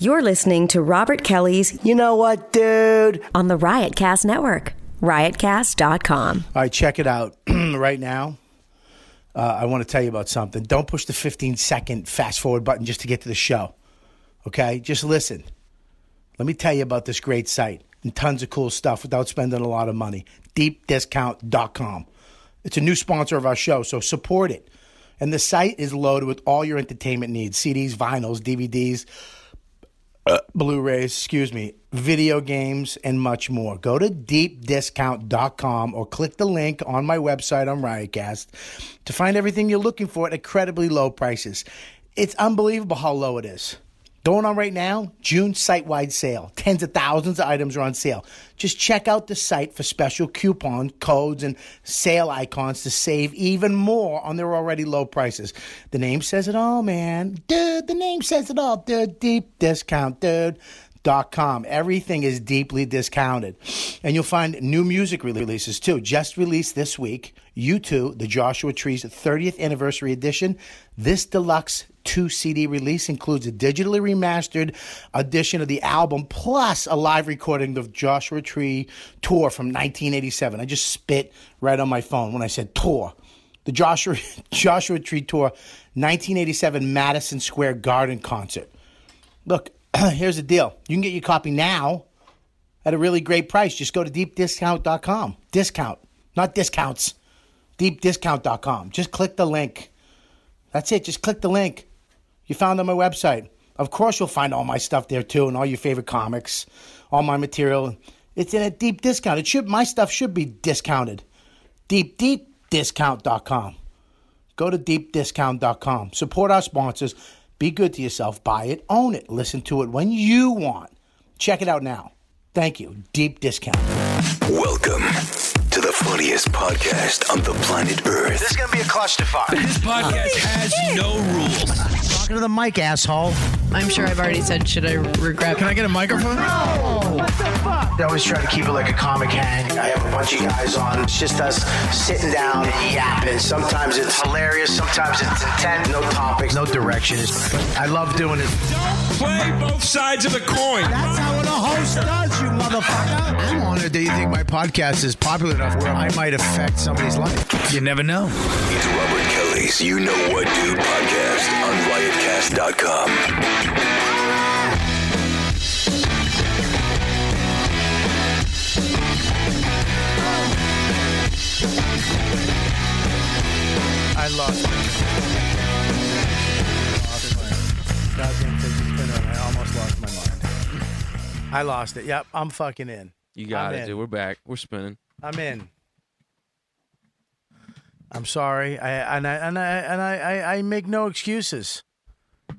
You're listening to Robert Kelly's You know what, dude? on the Riotcast Network, riotcast.com. All right, check it out right now. Uh, I want to tell you about something. Don't push the 15 second fast forward button just to get to the show. Okay? Just listen. Let me tell you about this great site and tons of cool stuff without spending a lot of money. Deepdiscount.com. It's a new sponsor of our show, so support it. And the site is loaded with all your entertainment needs CDs, vinyls, DVDs, Uh, Blu-rays, excuse me, video games, and much more. Go to deepdiscount.com or click the link on my website on Riotcast to find everything you're looking for at incredibly low prices. It's unbelievable how low it is. Going on right now, June site-wide sale. Tens of thousands of items are on sale. Just check out the site for special coupon codes and sale icons to save even more on their already low prices. The name says it all, man. Dude, the name says it all. Dude, deep discount, dude. Dot com. Everything is deeply discounted. And you'll find new music releases too. Just released this week, U2, the Joshua Tree's 30th anniversary edition. This deluxe two CD release includes a digitally remastered edition of the album, plus a live recording of Joshua Tree tour from 1987. I just spit right on my phone when I said tour. The Joshua, Joshua Tree tour, 1987 Madison Square Garden concert. Look, here's the deal. You can get your copy now at a really great price. Just go to deepdiscount.com. Discount, not discounts. Deepdiscount.com. Just click the link. That's it. Just click the link you found on my website. Of course, you'll find all my stuff there too, and all your favorite comics, all my material. It's in a deep discount. It should my stuff should be discounted. Deep DeepDeepDiscount.com. Go to deepdiscount.com. Support our sponsors. Be good to yourself. Buy it, own it, listen to it when you want. Check it out now. Thank you. Deep discount. Welcome to the funniest podcast on the planet Earth. This is gonna be a clusterfuck. This podcast has no rules. Talking to the mic, asshole. I'm sure I've already said, should I regret? Can I get a microphone? I always try to keep it like a comic hang. I have a bunch of guys on. It's just us sitting down and yapping. Sometimes it's hilarious. Sometimes it's intent. No topics. No directions. I love doing it. Play both sides of the coin. That's how a host does, you motherfucker. I'm honored that you think my podcast is popular enough where I might affect somebody's life. You never know. It's Robert Kelly's You Know What Dude podcast on riotcast.com. I lost. my Goddamn fidget spinner, and I almost lost my mind. I lost it. Yep, I'm fucking in. You got I'm it, in. dude. We're back. We're spinning. I'm in. I'm sorry. I and I and I and I, I, I make no excuses.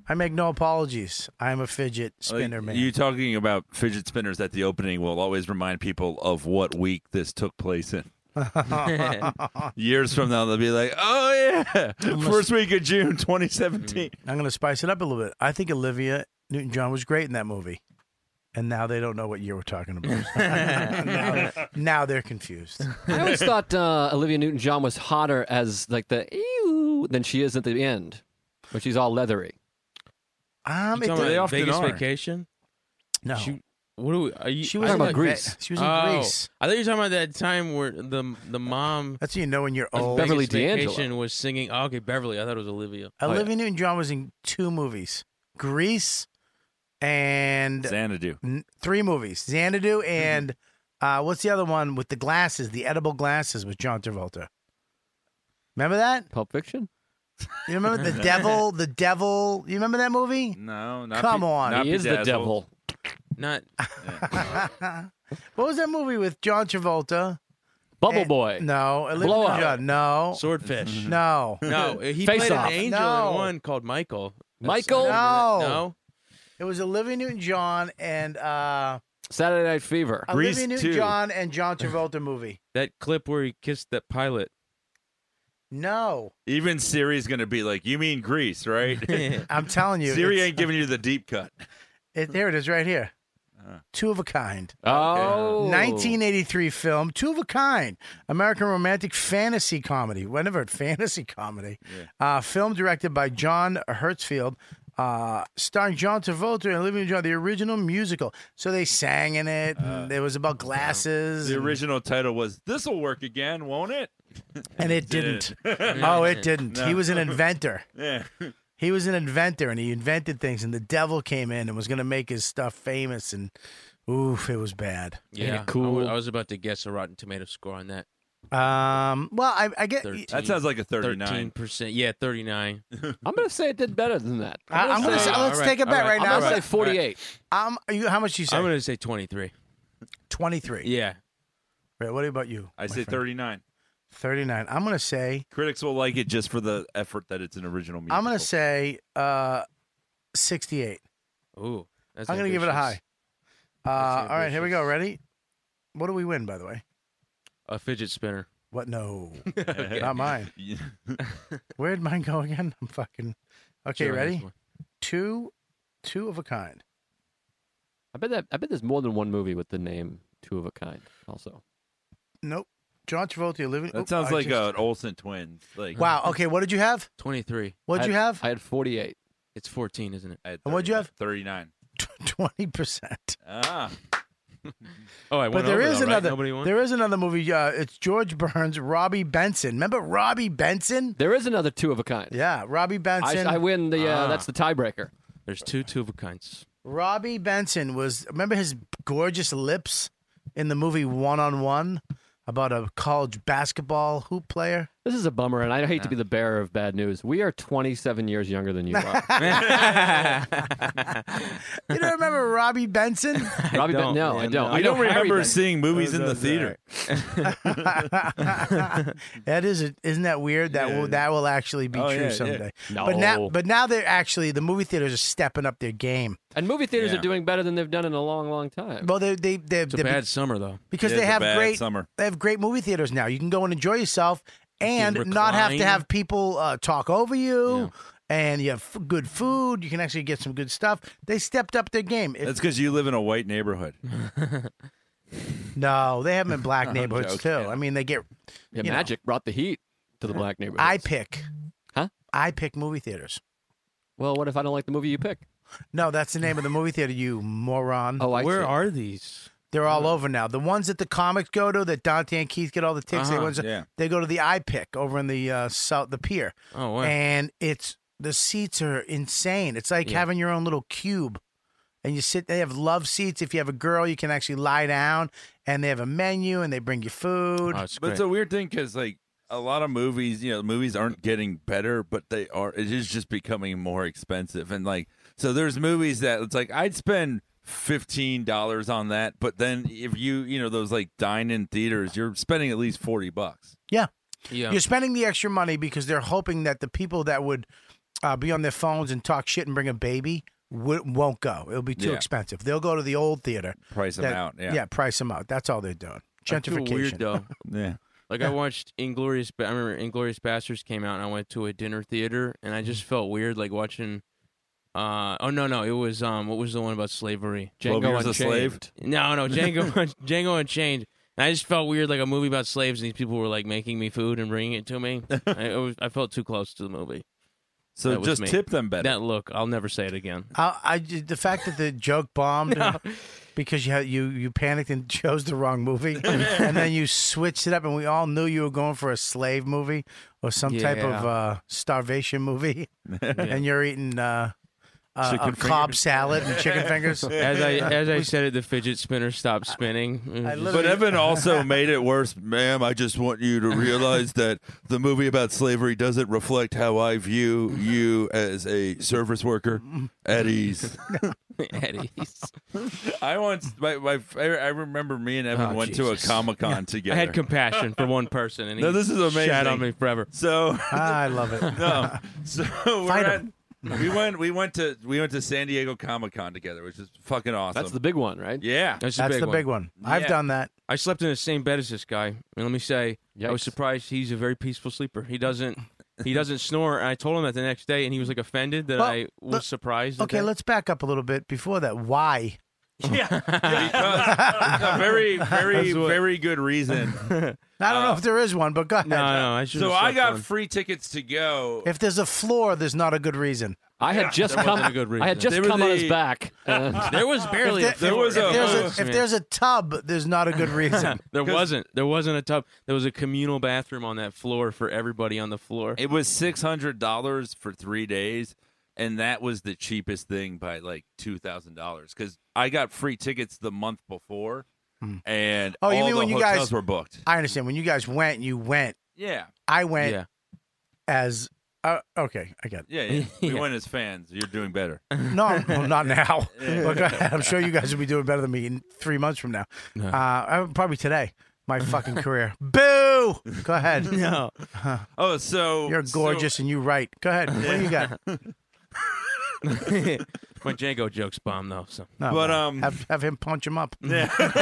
I make no apologies. I'm a fidget spinner man. Oh, You talking about fidget spinners at the opening will always remind people of what week this took place in. Years from now, they'll be like, "Oh yeah, first week of June, 2017." Hmm. I'm going to spice it up a little bit. I think Olivia Newton-John was great in that movie, and now they don't know Oh, what year we're talking about. now, now they're confused. I always thought uh, Olivia Newton-John was hotter as like the ew than she is at the end when she's all leathery. You Um, it, talking did- about often Vegas are. vacation? no, She, what are we? Are you? She I was thought in about Greece. Vegas. She was in Oh. Greece. Uh, I thought you were talking about that time where the the mom that's how you know when you're of old. Beverly Vegas D'Angelo. vacation was singing. Oh, okay, Beverly. I thought it was Olivia. Oh, Olivia Newton-John was in two movies: Grease and Xanadu. Mm-hmm. n- three movies: Xanadu and uh, what's the other one with the glasses, the edible glasses with John Travolta. Remember that? Pulp Fiction. You remember the devil? The devil? You remember that movie? No, not Come Pe- on. not he is the Bedazzled. devil. Not What was that movie with John Travolta? Bubble And- Boy. No, Olivia Blowout. Newton-John, No, Mm-hmm. swordfish. no. No, he Face played Off. an angel No. in one called Michael. Michael? No. no. It was Olivia Newton-John and uh, Saturday Night Fever. Grease Olivia two. Newton-John and John Travolta movie. That clip where he kissed that pilot. No, Even Siri's gonna be like, "You mean Greece, right?" I'm telling you, Siri it's- ain't giving you the deep cut. it, there it is right here. Uh. Two of a kind. Oh. 1983 film, Two of a Kind, American romantic fantasy comedy. Whenever fantasy comedy, uh, film directed by John Hertzfeld, uh, starring John Travolta and Olivia John, the original musical. So they sang in it. and it was about glasses. Uh. The and- original title was "This'll Work Again, Won't It?" and it didn't. oh, it didn't. He was an inventor. Yeah. He was an inventor, and he invented things. And the devil came in and was going to make his stuff famous. And oof, it was bad. it Yeah, I wa- cool? I, was about to guess a Rotten Tomato score on that. Um, well, I, I get. 13, That sounds like a 39. percent. Yeah, thirty nine. I'm gonna say it did better than that. I, I'm going to say- say, all let's right, take a all bet right, right, I'm now. gonna all say right. 48. Um, are you, how much you say? I'm gonna say twenty three. 23. Yeah, Right, what about you? I my say friend? 39. 39. I'm going to say, Critics will like it just for the effort that it's an original musical. I'm going to say uh, 68. ooh, that's I'm going to give it a high. ambitious. Uh, That's all right, here we go. ambitious. Ready? What do we win, by the way? A fidget spinner. What? No, not mine. Where'd mine go again? I'm fucking. Okay, Joe has ready? one. Two, two of a kind. I bet that I bet there's more than one movie with the name Two of a Kind. Also, Nope. John Travolta, living. That sounds like uh, an Olsen twin. Like Wow. Okay, what did you have? Twenty three. What'd I you had- have? I had 48. It's fourteen, isn't it? at And what'd you have? 39. Twenty percent. Ah, Oh, I But went over there is though, right? another. Nobody won. There is another movie. Uh, it's George Burns, Robbie Benson. Remember Robbie Benson? There is another Two of a Kind. Yeah, Robbie I, Benson. I win the. Uh, Ah. That's the tiebreaker. There's two two of a kinds. Robbie Benson was. Remember his gorgeous lips in the movie One on One about a college basketball hoop player. This is a bummer, and I hate to be the bearer of bad news. We are 27 years younger than you are. You don't remember Robbie Benson? Robbie, Ben- don't, no, I man, don't. no. I I don't know Harry remember Benson. seeing movies in the theater. That is, a, isn't that weird? That will that will actually be Oh, true yeah, yeah. someday. No. But now, but now they're actually the movie theaters are stepping up their game. And movie theaters Yeah. are doing better than they've done in a long, long time. Well, they they they It's a bad summer though. because Yeah, they it's a have bad great summer. they have great movie theaters now. You can go and enjoy yourself and recline. not have to have people uh, talk over you. Yeah. And you have f- good food. You can actually get some good stuff. They stepped up their game. If- That's because you live in a white neighborhood. no, they have them in black neighborhoods too. joking. I mean, they get. you yeah, know. Magic brought the heat to the black neighborhood. I pick. Huh? I pick movie theaters. well, what if I don't like the movie you pick? No, that's the name of the movie theater. You moron. Oh, I Where see. Uh-huh. are these? They're all over now. The ones that the comics go to, that Dante and Keith get all the tickets. they, Uh-huh, ones, yeah. they go to the iPick over in the uh, south, the pier, Oh, wow. and it's the seats are insane. It's like Yeah. having your own little cube, and you sit. They have love seats. If you have a girl, you can actually lie down, and they have a menu, and they bring you food. Oh, it's But great. it's a weird thing because like a lot of movies, you know, movies aren't getting better, but they are. It is just becoming more expensive, and like so, there's movies that it's like I'd spend fifteen dollars on that, but then if you you know those like dine in theaters, you're spending at least forty bucks. yeah. yeah. You're spending the extra money because they're hoping that the people that would uh, be on their phones and talk shit and bring a baby w- won't go. It'll be too Yeah. expensive. They'll go to the old theater. Price 'em that- out, yeah. price them out. That's all they're doing. I feel Gentrification. weird though. Yeah, Like I watched Inglorious. I remember Inglorious Bastards came out, and I went to a dinner theater, and I Mm. just felt weird, like watching. Uh, oh no, no, it was um, what was the one about slavery? Twelve Django Years a Unchained. Slave? No, no, Django, Un- Django Unchained. And I just felt weird, like a movie about slaves, and these people were like making me food and bringing it to me. I, it was, I felt too close to the movie. so That was just me. tip them better. That look, I'll never say it again. I, I ju- the fact that the joke bombed because you had, you you panicked and chose the wrong movie, and then you switched it up, and we all knew you were going for a slave movie or some type of Yeah. uh, starvation movie, and you're eating uh, uh, a Chicken cob salad and chicken fingers. As I as I said it, the fidget spinner stopped spinning. It I was literally- But Evan also made it worse, ma'am. I just want you to realize that the movie about slavery doesn't reflect how I view you as a service worker at ease. just Eddie's. I once, my, my, I I remember me and Evan Oh, went to Jesus. a Comic Con I together. had compassion for one person, and he No, this is shat amazing. on me forever. so I love it. no, so we're Fight at, 'em. we went, we went to, we went to San Diego Comic Con together, which is fucking awesome. That's the big one, right? yeah. That's, That's the one. big one. I've Yeah. done that. I slept in the same bed as this guy, and let me say, I was Yikes. surprised. He's a very peaceful sleeper. He doesn't, he doesn't snore. And I told him that the next day, and he was like offended that Well, I was let- surprised. at Okay, that. let's back up a little bit before that. Why? A very, very, very good reason. I Uh, don't know if there is one, but go ahead. No, no, I should. so I got free tickets to go. If there's a floor, there's not a good reason. I had just there come. wasn't a good I had reason. just They were come on his the- back. Uh, There was barely. If a there- There floor. was a- if there's, hose, a, if there's a tub, there's not a good reason. There wasn't. There wasn't a tub. There was a communal bathroom on that floor for everybody on the floor. It was six hundred dollars for three days, and that was the cheapest thing by like two thousand dollars because I got free tickets the month before, and Oh, all you mean the when you hotels guys- were booked. I understand. When you guys went, you went. Yeah, I went yeah. as. Uh, okay, I get it. yeah, yeah. we Yeah. went as fans. You're doing better. No, I'm- well, not now. But go ahead. I'm sure you guys will be doing better than me in three months from now. Uh, I- probably today. My fucking career. Boo! Go ahead. No. Oh, so You're so- gorgeous and you right. Go ahead. What do you got? My Django jokes bomb though. So No, But, no. um, Oh, have, have him punch him up.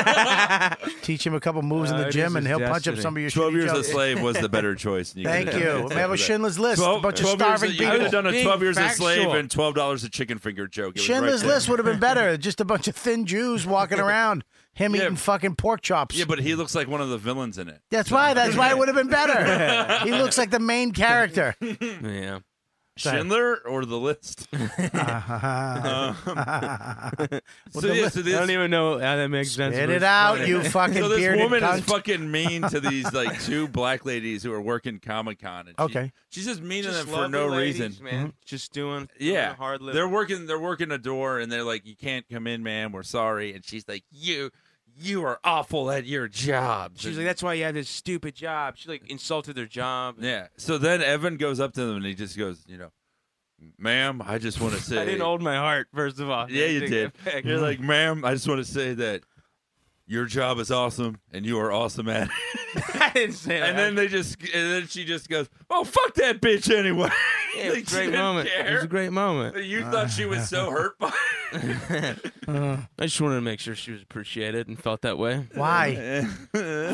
Teach him a couple moves in Uh, the it gym, is and his he'll punch up destiny. some of your Twelve shitty years a jokes. slave was the better choice. and Thank could've done you. it. We have a Schindler's List. a 12, bunch 12 of starving years, I people. would have done a Being 12 years a slave factual. and $12 a chicken finger joke. It was Schindler's right there. List would have been better. Just a bunch of thin Jews walking around, him Yeah. eating fucking pork chops. Yeah, but he looks like one of the villains in it. that's why. That's why it would have been better. he looks like the main character. yeah. Schindler or the list? Um, Well, so, Um, yeah, the li- so I this, don't even know how that makes sense. Get but it it's out, funny. you fucking so this bearded woman cunt. is fucking mean to these like two black ladies who are working Comic Con. and she- Okay. Mm-hmm. she's just mean to Just them for no lovely ladies, reason. man. Just doing doing Yeah, the hard living. they're working. They're working a door, and they're like, "You can't come in, ma'am. We're sorry." And she's like, "You, you are awful at your job." She's like, that's why you had this stupid job. She like insulted their job. Yeah. So then Evan goes up to them and he just goes, you know, ma'am, I just want to say. I didn't hold my heart. First of all, yeah, you Take did. that back. You're like, ma'am, I just want to say that your job is awesome and you are awesome at it. I didn't say that. And then they just, and then she just goes, oh, fuck that bitch anyway. Yeah, it was Like, a she great didn't moment. It was a care. great moment. You thought she was so Uh. hurt by I just wanted to make sure she was appreciated and felt that way. Why? it.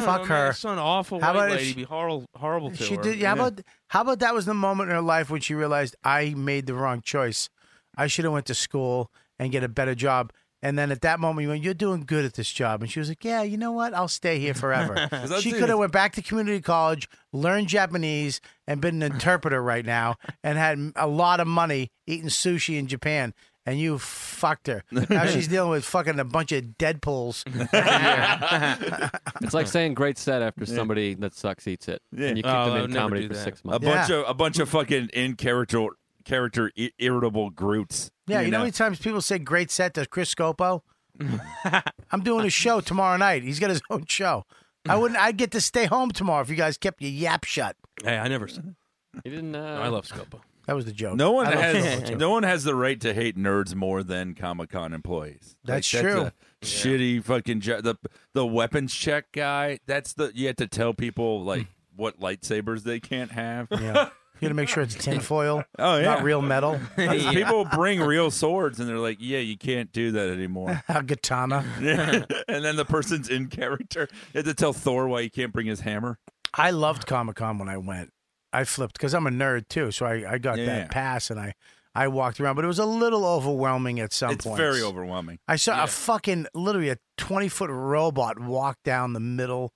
Fuck her. That's an awful How white about if lady. she- be horrible, horrible to She her. did. Yeah, How about how about that was the moment in her life when she realized I made the wrong choice. I should have went to school and get a better job. And then at that moment, you went, "You're doing good at this job." And she was like, "Yeah, you know what? I'll stay here forever." I've she seen could this- have went back to community college, learned Japanese, and been an interpreter right now, and had a lot of money eating sushi in Japan. And you fucked her. Now she's dealing with fucking a bunch of Deadpools. it's like saying great set after somebody that sucks eats it, and you keep Oh, I them would in never comedy do for that. six a months. bunch Yeah. of a bunch of fucking in character character i- irritable Groots. Yeah, you, know how many times people say great set to Chris Scopo? I'm doing a show tomorrow night. He's got his own show. I wouldn't I'd get to stay home tomorrow if you guys kept your yap shut. Hey, I never said. He didn't. Uh, I love Scopo. That was the joke. No one I love Scopo has too. no one has the right to hate nerds more than Comic Con employees. That's a true. Shitty fucking jo- the the weapons check guy. That's the you have to tell people like what lightsabers they can't have. Yeah. You gotta make sure it's tinfoil, Oh yeah, not real metal. 'Cause People bring real swords and they're like, yeah, you can't do that anymore. A katana. and then the person's in character. You have to tell Thor why he can't bring his hammer. I loved Comic Con when I went. I flipped because I'm a nerd too, so I, I got Yeah. that pass and I, I walked around, but it was a little overwhelming at some It's point. very overwhelming. I saw a fucking literally a twenty foot robot walk down the middle,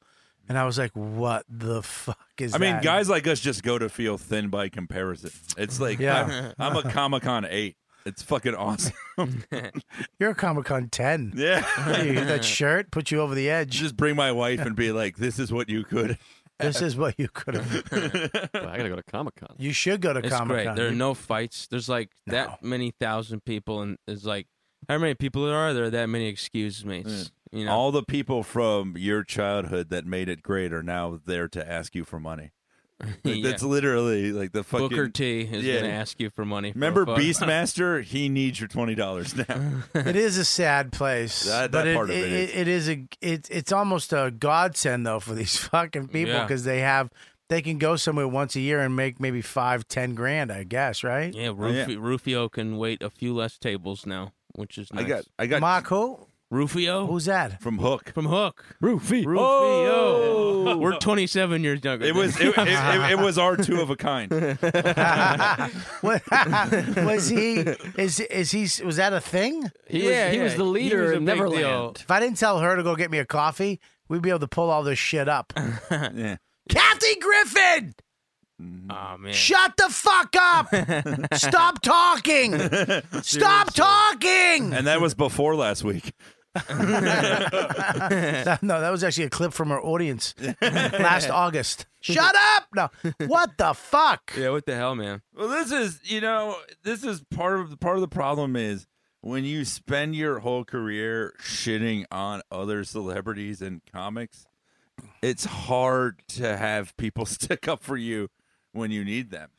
and I was like, "What the fuck is?" I mean, that? guys like us just go to feel thin by comparison. It's like Yeah. I'm, I'm a Comic Con eight. It's fucking awesome. you're a Comic Con ten. Yeah. You get that shirt put you over the edge. just bring my wife and be like, this is what you could. This is what you could have. Well, I gotta go to Comic Con. You should go to It's Comic great. Con. There are no fights. There's like that many thousand people, and there's like how many people there are. There are that many excuse me. You know, Mm. All the people from your childhood that made it great are now there to ask you for money. Like, Yeah. That's literally like the fucking. Booker T is Yeah. going to ask you for money. for Remember a photo. Beastmaster? He needs your twenty dollars now. It is a sad place. That- but that part of it is. it is a it, it's almost a godsend though for these fucking people Yeah. because they have they can go somewhere once a year and make maybe five ten grand I guess right. Oh, Oh, Yeah, Rufio, Rufio can wait a few less tables now, which is nice. I got. I got. Mark who? Rufio Who's that? from Hook. from Hook. Rufy. Rufio. Oh. We're 27 years younger. It than was you. it, it, it, it was our two of a kind. What, was he? Is is he? Was that a thing? He, was, he was the leader was a in big Neverland. deal. If I didn't tell her to go get me a coffee, we'd be able to pull all this shit up. Yeah. Kathy Griffin, Oh man. shut the fuck up! Stop talking! Stop talking! And that was before last week. No, that was actually a clip from our audience last August. Shut up! No, what the fuck? yeah, what the hell, man? Well, this is you know this is part of part of the problem is when you spend your whole career shitting on other celebrities and comics. It's hard to have people stick up for you when you need them.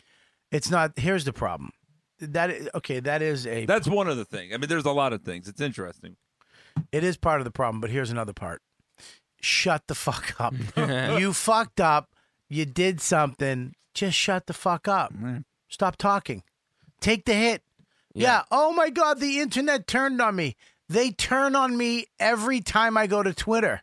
It's not. Here's the problem. That i- okay. That is a. That's one of the things. I mean, there's a lot of things. It's interesting. It is part of the problem. But here's another part. Shut the fuck up. you fucked up. You did something. Just shut the fuck up. Stop talking. Take the hit. Yeah. Oh my God. The internet turned on me. They turn on me every time I go to Twitter.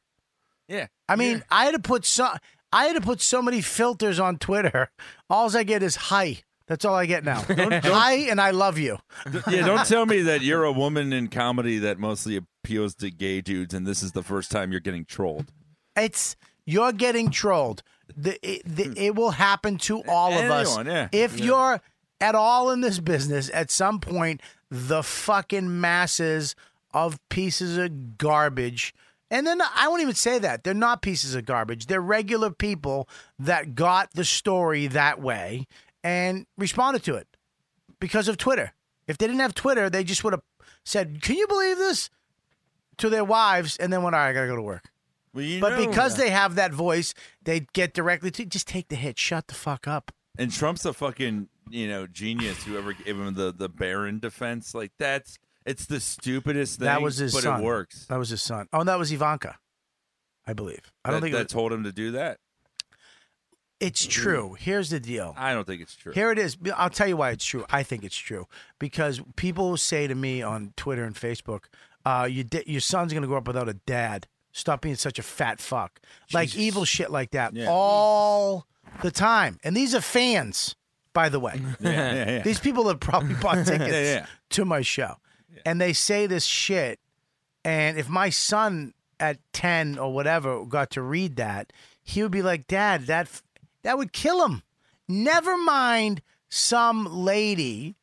Yeah. I mean, I had to put so I had to put so many filters on Twitter. Alls I get is hi. That's all I get now. hi and I love you. yeah, don't tell me that you're a woman in comedy that mostly appeals to gay dudes, and this is the first time you're getting trolled. It's you're getting trolled. The, it, the, it will happen to all of us. Hmm. Anyone, yeah. If you're at all in this business, at some point, the fucking masses of pieces of garbage. And then I won't even say that. They're not pieces of garbage. They're regular people that got the story that way and responded to it because of Twitter. If they didn't have Twitter, they just would have said, Can you believe this? to their wives and then went, All right, I got to go to work. Well, you But know- uh, because they have that voice, they get directly to just take the hit. Shut the fuck up. and Trump's a fucking you know genius, whoever gave him the the Barron defense, like that's it's the stupidest thing. that was his but son. it works. That was his son. Oh, that was Ivanka, I believe. I don't that, think it that was- told him to do that. it's true. Here's the deal. I don't think it's true. Here it is. I'll tell you why it's true. I think it's true because people say to me on Twitter and Facebook, uh, "Your da- your son's gonna grow up without a dad. Stop being such a fat fuck." Like evil shit like that Yeah. all the time. And these are fans, by the way. yeah, yeah, yeah. These people have probably bought tickets Yeah, yeah. to my show. And they say this shit. And if my son at 10 or whatever got to read that, he would be like, Dad, that, f- that would kill him. Never mind some lady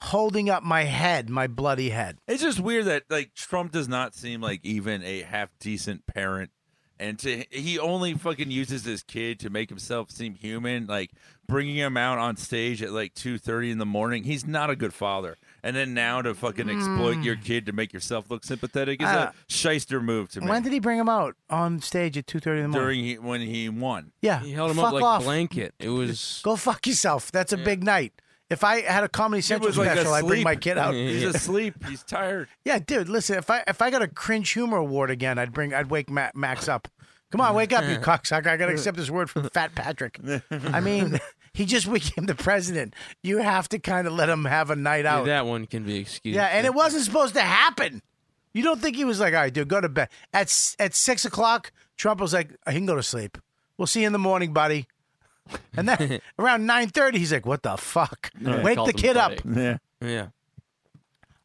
holding up my head, my bloody head. It's just weird that like Trump does not seem like even a half decent parent, and to he only fucking uses his kid to make himself seem human. Like bringing him out on stage at like two thirty in the morning, he's not a good father. And then now to fucking exploit your kid to make yourself look sympathetic is Hmm. Uh, a shyster move to me. When did he bring him out on stage at 2.30 in the morning? during he, when he won? yeah. He held him fuck up like off. blanket. It was Go fuck yourself. That's a big night. If I had a Comedy Central special, I'd bring my kid out. He's asleep. He's tired. Yeah, dude. Listen, if I if I got a cringe humor award again, I'd bring I'd wake Ma- Max up. Come on, wake up, you cocksucker! I gotta accept this word from Fat Patrick. I mean, he just became the president. You have to kind of let him have a night out. that one can be excused. Yeah, and it wasn't supposed to happen. You don't think he was like, all right, dude, go to bed at s- at six o'clock? Trump was like, he can go to sleep. We'll see you in the morning, buddy. And then around nine thirty, he's like, what the fuck? Wake Called the him kid up. buddy. Yeah. yeah.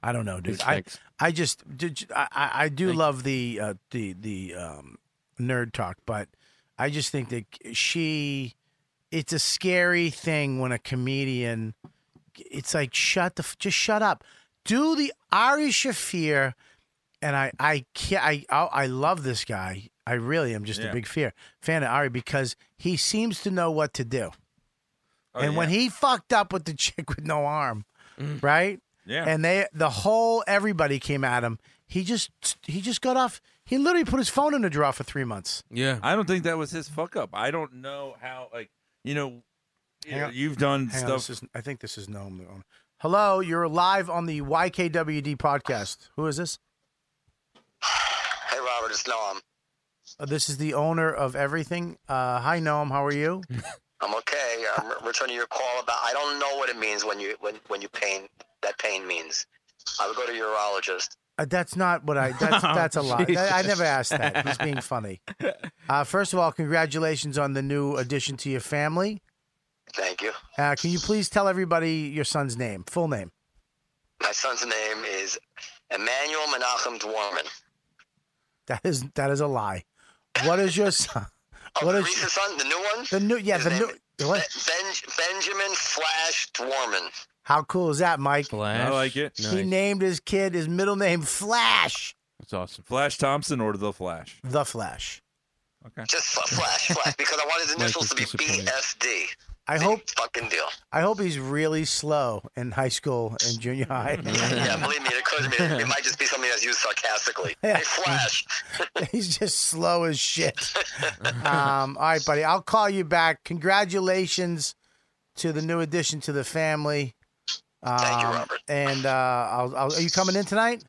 I don't know, dude. He's I, fixed. I just did. you- I I I do love the uh, the the um, nerd talk, but I just think that she. It's a scary thing when a comedian. It's like shut the f- just shut up. Do the Ari Shafir, and I I can't I I, I love this guy. I really am just a Yeah. big fear fan of Ari because he seems to know what to do. Oh, and when yeah. Mm. he fucked up with the chick with no arm, right? Yeah. And they the whole everybody came at him. He just he just got off. He literally put his phone in a drawer for three months. Yeah. I don't think that was his fuck up. I don't know how. Like you know, you Hang know on. you've done Hang on, stuff. this is, I think this is Noam. the owner. Hello, you're live on the YKWd podcast. Who is this? Hey, Robert, it's Noam. Uh, this is the owner of everything. Uh, hi, Noam. How are you? I'm okay. I'm re- returning your call about. I don't know what it means when you when when you pain that pain means. I would go to a urologist. Uh, that's not what I. That's Oh, that's a lie. That- I Jesus. never asked that. He's being funny. Uh, first of all, congratulations on the new addition to your family. Thank you. Uh, can you please tell everybody your son's name, full name? My son's name is Emmanuel Menachem Dwarman. That is that is a lie. What is your son? Oh, What the is recent son, the new one? the new? Yeah, the new. What? Ben- Benjamin Flash Dwarman. How cool is that, Mike? Flash. I like it. He Nice. named his kid his middle name Flash. That's awesome. Flash Thompson or the Flash? The Flash. Okay. Just fl- Flash, Flash, because I want his Mike initials is to be disappointed. BFD. I hope Fucking deal. I hope he's really slow in high school and junior high. yeah, believe me, it occurs to me that it might just be something that's used sarcastically. Yeah. Hey, Flash. He's just slow as shit. Um, all right, buddy. I'll call you back. Congratulations to the new addition to the family. Um, Thank you, Robert. And uh, I'll, I'll, are you coming in tonight?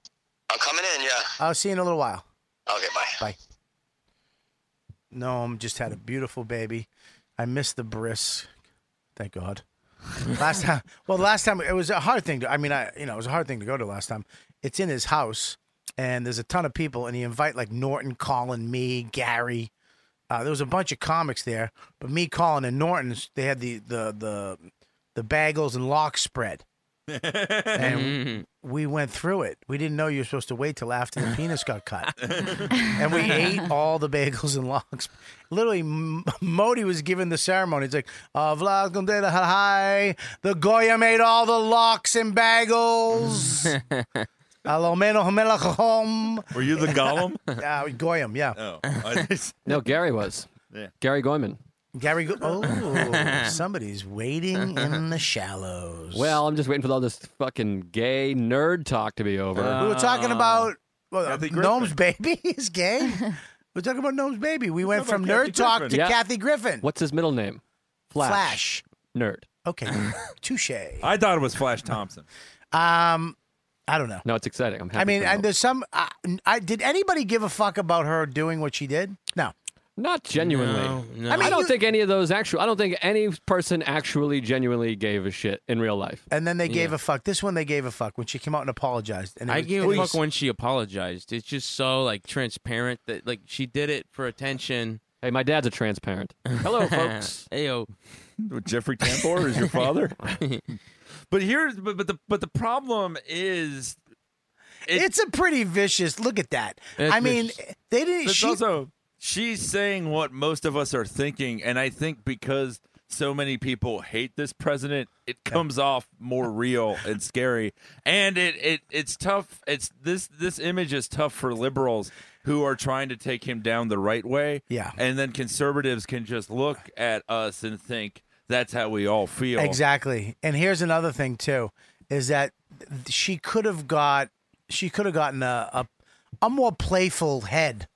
I'm coming in, yeah. I'll see you in a little while. Okay, bye. Bye. No, I'm just had a beautiful baby. I missed the bris. Thank God. last time, well, last time it was a hard thing to. I mean, I you know it was a hard thing to go to last time. It's in his house, and there's a ton of people, and he invite like Norton, Colin, me, Gary. Uh, there was a bunch of comics there, but me, Colin, and Norton, they had the the the the bagels and lock spread Mm-hmm. and we went through it. We didn't know you were supposed to wait till after the penis got cut, and we ate all the bagels and logs. Literally, M- Modi was giving the ceremony. It's like, uh, Vlad Gondela, hi, the Goya made all the locks and bagels. Alomeno Hamelachom. Were you the Gollum? Uh, Goyim, yeah. Oh, no, Gary was. Yeah. Gary Goyman. Gary, Go- oh, somebody's waiting in the shallows. Well, I'm just waiting for all this fucking gay nerd talk to be over. we were Um, Uh, talking about well, Gnome's baby is gay. we're talking about Gnome's baby. We went from talking nerd about Kathy talk Griffin. to Yeah. Kathy Griffin. What's his middle name? Flash. Nerd. Okay, touche. I thought it was Flash Thompson. Um, I don't know. No, it's exciting. I'm happy. I mean, for and him. there's some. I, I did anybody give a fuck about her doing what she did? No. Not genuinely. no. I, I mean, don't you- think any of those actual. I don't think any person actually genuinely gave a shit in real life. And then they gave a fuck. This one they gave a fuck when she came out and apologized. And it I was- gave it a was- fuck when she apologized. It's just so like transparent that like she did it for attention. Hey, my dad's a transparent. Hello, folks. hey yo, Jeffrey Tambor is your father. but here's but, but the but the problem is it's a pretty vicious. Look at that. It's I mean, vicious. they didn't. It's She, also she's saying what most of us are thinking, and I think because so many people hate this president, it comes off more real and scary. And it, it it's tough. It's this this image is tough for liberals who are trying to take him down the right way. Yeah. And then conservatives can just look at us and think that's how we all feel. Exactly. And here's another thing too, is that th- she could have got she could have gotten a, a a more playful head.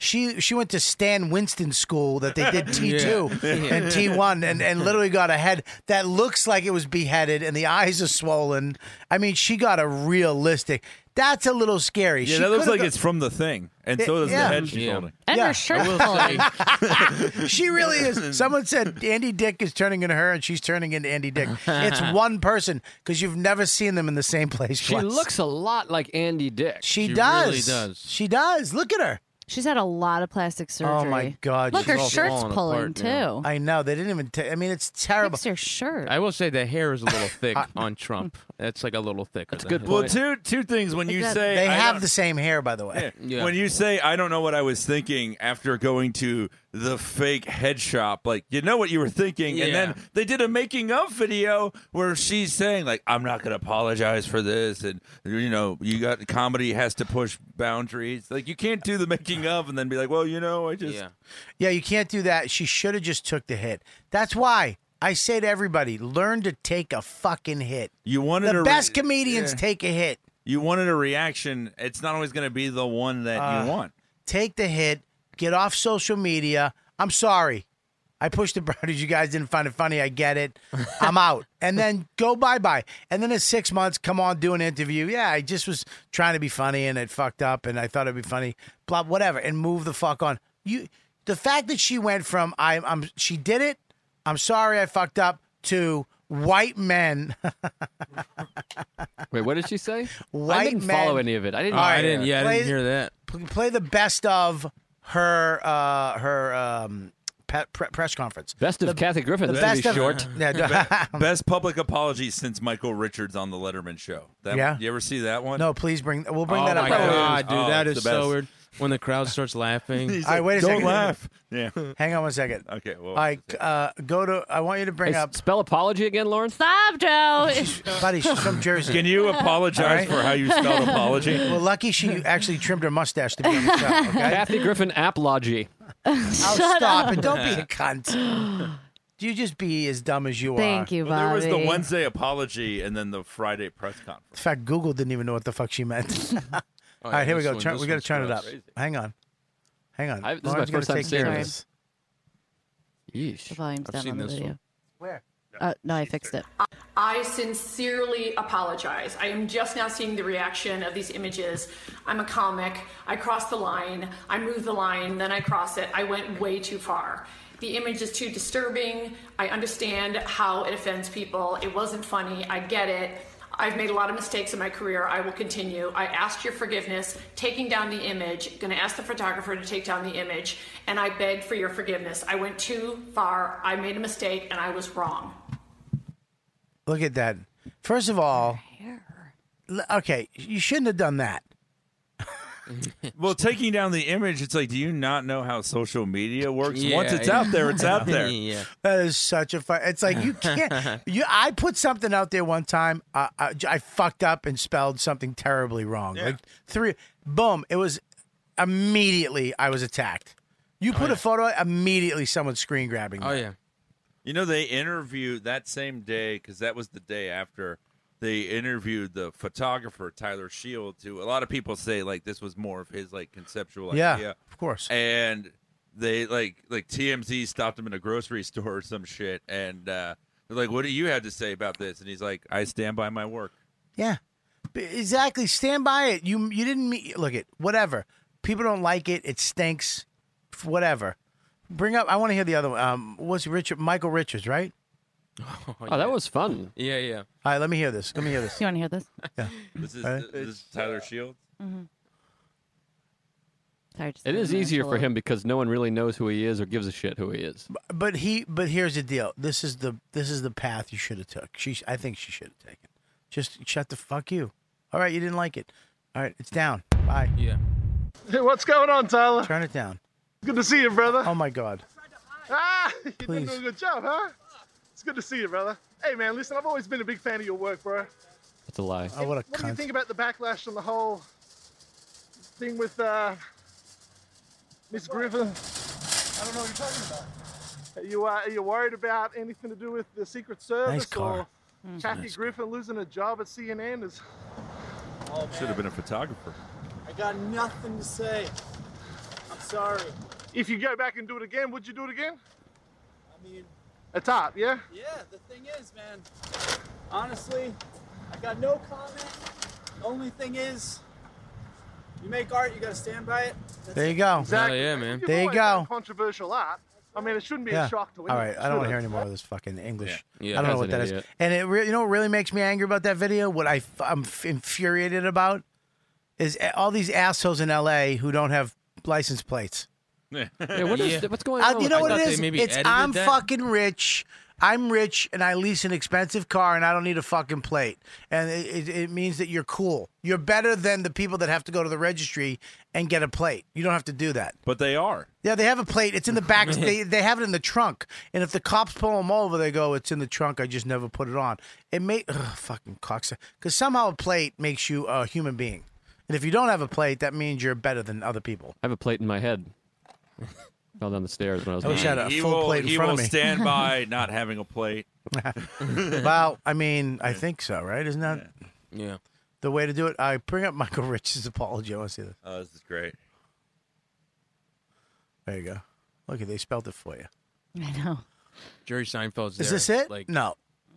She she went to Stan Winston school that they did T two Yeah. and T one and, and literally got a head that looks like it was beheaded and the eyes are swollen. I mean, she got a realistic. That's a little scary. Yeah, She that looks coulda like got- it's from the thing, and Yeah, so does yeah. the head she's Yeah. holding. And her shirt she really is. Someone said Andy Dick is turning into her, and she's turning into Andy Dick. It's one person because you've never seen them in the same place. She twice. looks a lot like Andy Dick. She, does. She does. Look at her. She's had a lot of plastic surgery. Oh my God! Look, she's her all shirt's falling pulling apart too. now. I know they didn't even. ta- I mean, it's terrible. Fix her shirt. I will say the hair is a little thick on Trump. That's like a little thicker. That's good Well, point. two two things when you say they I have don't- the same hair, by the way. When you say I don't know what I was thinking after going to the fake head shop, like you know what you were thinking, and then Yeah. they did a making of video where she's saying like I'm not going to apologize for this, and you know you got comedy has to push boundaries. Like you can't do the making of and then be like, well, you know, I just Yeah, you can't do that. She should have just took the hit. That's why I say to everybody, learn to take a fucking hit. you wanted The a re- best comedians Yeah. take a hit. You wanted a reaction. It's not always going to be the one that Uh, you want. Take the hit. Get off social media. I'm sorry. I pushed the boundaries. You guys didn't find it funny. I get it. I'm out. And then go bye bye. And then in six months, come on, do an interview. Yeah, I just was trying to be funny and it fucked up and I thought it'd be funny. Blah, whatever. And move the fuck on. You, the fact that she went from I'm, I'm she did it. I'm sorry I fucked up to white men. Wait, what did she say? White I didn't men. follow any of it. Oh, I didn't. All right. Play- that. p- Play the best of her uh, her um, pe- pre- press conference. Best of The- Kathy Griffin. The That's best gonna of be short. Yeah, d- Be- Best public apology since Michael Richards on the Letterman show. That, Yeah. You ever see that one? no, please bring. We'll bring Oh that my up. later. God. God, Ah, dude, Oh, that it's is the best. so weird. When the crowd starts laughing. He's All right, like, wait a Don't second. laugh. Yeah. Hang on one second. Okay. Well, All right, uh, go to. I want you to bring Hey, up, Spell apology again, Lawrence. Stop, Joe. buddy. She's from Jersey. Can you apologize All right. for how you spelled apology? well, lucky she actually trimmed her mustache to be on the show. Okay, Kathy Griffin apology. I'll stop and don't be a cunt. You just be as dumb as you are. Thank you, Bobby. Well, there was the Wednesday apology and then the Friday press conference. In fact, Google didn't even know what the fuck she meant. All right, here we go. turn, we got to turn it up. Hang on, hang on. I- this is my Lauren's gonna first time take care seeing of this. this. Yeesh. The volume's I've down seen on the this video. one. Where? Uh, no, I fixed it. I sincerely apologize. I am just now seeing the reaction of these images. I'm a comic. I crossed the line. I move the line, then I cross it. I went way too far. The image is too disturbing. I understand how it offends people. It wasn't funny. I get it. I've made a lot of mistakes in my career. I will continue. I asked your forgiveness, taking down the image, going to ask the photographer to take down the image, and I beg for your forgiveness. I went too far. I made a mistake and I was wrong. Look at that. First of all, l- okay, you shouldn't have done that. Well, taking down the image, it's like, do you not know how social media works? Yeah, Once it's yeah. out there, it's out there. yeah. That is such a fun. It's like you can't. you, I put something out there one time. I, I, I fucked up and spelled something terribly wrong. Like three, boom. It was immediately I was attacked. Oh, You put a photo out, immediately someone's screen grabbing. Oh that. yeah. You know, they interviewed that same day because that was the day after they interviewed the photographer Tyler Shields, who a lot of people say like this was more of his like conceptual yeah, idea, of course. and they like like TMZ stopped him in a grocery store or some shit, and uh, they're like, "What do you have to say about this?" And he's like, "I stand by my work." Yeah, B- exactly. Stand by it. You you didn't meet. Look at whatever. People don't like it. It stinks. F- Whatever. Bring up. I want to hear the other one. Um, what's Richard? Michael Richards, right? Oh, that was fun. Yeah, yeah. All right. Let me hear this. Let me hear this. You want to hear this? This is Uh, this is Tyler Shields. Sorry, just It let is me easier pull for up. him because no one really knows who he is or gives a shit who he is. But he. But here's the deal. This is the. This is the path you should have took. She. I think she should have taken. Just shut the fuck you. All right. You didn't like it. All right. It's down. Bye. Yeah. Hey, what's going on, Tyler? Turn it down. Good to see you, brother. Oh my God. Ah, you did doing Please. a good job, huh? It's good to see you, brother. Hey, man, listen, I've always been a big fan of your work, bro. That's a lie. Oh, what a What do you cunt. think about the backlash on the whole thing with uh, Miss Griffin? I don't know what you're talking about. Are you, uh, are you worried about anything to do with the Secret Service car. Mm. or Kathy Griffin losing a job at CNN? Is... Oh, Should have been a photographer. I got nothing to say. I'm sorry. If you go back and do it again, would you do it again? I mean, A top, yeah? yeah, the thing is, man, honestly, I got no comment. Only thing is, you make art, you gotta stand by it. That's There you go. Hell yeah, man. You've There you always done go. Controversial art. I mean, it shouldn't be Yeah. a shock to All anyone. right, I don't want to should hear it? any more of this fucking English. Yeah. I don't Guy's know what an that is. idiot. And it, re- you know, what really makes me angry about that video. What I f- I'm f- infuriated about is a- all these assholes in L.A. who don't have license plates. Yeah, what is, Yeah. What's going I- on? Uh, you know I what thought it they is? maybe It's edited I'm that. fucking rich. I'm rich and I lease an expensive car and I don't need a fucking plate. And it, it, it means that you're cool. You're better than the people that have to go to the registry and get a plate. You don't have to do that. But they are. Yeah, they have a plate. It's in the back. they they have it in the trunk. And if the cops pull them over, they go, "It's in the trunk. I just never put it on." It may ugh, fucking cocksucker. Because somehow a plate makes you a human being. And if you don't have a plate, that means you're better than other people. I have a plate in my head. Fell down the stairs when I was. I wish I nine. had a he full will, plate in he front will of me. stand by not having a plate. well, I mean, I think so, right? Isn't that Yeah. the way to do it? I bring up Michael Rich's apology. I want to see this. Oh, this is great. There you go. Look, they spelled it for you. I know. Jerry Seinfeld's there. Is this it? Like no.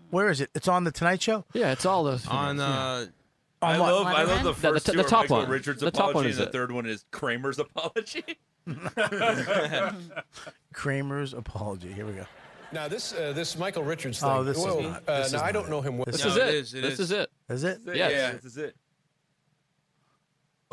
Where is it? It's on the Tonight Show. Yeah, it's all those. on uh I what? love, I love the The- Letterman? the first t- two the are top Michael one. Richards' The top one apology, is and the it. third one is Kramer's apology. Kramer's apology. Here we go. Now this uh, this Michael Richards thing. Oh, this is Whoa, not- uh, this now is I not don't know him. well. This is No, it it. is, it This is. is it. Is it? Yes. Yeah. This is it.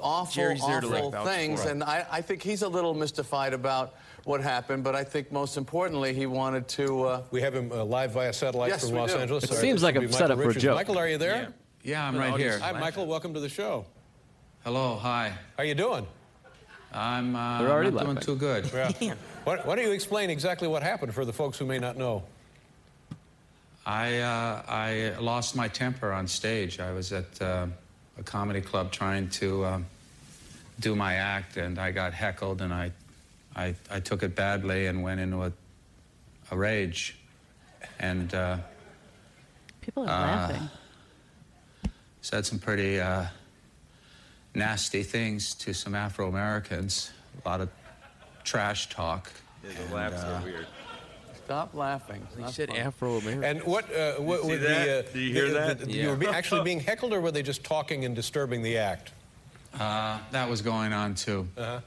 awful, Jerry's there to, like, awful vouch for things. him. And I, I think he's a little mystified about what happened, but I think most importantly, he wanted to. Uh, we have him uh, live via satellite yes, from we Los do. Angeles. Sorry, this will be Michael Richards. Michael, are you there? Yeah, I'm right here. Hi, Michael. Welcome to the show. Hello, hi. How you doing? I'm. Uh, They're already I'm not doing laughing. too good. Yeah. Why, why don't you explain exactly what happened for the folks who may not know? I uh, I lost my temper on stage. I was at uh, a comedy club trying to um, do my act, and I got heckled, and I I, I took it badly and went into a a rage, and uh, People are Uh, laughing. said Uh, some pretty uh, nasty things to some Afro Americans. A lot of trash talk. Yeah, and, the laughs uh, are weird. Stop laughing. He said Afro American. And what, uh, what see would that? the, uh, Do you hear the- that? the- the- Yeah. You were be- actually being heckled, or were they just talking and disturbing the act? Uh, that was going on too. Uh-huh.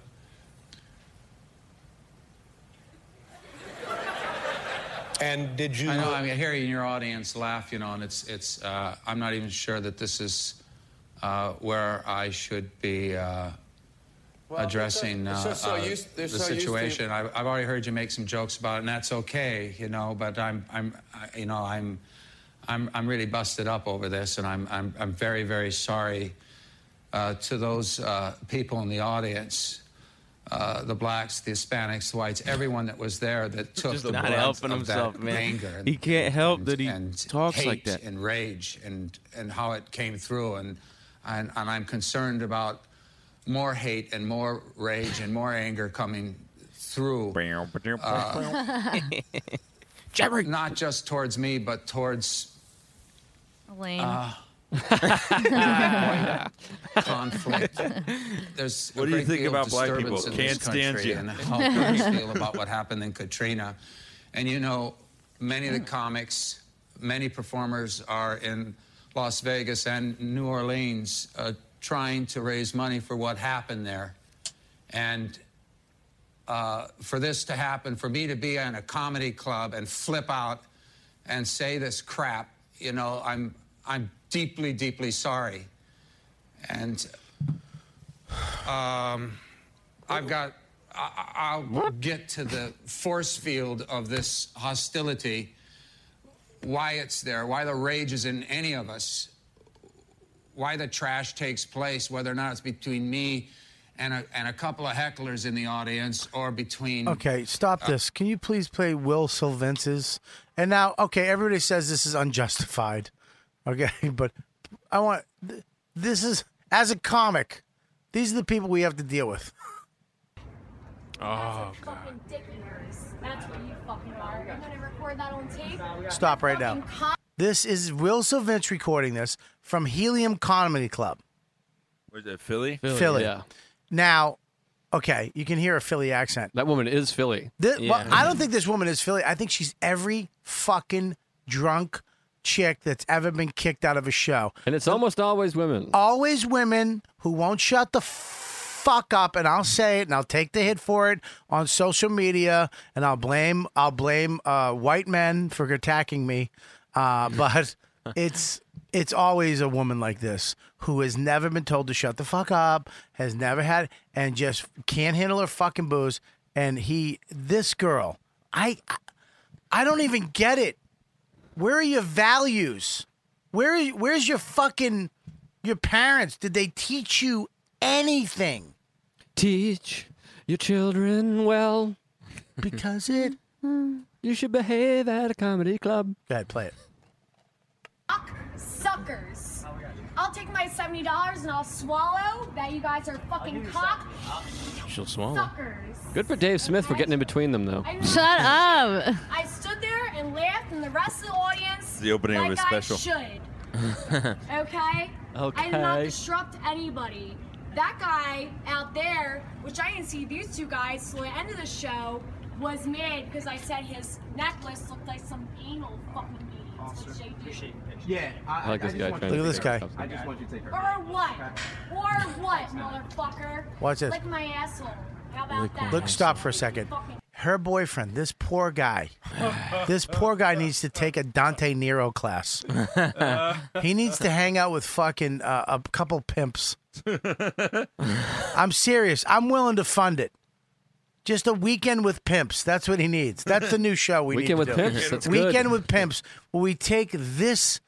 And did you? I know. I mean, hearing your audience laugh, you know, and it's it's. Uh, I'm not even sure that this is uh, where I should be. Uh, Well, addressing they're uh, so- they're so uh, used- the they're so used to- situation. I, I've already heard you make some jokes about it, and that's okay, you know. But I'm, I'm, I, you know, I'm, I'm, I'm really busted up over this, and I'm, I'm, I'm very, very sorry uh, to those uh, people in the audience. Uh, the blacks, the Hispanics, the whites, everyone that was there that took Just the not brunt helping of himself, that man. anger and He can't help that he talks hate like that. and rage and and how it came through and and, and I'm concerned about more hate and more rage and more anger coming through. uh, not just towards me, but towards Elaine. uh, conflict. There's a What do you great think deal of about black people? disturbance in this Can't stand country you. And how people feel about what happened in Katrina. And you know, many of the comics, many performers are in Las Vegas and New Orleans uh, trying to raise money for what happened there. And uh, for this to happen, for me to be in a comedy club and flip out and say this crap, you know, I'm I'm deeply, deeply sorry. And um, I've got. I- I'll get to the force field of this hostility. Why it's there? Why the rage is in any of us? Why the trash takes place? Whether or not it's between me and a, and a couple of hecklers in the audience, or between Okay, uh, stop this. Can you please play Will Silvence's? And now, okay, everybody says this is unjustified. Okay, but I want th- this is as a comic. These are the people we have to deal with. Oh, fucking dick eaters. That's what you fucking are. You're gonna record that on tape? Stop right now. This is Will Silvence recording this from Helium Comedy Club, Where's that, Philly? Philly. Now, okay, you can hear a Philly accent. That woman is Philly. Thi- well, I don't think this woman is Philly. I think she's every fucking drunk chick that's ever been kicked out of a show. And it's almost always women. Always women who won't shut the fuck up, and I'll say it, and I'll take the hit for it on social media, and I'll blame I'll blame uh, white men for attacking me. Uh, but it's it's always a woman like this who has never been told to shut the fuck up, has never had, and just can't handle her fucking booze. And he, this girl, I, I, I don't even get it. Where are your values? Where is where's your fucking your parents? Did they teach you anything? Teach your children well. Because it. You should behave at a comedy club. Go ahead, play it. Fuck suckers. I'll take my $70 and I'll swallow that you guys are fucking cock She'll swallow. suckers. Good for Dave Smith for getting in between them, though. I mean- Shut up. I stood there and laughed, and the rest of the audience. The opening of like his I special. should. Okay? I did not Okay. disrupt anybody. That guy out there, which I didn't see these two guys till the end of the show, was mad because I said his necklace looked like some anal fucking meat. Yeah, I, I like I this just guy want trying you to to Look at take this her. I just want you to take her. Or what? Or what, motherfucker? Watch this. Lick my asshole. How about Look, that? stop for a second. her boyfriend, this poor guy, this poor guy needs to take a Dante Nero class. he needs to hang out with fucking uh, a couple pimps. I'm serious. I'm willing to fund it. Just a weekend with pimps. That's what he needs. That's the new show we Weekend need to with do. Pimps, that's good. weekend with pimps. Where we take this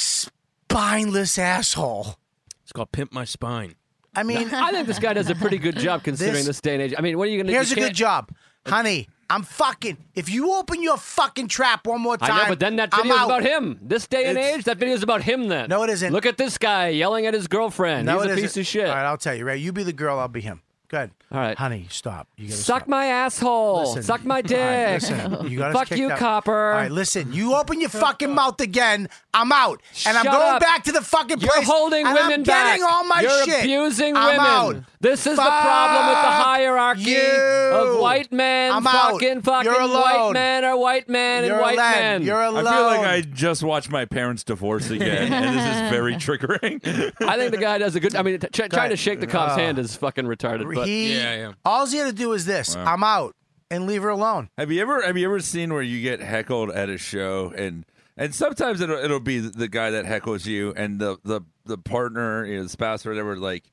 spineless asshole. It's called Pimp My Spine. I mean, I think this guy does a pretty good job considering this, This- day and age. I mean, what are you going to? Here's a good job, honey. I'm fucking. If you open your fucking trap one more I time, know, but then that I'm video's out. about him. This day and It's- age, that video's about him. Then no, it isn't. Look at this guy yelling at his girlfriend. No, He's it a isn't. piece of shit. All right, I'll tell you. Right, you be the girl, I'll be him. Good. All right, honey, stop. You gotta Suck stop. my asshole. Listen. Suck my All dick. right, listen, you got us Fuck kicked you, out. copper. All right, listen. You open your fucking mouth again, I'm out, and I'm Shut going up. back to the fucking You're place. holding and women I'm back. getting all my You're shit. abusing I'm women. out. This is the problem with the Fuck hierarchy you. of white men. I'm out. fucking fucking You're white alone. men are white men You're and white alone. men. You're I feel like I just watched my parents divorce again, and this is very triggering. I think the guy does a good. I mean, t- ch- trying to ahead. shake the cop's Uh, hand is fucking retarded. But He, all he had to do is this. Wow. I'm out and leave her alone. Have you ever have you ever seen where you get heckled at a show and and sometimes it'll it'll be the guy that heckles you and the the the partner, you know, the spouse or whatever, like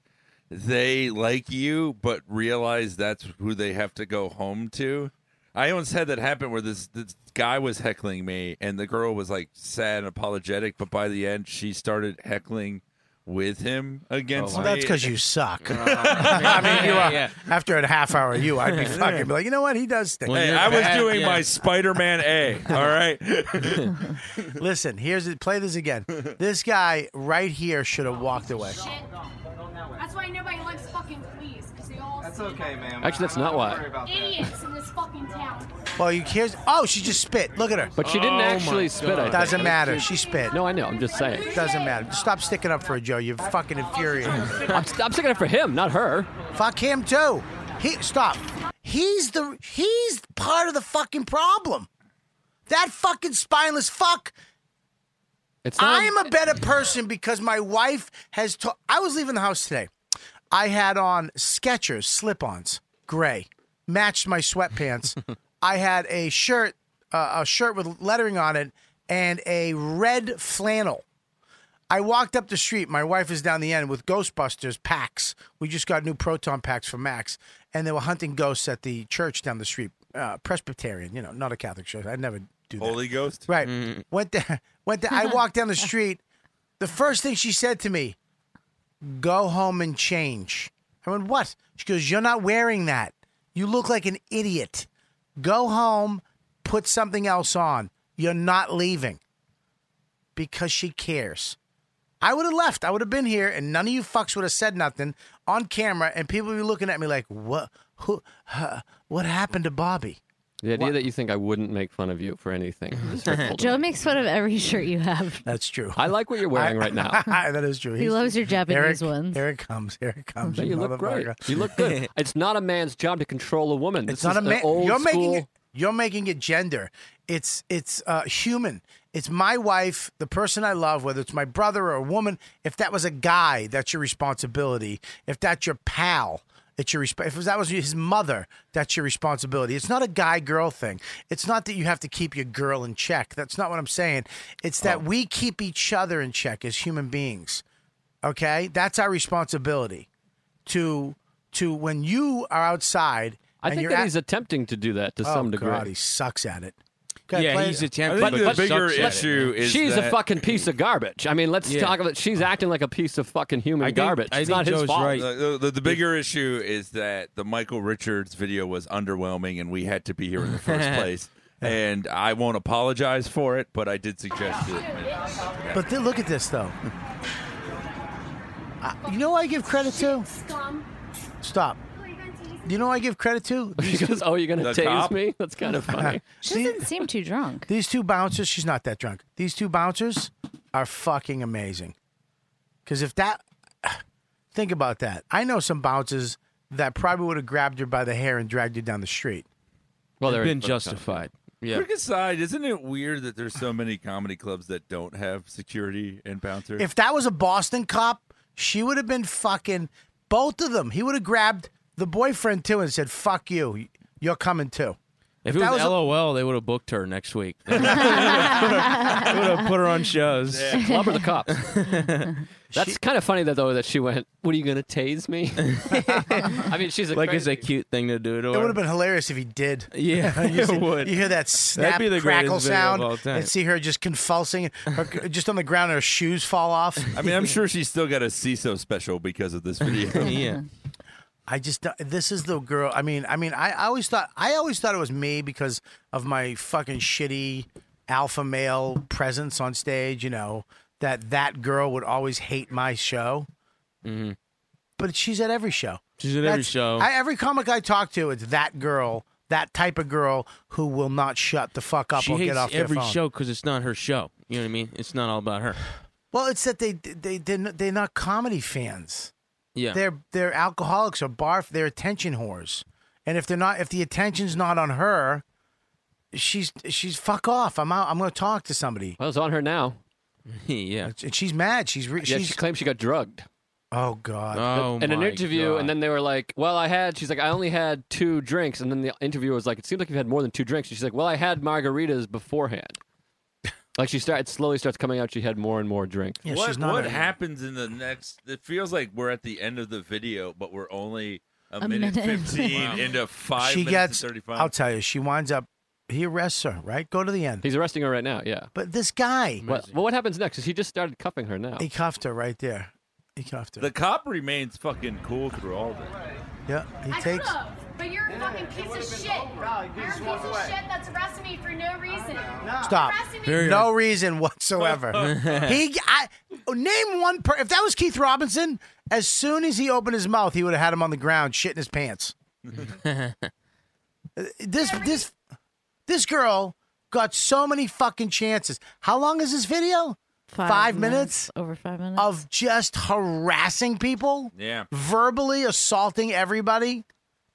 they like you but realize that's who they have to go home to. I once had that happen where this this guy was heckling me and the girl was like sad and apologetic, but by the end she started heckling with him against Oh, Well, me. that's because you suck. I mean, you are- After a half hour, of you, I'd be fucking be like, you know what? He does stink. Hey, I was doing my Spider-Man A. All right. Listen, here's it. Play this again. This guy right here should have walked away. That's why nobody likes fucking fleas, because they all That's okay, man. Actually, that's not why. Idiots in this fucking town. Well, you here's. Oh, she just spit. Look at her. But she didn't Oh, actually my spit, I God. think. Doesn't matter. She spit. No, I know. I'm just saying. Doesn't matter. Stop sticking up for her, Joe. You're fucking infuriating. I'm, I'm sticking up for him, not her. Fuck him too. He stop. He's the he's part of the fucking problem. That fucking spineless fuck. It's not I'm a better person because my wife has. Ta- I was leaving the house today. I had on Skechers slip-ons, gray, matched my sweatpants. I had a shirt, uh, a shirt with lettering on it, and a red flannel. I walked up the street. My wife is down the end with Ghostbusters packs. We just got new proton packs from Max, and they were hunting ghosts at the church down the street. Uh, Presbyterian, you know, not a Catholic church. I never do that. Holy Ghost. Right. Went there. Went there. I walked down the street. The first thing she said to me, "Go home and change." I went, "What?" She goes, "You're not wearing that. You look like an idiot. Go home, put something else on. You're not leaving." Because she cares. I would have left. I would have been here, and none of you fucks would have said nothing on camera, and people would be looking at me like, "What? Who? huh, what happened to Bobby?" The idea that you think I wouldn't make fun of you for anything. is hurtful to me. Joe makes fun of every shirt you have. That's true. I like what you're wearing right now. that is true. He loves your Japanese Eric, ones. Here it comes. Here it comes. But you look great. motherfucker. You look good. It's not a man's job to control a woman. This It's not is a the man. Old You're school. making it. You're making it gender. It's it's uh, human. It's my wife, the person I love, whether it's my brother or a woman. If that was a guy, that's your responsibility. If that's your pal, it's your resp- If that was his mother, that's your responsibility. It's not a guy girl thing. It's not that you have to keep your girl in check. That's not what I'm saying. It's Oh. that we keep each other in check as human beings. Okay, that's our responsibility. To to when you are outside. I and think you're that at- he's attempting to do that to Oh, some degree. God, he sucks at it. Okay, yeah, play he's it. attempting. But- but but he bigger sucks at it. issue is she's a that- fucking piece of garbage. I mean, let's Yeah. talk about. She's acting like a piece of fucking human think- garbage. I it's think not his Joe's fault. right. The, the, the bigger issue is that the Michael Richards video was underwhelming, and we had to be here in the first place. And I won't apologize for it, but I did suggest it. But then look at this though. Uh, you know who I give credit to? Scum. Stop. You know who I give credit to? He goes, "Oh, you're gonna The tase cop? me? That's kind of funny." She doesn't seem too drunk. These two bouncers, she's not that drunk. These two bouncers are fucking amazing. Because if that, think about that. I know some bouncers that probably would have grabbed her by the hair and dragged her down the street. Well, they're been justified. Yeah. Quick aside, isn't it weird that there's so many comedy clubs that don't have security and bouncers? If that was a Boston cop, she would have been fucking both of them. He would have grabbed the boyfriend too and said, "Fuck you." You're coming too. If, that it was, was a- LOL, they would have booked her next week. they would have put her on shows. Yeah. Club or the cops? That's kind of funny that though that she went. What are you gonna tase me? I mean, she's a like it's crazy- a cute thing to do to It her. would have been hilarious if he did. Yeah, you it see- would. You hear that snap be the crackle greatest video sound of all time. and see her just convulsing, her, just on the ground, her shoes fall off. I mean, I'm sure she's still got a CISO special because of this video. yeah. I just don't- this is the girl. I mean, I mean, I, I always thought I always thought it was me because of my fucking shitty alpha male presence on stage. You know that that girl would always hate my show, Mm-hmm. but she's at every show. She's at every That's- show. I, every comic I talk to, it's that girl, that type of girl who will not shut the fuck up she or hates get off every their phone. show because it's not her show. You know what I mean? It's not all about her. Well, it's that they they they're not, they're not comedy fans. Yeah. They're they're alcoholics or barf. They're attention whores. And if they're not, if the attention's not on her, she's she's fuck off. I'm out. I'm going to talk to somebody. Well, it's on her now. yeah. And she's mad. She's re- Yeah, she's she claims she got drugged. oh god. in an interview, and then they were like, "Well, I had." She's like, "I only had two drinks," and then the interviewer was like, "It seems like you've had more than two drinks." And she's like, "Well, I had margaritas beforehand." like she started slowly starts coming out. She had more and more drinks. what what happens in the next? It feels like we're at the end of the video, but we're only a, A minute, minute. fifteen Wow. into five she minutes gets. and thirty-five. I'll tell you. She winds up. He arrests her. Right. Go to the end. He's arresting her right now. Yeah. But this guy. What, well, what happens next? Is he just started cuffing her now? He cuffed her right there. He cuffed her. the cop remains fucking cool through all this. yeah. He I takes. could've, but you're a fucking piece of shit. You're a piece of shit that's arresting me for no reason. Stop. Arresting me. No reason whatsoever. he, I, name one. Per, if that was Keith Robinson, as soon as he opened his mouth, he would have had him on the ground, shitting his pants. This, this, this girl got so many fucking chances. How long is this video? Five minutes, Over five minutes. of just harassing people, Yeah. verbally assaulting everybody,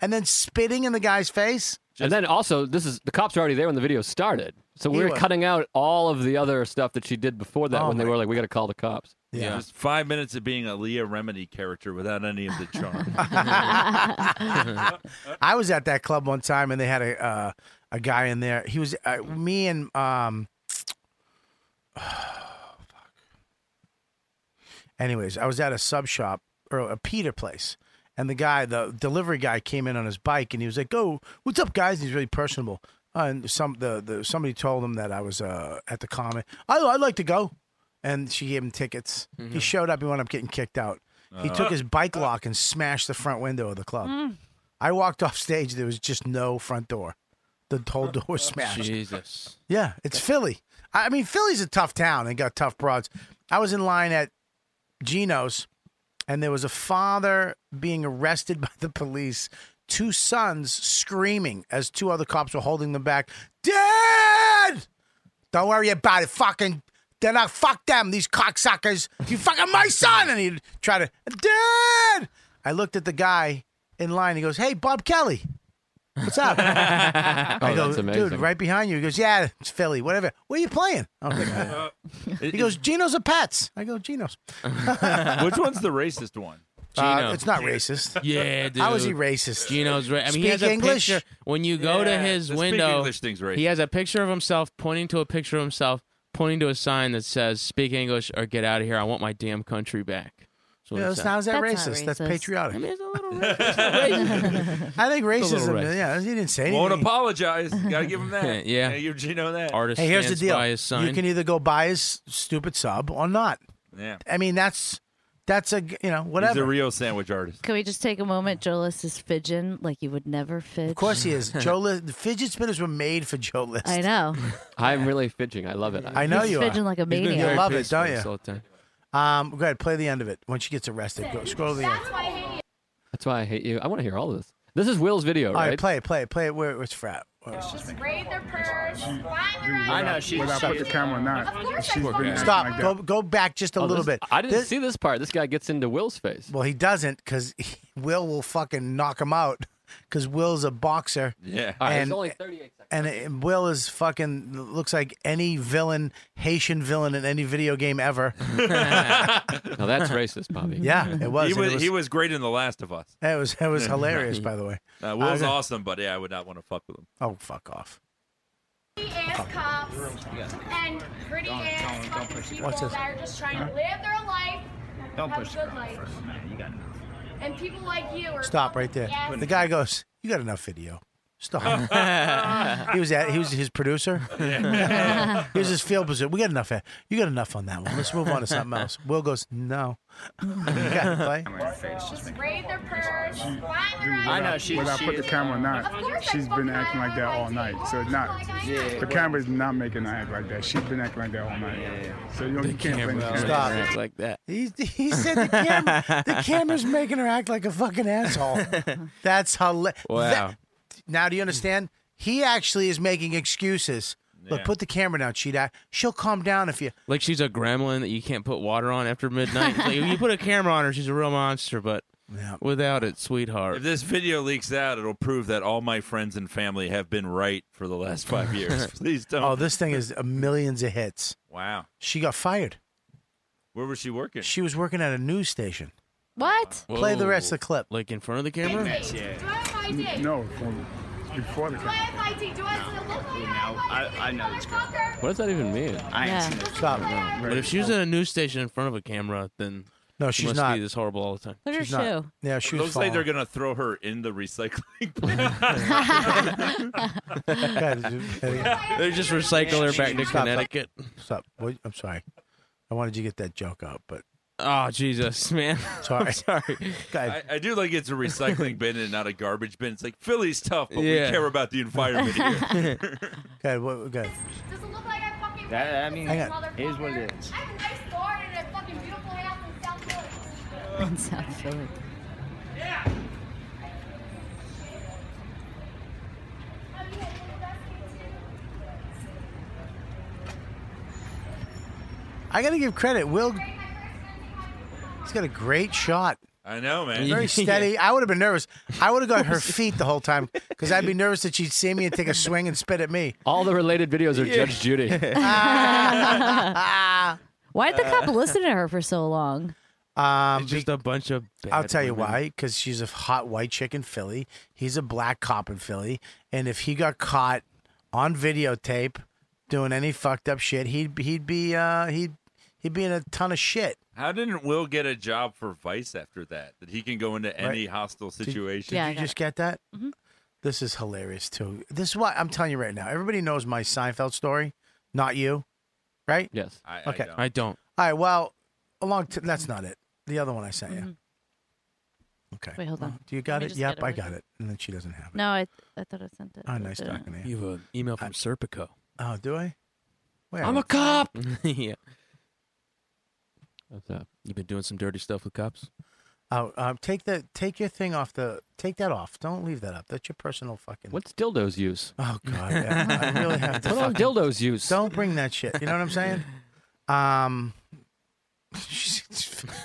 and then spitting in the guy's face. and then also, this is the cops are already there when the video started, so He we were was. cutting out all of the other stuff that she did before that Oh when they my- were like, "We got to call the cops." Yeah. Just five minutes of being a Leah Remedy character without any of the charm. I was at that club one time, and they had a uh, a guy in there. He was uh, me and um. Anyways, I was at a sub shop or a pita place, and the guy, the delivery guy, came in on his bike, and he was like, "Go, what's up, guys?" And he's really personable. Uh, and some the, the somebody told him that I was uh, at the common. I I'd like to go, and she gave him tickets. He showed up. He wound up getting kicked out. He Uh. took his bike lock and smashed the front window of the club. I walked off stage. There was just no front door. The whole door was smashed. Jesus. Yeah, it's Philly. I I mean, Philly's a tough town and got tough broads. I was in line at Geno's, and there was a father being arrested by the police. Two sons screaming as two other cops were holding them back. Dad, don't worry about it. Fucking, they're not. Fuck them. These cocksuckers. You fucking my son. And he tried to. Dad. I looked at the guy in line. He goes, "Hey, Bob Kelly." What's up? I Oh, go, that's amazing. dude, right behind you. He goes, yeah, it's Philly, whatever. Where are you playing? I was like, "Uh." he goes, Geno's or Pats? I go, Geno's. Which one's the racist one? Uh, Gino. it's not racist. Yeah, dude. How is he racist? Gino's right. I mean, Speak he has a English? picture. When you go to Yeah, his the speak window, English thing's racist. he has a picture of himself pointing to a picture of himself, pointing to a sign that says "Speak English or get out of here. I want my damn country back." That's what Yeah, it that's, says. how is that That's racist? not That's racist. patriotic. I mean, it's a little racist. I think It's a racism, little racist. yeah, he didn't say anything. Won't apologize. Gotta give him that. Yeah. Gotta give Gino that. Artist hey, here's the stands deal. by his sign. You can e- either go buy his stupid sub or not. Yeah. I mean, that's, that's a, g- you know, He's a whatever. real sandwich artist. Can we just take a moment? Joelis is fidgeting like you would never fidget. of course he is. Joe List, the fidget spinners were made for Joe List. I know. I'm really fidgeting. I love it. I know He's you fidgeting are. like a been maniac. very- Very love it, peaceful don't this you? whole time. Um, go ahead, play the end of it when she gets arrested. Go, scroll to the end. That's why I hate you. That's why I hate you. I want to hear all of this. This is Will's video, All right, right? play it, play it, play it. Where it's frat. Where it's just- Just raid their purse. I camera or Of course working I fucking at it. did. Stop. Go go back just a Oh, little this- bit. I didn't This- see this part. This guy gets into Will's face. Well, he doesn't because Will will fucking knock him out because Will's a boxer. Yeah. All right, And- it's only 38 seconds. and it, Will is fucking looks like any villain, Haitian villain in any video game ever. Now that's racist, Bobby. Yeah, it was, He and was, it was- he was great in The Last of Us. It was it was hilarious, by the way. Uh, Will's Uh, awesome, but yeah, I would not want to fuck with him. Oh, fuck off. Pretty ass cops and pretty ass fucking people What's this? that are just trying to live their life, Don't have push a the good life. And people like you are Stop right there. Yes. The guy goes, "You got enough video." Stop. he was at, he was his producer. Yeah. he was his field producer. We got enough. here. You got enough on that one. Let's move on to something else. Will goes, "No." okay, play. just raid their purse, find their I know, she- Whether I put the she- camera or Of not, course I she's been acting like that all night. So not the camera's not making her act like that. She's been acting like that all night. So you, don't, you can't blame the camera. Stop. like that. He, he said the, camera, the camera's making her act like a fucking asshole. That's hilarious. Wow. now do you understand? He actually is making excuses. Look, Yeah. put the camera down, Cheetah. She'll calm down if you. Like she's a gremlin that you can't put water on after midnight. like if you put a camera on her, she's a real monster. But without it, sweetheart. If this video leaks out, it'll prove that all my friends and family have been right for the last five years. Please don't. Oh, this thing is uh, millions of hits. Wow. She got fired. Where was she working? She was working at a news station. What? Play the rest of the clip. Like in front of the camera? Do I have ID? No, from before the Do I have ID? Do I look like I have ID? I, know this girl. What does that even mean? I ain't Yeah. seen this. Stop. But if she was at a news station in front of a camera, then No, she she's must not. Be this horrible all the time. Look at her She's not. shoe. Yeah, she was Looks like they're falling. gonna throw her in the recycling. They just recycle her back to Stop, Connecticut. Stop. Stop. Wait, I'm sorry. I wanted you to get that joke out, but Oh Jesus, man! Sorry. I'm sorry. I, I do like it's a recycling bin and not a garbage bin. It's like Philly's tough, but Yeah. we care about the environment here. Okay, what, okay. Does it look like I fucking That- I mean, Hang on. Motherfucker. here's what it is. I have a nice garden and a fucking beautiful house in South Philly. In South Philly. I got to give credit. Will, he's got a great shot. I know, man. Very steady. I would have been nervous. I would have got her feet the whole time because I'd be nervous that she'd see me and take a swing and spit at me. Ah. All the related videos are Yeah. Judge Judy. Why did the cop Ah. listen to her for so long? Um, just a bunch of. I'll bad tell you women. why. Because she's a hot white chick in Philly. He's a black cop in Philly. And if he got caught on videotape doing any fucked up shit, he'd he'd be uh, he'd he'd be in a ton of shit. How didn't Will get a job for Vice after that? That he can go into any hostile situation. Did you just get that? Mm-hmm. This is hilarious too. This is why I'm telling you right now. Everybody knows my Seinfeld story, not you, right? Yes. I, okay. I don't. All right. Well, a long. T- that's not it. The other one I sent you. Okay. Mm-hmm. Wait, hold on. Do you got Let me it? just Yep, get it I right got here. it. And then she doesn't have it. No, I, I thought I sent it. Oh, but uh, nice I didn't. talking to you. You have an email from Serpico. Oh, do I? Where? I'm a cop. yeah. What's up? You've been doing some dirty stuff with cops. Oh, um, take the take your thing off the take that off. Don't leave that up. That's your personal fucking. What's dildos use? Oh God, I really have to. Put on fucking- dildos use. Don't bring that shit. You know what I'm saying? Um, she's,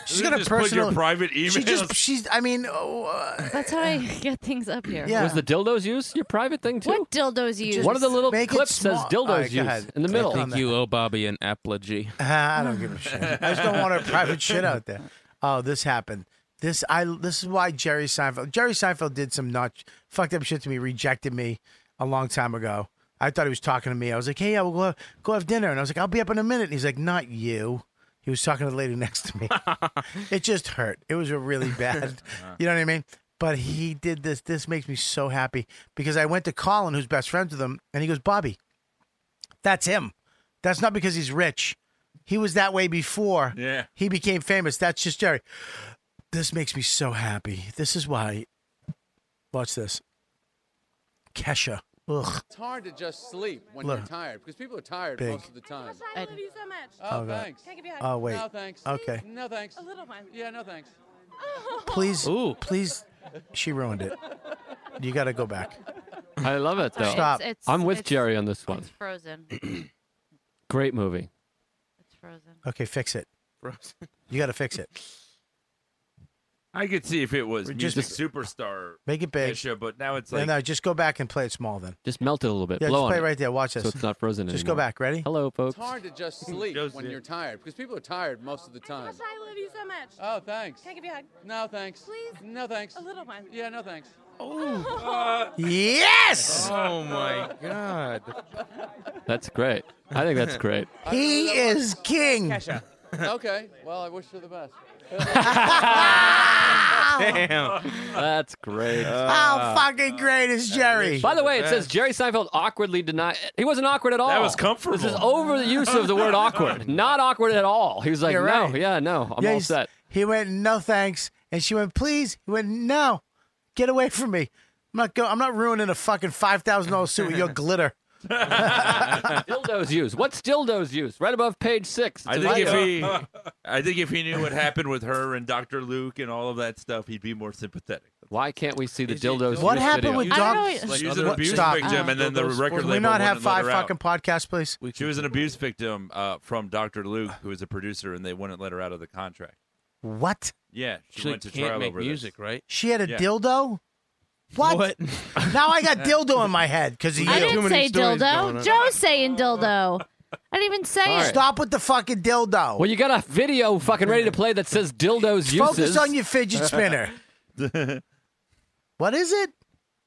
she's You got a just put your personal private She emails? just she's. I mean, oh, uh, That's how I get things up here. Was the dildos use your private thing too? What dildos use? One of the little Make it clips says small. dildos All right, use go ahead. in the middle. I think you owe Bobby an apology. Ah, I don't give a shit. I just don't want her private shit out there. Oh, this happened. This I this is why Jerry Seinfeld. Jerry Seinfeld did some not fucked up shit to me, rejected me a long time ago. I thought he was talking to me. I was like, "Hey, I will go go have dinner," and I was like, "I'll be up in a minute." And he's like, "Not you." He was talking to the lady next to me. it just hurt. It was a really bad. you know what I mean? But he did this. This makes me so happy because I went to Colin, who's best friends with him, and he goes, "Bobby, that's him. That's not because he's rich. He was that way before. Yeah. He became famous. That's just Jerry. This makes me so happy. This is why. Watch this. Kesha. Ugh. It's hard to just sleep when Look. you're tired because people are tired Big. most of the time. I love you so much. Oh, Okay. thanks. Can I give you a hug? Oh, wait. No, thanks. Okay. No, thanks. A little one. Yeah, no, thanks. Please, please. She ruined it. You got to go back. I love it though. It's- Stop. it's- I'm with it's- Jerry on this one. Frozen. Great movie. Okay, fix it. Frozen. You got to fix it. I could see if it was Or music just- superstar. Make it big. issue, but now it's No, like no, just go back and play it small then. Just melt it a little bit. Yeah, Blow just on play it. right there. Watch this. So it's not frozen Just go anymore. back. Ready? Hello, folks. It's hard to just sleep when you're tired because people are tired most of the time. I love you so much. Oh, thanks. Can I give you a hug? No, thanks. Please? No, thanks. A little one. Yeah, no, thanks. Oh. Yes. Oh my god. That's great. I think that's great. He is king. okay. Well, I wish you the best. Damn. That's great. Uh, How fucking great is Jerry? By the way, it says Jerry Seinfeld awkwardly denied. He wasn't awkward at all. That was comfortable. This is over the use of the word awkward. Not awkward at all. He was like, You're no, right. yeah, no, I'm Yeah, all he's- set. He went, no thanks, and she went, please. He went, no, get away from me. I'm not go. I'm not ruining a fucking five thousand dollars suit with your glitter. dildos used. What's dildos used? Right above page six. It's I in think my if note. he, I think if he knew what happened with her and Doctor Luke and all of that stuff, he'd be more sympathetic. Why can't we see the dildos? What used happened video? with I Doc? don't know. Like She's other an abuse Stop. victim, and then the record Can we label not wouldn't have let five her out. fucking podcasts, please? She was an abuse victim uh, from Doctor Luke, who was a producer, and they wouldn't let her out of the contract. What? Yeah, she, She went to can't trial make over music, this. right? She had a Yeah. dildo. What? now I got dildo in my head because of you. I didn't say dildo. Joe's saying dildo. I didn't even say it. Stop with the fucking dildo. Well, you got a video fucking ready to play that says dildos uses. Focus on your fidget spinner. what is it?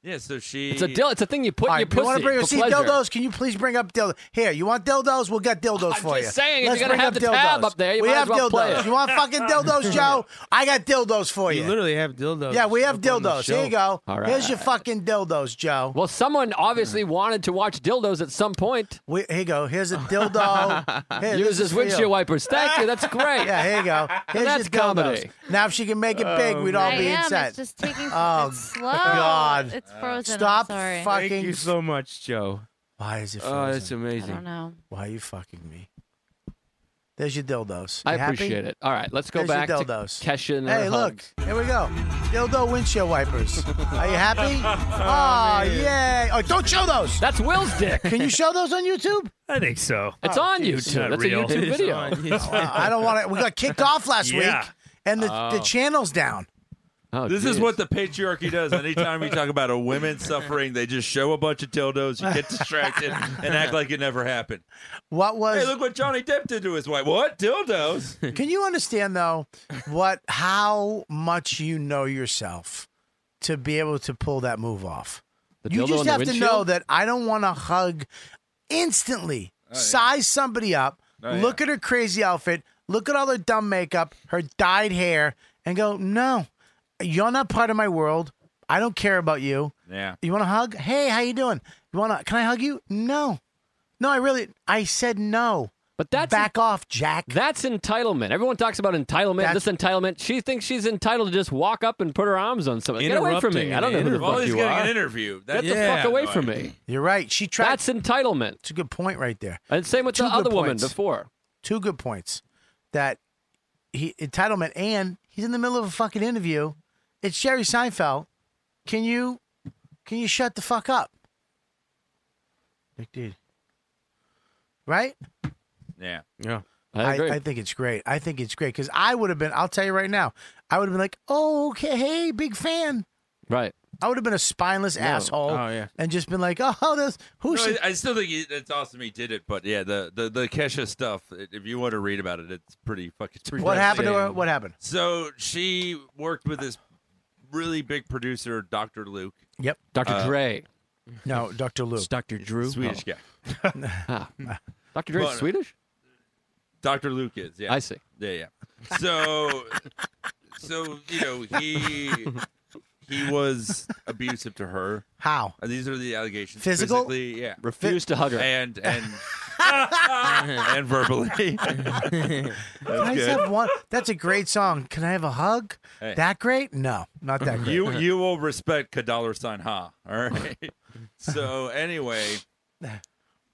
Yeah, so she. It's a dill. It's a thing you put All in your right, pussy you want to bring for see pleasure. dildos? Can you please bring up dildos? Here, you want dildos? We'll get dildos for you. just saying, if Let's you're gonna bring have up the dildos. tab up there, you we might as have well dildos. play it. You want fucking dildos, Joe? I got dildos for you. You literally have dildos. yeah, we up have on the dildos. Here you go. shelf. Here's your fucking dildos, Joe. Well, someone obviously wanted to watch dildos at some point. We, here you go. Here's a dildo. Here, this Uses is for windshield you. wipers. Thank you. That's great. Yeah, here you go. Here's that's your dildos. comedy. Now, if she can make it Oh, big, we'd all I be am. upset. It's just taking Oh, it's slow. God. It's frozen. Stop I'm sorry. fucking- Thank you so much, Joe. Why is it Oh, frozen? that's amazing. I don't know. Why are you fucking me? There's your dildos. I You happy? appreciate it. All right, let's go There's back your to dildos. Kesha and her Hey, look. hugs. Here we go. Dildo windshield wipers. Are you happy? oh, yay. Oh, don't show those. That's Will's dick. Can you show those on YouTube? I think so. It's Oh, on geez. It's YouTube. not That's real. a YouTube It is video. on Uh, I don't want to. We got kicked off last Yeah. week, and the, the Oh. channel's down. Oh, This is geez. what the patriarchy does. Anytime you talk about a women suffering, they just show a bunch of dildos, you get distracted, and act like it never happened. What Hey, was. look what Johnny Depp did to his wife. What dildos? Can you understand though what how much you know yourself to be able to pull that move off? The you dildo just on the have to windshield? know that I don't want to hug instantly. Oh, Size somebody up, Oh, yeah. look at her crazy outfit, look at all her dumb makeup, her dyed hair, and go, no, you're not part of my world. I don't care about you. Yeah. You want to hug? Hey, how you doing? You want to? Can I hug you? No, no, I really, I said no. But that's Back off, Jack. That's entitlement. Everyone talks about entitlement. That's- this entitlement. She thinks she's entitled to just walk up and put her arms on somebody. Get away from me. Interrupting I don't know an who the Well, fuck he's you getting are. an interview. Get That, the fuck away from me. You're right. She tried. That's entitlement. It's a good point right there. And same with Two the good other woman points. before. Two good points. That he entitlement and he's in the middle of a fucking interview. It's Jerry Seinfeld. Can you can you shut the fuck up? Indeed. Right? Yeah. Yeah. I agree. I think it's great. I think it's great because I would have been. I'll tell you right now. I would have been like, "Oh, okay, hey, big fan." right. I would have been a spineless asshole Oh, yeah. and just been like, "Oh, this who No, should?" I, I still think he- it's awesome he did it, but yeah, the, the, the Kesha stuff, i- if you want to read about it, it's pretty fucking what happened to depressing. her? What happened? So she worked with this really big producer, Dr. Luke. Yep. Dr. Uh, Dre. No, Dr. Lou. It's Dr. Drew. Swedish guy. Oh. Dr. Dre's Well, Swedish? Dr. Luke is, yeah. I see. Yeah, yeah. So, so you know he he was abusive to her. How? Uh, These are the allegations. Physical? Physically, yeah, Refused to hug her. and and and verbally. Can I That's just good. have one? That's a great song. Can I have a hug? Hey. That great? No, not that great. You you will respect a dollar sign, ha. All right. So anyway,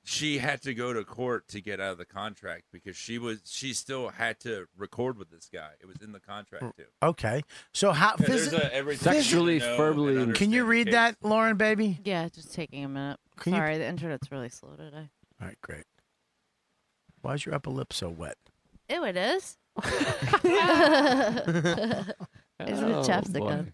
she had to go to court to get out of the contract because she was she still had to record with this guy. It was in the Oh. contract too. okay. So how? Yeah, phys- there's a everything phys- Sexually, you know and verbally- Can you can understand you the read case. that, Lauren, baby? Yeah, just taking a minute. Can you- sorry, the internet's really slow today. All right, great. Why's your upper lip so wet? Ew, it is. Isn't it Oh, chapstick? Well,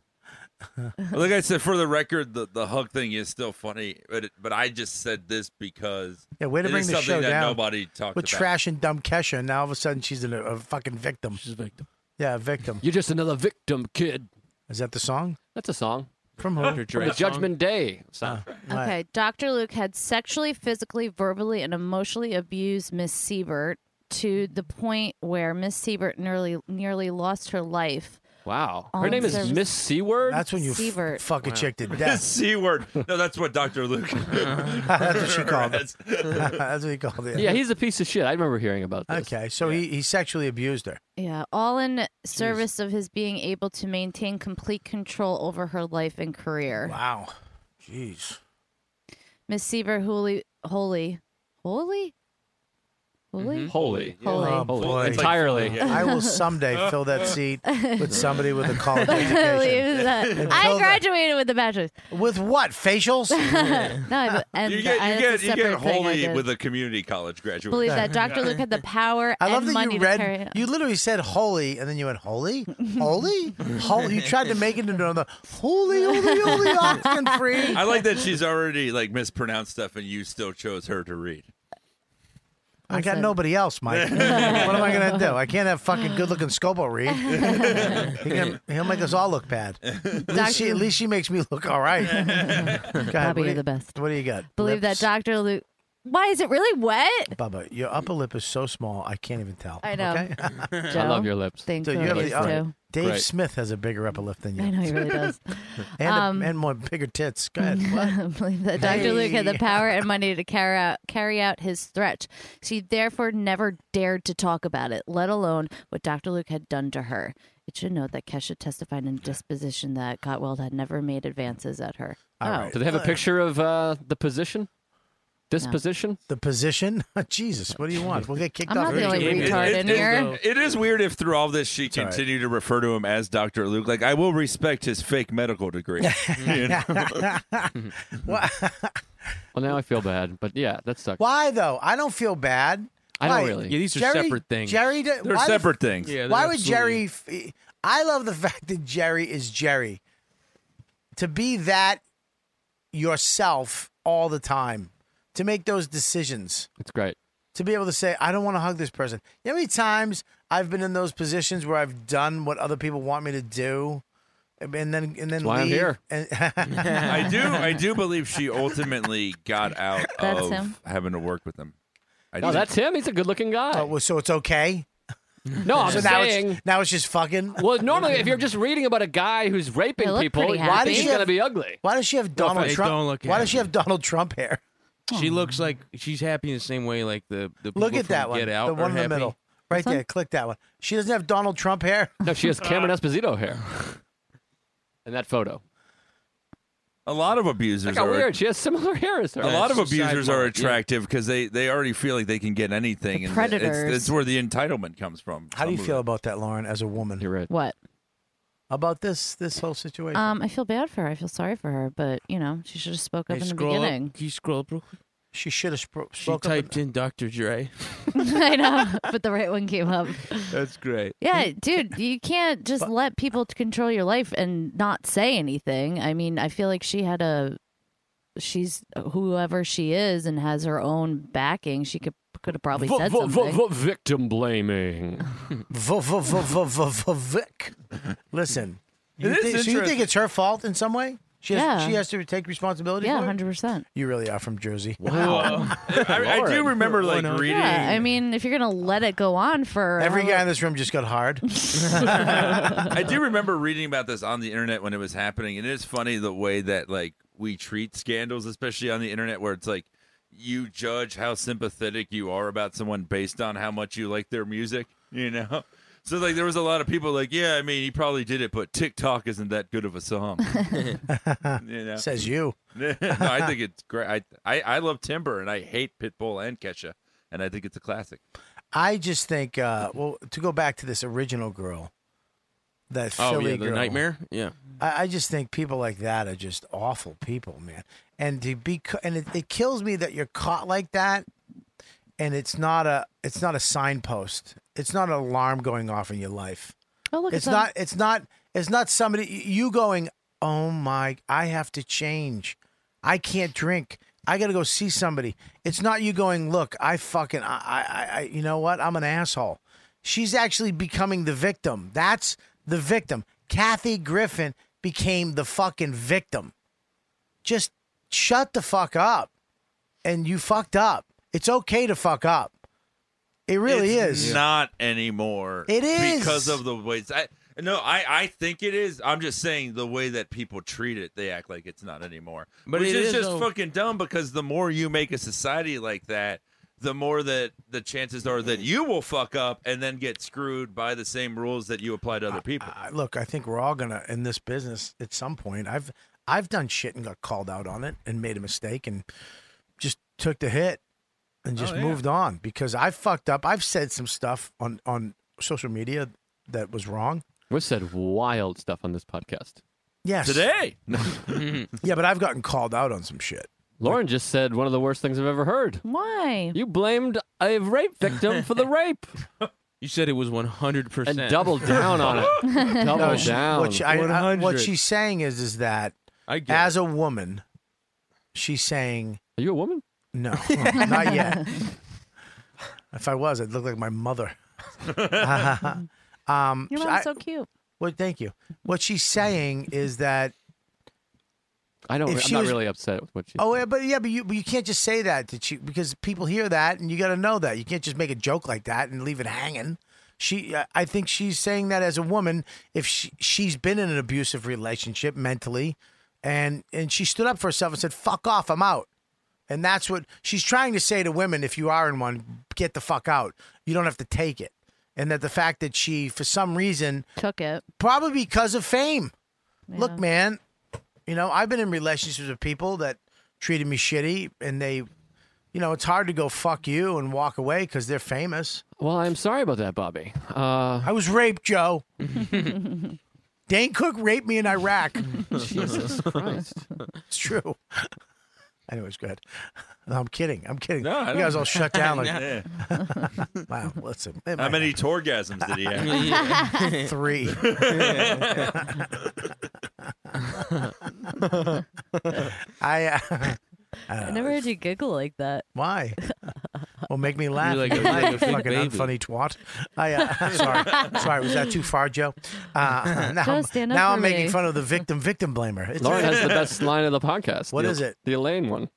like I said, for the record, the, the hug thing is still funny, but it, but I just said this because Yeah, way to it bring is the something show that down. Nobody talked We're about. trashing dumb Kesha, and now all of a sudden she's an, a fucking victim. She's a victim. Yeah, a victim. You're just another victim, kid. Is that the song? That's a song From Uh, who? From the Judgment Day song. Okay, Dr. Luke had sexually, physically, verbally, and emotionally abused Miss Siebert to the point where Miss Siebert nearly nearly lost her life. Wow. All Her name is service- Miss C Word? That's when you Sievert. fuck a Wow. chick to death. C word. No, that's what Dr. Luke. That's what she called That's- it. That's what he called it. Yeah, he's a piece of shit. I remember hearing about this. Okay, so he, he sexually abused her. Yeah, all in service of his being able to maintain complete control over her life and career. Wow. Jeez. Miss Siebert Holy Holy Holy Holy Holy. Holy. Oh, boy. Entirely. I will someday fill that seat with somebody with a college education. Believe that. Until I the- graduated with a bachelor's. With what? Facials? no, I- and you get, I- you that's get, you a get separate thing I holy did. with a community college graduate. Believe that Dr. Luke had the power I love and that money you to carry read. You literally said holy, and then you went holy, holy, holy. You tried to make it into another holy, holy, holy Austin free. I like that she's already like mispronounced stuff, and you still chose her to read. I got nobody else, Mike. what am I gonna do? I can't have fucking good-looking Scobo read. He can, he'll make us all look bad. At least, she, at least she makes me look all right. Go ahead, Bobby, what do you're you- the best. What do you got? Believe that Dr. Luke. Why is it really wet? Bubba, your upper lip is so small, I can't even tell. I know. Oh, Okay? Joe, I love your lips. Thank Dude, you. you have the, Yes, uh, Joe. Dave Great. Smith has a bigger upper lip than you. I know he really does. and, Um, a, and more bigger tits. Go ahead. What? Believe that Dr. Luke had the Hey. power and money to carry out carry out his threat. She therefore never dared to talk about it, let alone what Dr. Luke had done to her. It should note that Kesha testified in disposition that Gottwald had never made advances at her. Uh, oh, Do they have a picture of uh, the position? This No. position? The position? Jesus, what do you want? We'll get kicked I'm off. not the only YouTube. retard in here. It is weird if through all this she all right. continued to refer to him as Dr. Luke. Like, I will respect his fake medical degree. You know? Well, now I feel bad, but yeah, that sucks. Why though? I don't feel bad. I don't Why? really. Yeah, these are Jerry- separate things. Jerry, d- They're why the f- separate things. Yeah, they're why would Jerry? f- I love the fact that Jerry is Jerry. To be that yourself all the time, to make those decisions, It's great. to be able to say, "I don't want to hug this person." You know how many times I've been in those positions where I've done what other people want me to do, and then and then why I'm leave here. and- I do. I do believe she ultimately got out That's of him. having to work with him. I No, do. that's him. He's a good-looking guy. Oh, well, so it's okay. no, I'm so now saying. it's now it's just fucking. Well, normally, if you're just reading about a guy who's raping look people, pretty you happy. think Why does he's she gonna have- be ugly. Why does she have Donald offense. Trump? Don't look Why at does she him. have Donald Trump hair? She looks like she's happy in the same way like the the people Look at from that one. Get out the are one in the happy. middle. Right there. Click that one. She doesn't have Donald Trump hair. No, she has Cameron Esposito hair. In that photo. A lot of abusers Look how are. weird. She has similar hair as her. A lot of It's a side abusers are mark, yeah. attractive because they, they already feel like they can get anything. and The it's- predators. It's, where the entitlement comes from. How do you Some of feel it. about that, Lauren, as a woman? You're right. What? About this this whole situation. Um, I feel bad for her. I feel sorry for her, but you know, she should have spoke Hey, up in the scroll beginning. up. Can you scroll up real quick? she should have spro- She spoke up typed in Dr. Dre. I know, but the right one came up. That's great. Yeah, dude, you can't just let people t- control your life and not say anything. I mean, I feel like she had a she's uh, whoever she is and has her own backing. She could could have probably said something. victim blaming. v- v- v- v- v- v- Vic. Listen. You It is think, so you think interesting. it's her fault in some way? She has, Yeah. she has to take responsibility Yeah, for it? hundred percent. You really are from Jersey. I, I do remember like Lauren. reading. Yeah, I mean, if you're gonna let it go on for Every how guy in this room just got hard. I do remember reading about this on the internet when it was happening, and it's funny the way that like we treat scandals, especially on the internet, where it's like you judge how sympathetic you are about someone based on how much you like their music, you know. So like there was a lot of people like, yeah, I mean, he probably did it, but TikTok isn't that good of a song. you know, Says you. no, I think it's great. I, I I love Timber, and I hate Pitbull and Kesha, and I think it's a classic. I just think, uh, well, to go back to this original girl, that Oh, Philly yeah, the girl. nightmare? Yeah. I, I just think people like that are just awful people, man. And to be cu- and it, it kills me that you're caught like that, and it's not a it's not a signpost. It's not an alarm going off in your life. Oh, look, It's on- not it's not It's not somebody you going, "Oh my, I have to change. I can't drink. I got to go see somebody." It's not you going, "Look, I fucking I, I I you know what? I'm an asshole." She's actually becoming the victim. That's the victim. Kathy Griffin became the fucking victim. Just shut the fuck up. And you fucked up. It's okay to fuck up. It really It's is. not anymore. It is. because of the ways. I, no, I, I think it is. I'm just saying the way that people treat it, they act like it's not anymore. But which it is is, just though. fucking dumb because the more you make a society like that, the more that the chances are that you will fuck up and then get screwed by the same rules that you apply to other people. I- look, I think we're all gonna in this business at some point. I've I've done shit and got called out on it and made a mistake and just took the hit and just Oh, yeah. moved on because I fucked up. I've said some stuff on on social media that was wrong. We've said wild stuff on this podcast. Yes. Today. yeah, but I've gotten called out on some shit. Lauren just said one of the worst things I've ever heard. Why? You blamed a rape victim for the rape. You said it was 100%. And doubled down on it. Doubled she- What, she, I- I- what she's saying is is that get as a woman, she's saying. Are you a woman? No, not yet. if I was, I'd look like my mother. um, Your so mom's I- so cute. Well, thank you. What she's saying is that. I don't. If I'm she not was- really upset with what she. Oh, yeah, but yeah, but you, but you can't just say that, that you, because people hear that, and you got to know that you can't just make a joke like that and leave it hanging. She, I- I think she's saying that as a woman, if she, she's been in an abusive relationship mentally, and and she stood up for herself and said, "Fuck off, I'm out." And that's what she's trying to say to women if you are in one, get the fuck out. You don't have to take it. And that the fact that she, for some reason, took it probably because of fame. Look, man, you know, I've been in relationships with people that treated me shitty and they, you know, it's hard to go fuck you and walk away because they're famous. Well, I'm sorry about that, Bobby. Uh, I was raped, Joe. Dane Cook raped me in Iraq. Jesus Christ. It's true. Anyways, go ahead. No, I'm kidding. I'm kidding. No, I you guys don't- all shut down. Like, Yeah. wow, listen. it How might many torgasms did he Yeah. have? Three. I, uh, I, I don't know. never heard you giggle like that. Why? Well, make me laugh. like a- Am I like a big fucking baby. unfunny twat. I, uh, sorry, sorry. Was that too far, Joe? Uh, now Joe, I'm- stand up now for I'm making me. fun of the victim, victim blamer. It's- Lauren has the best line of the podcast. What What is is it? The Elaine one.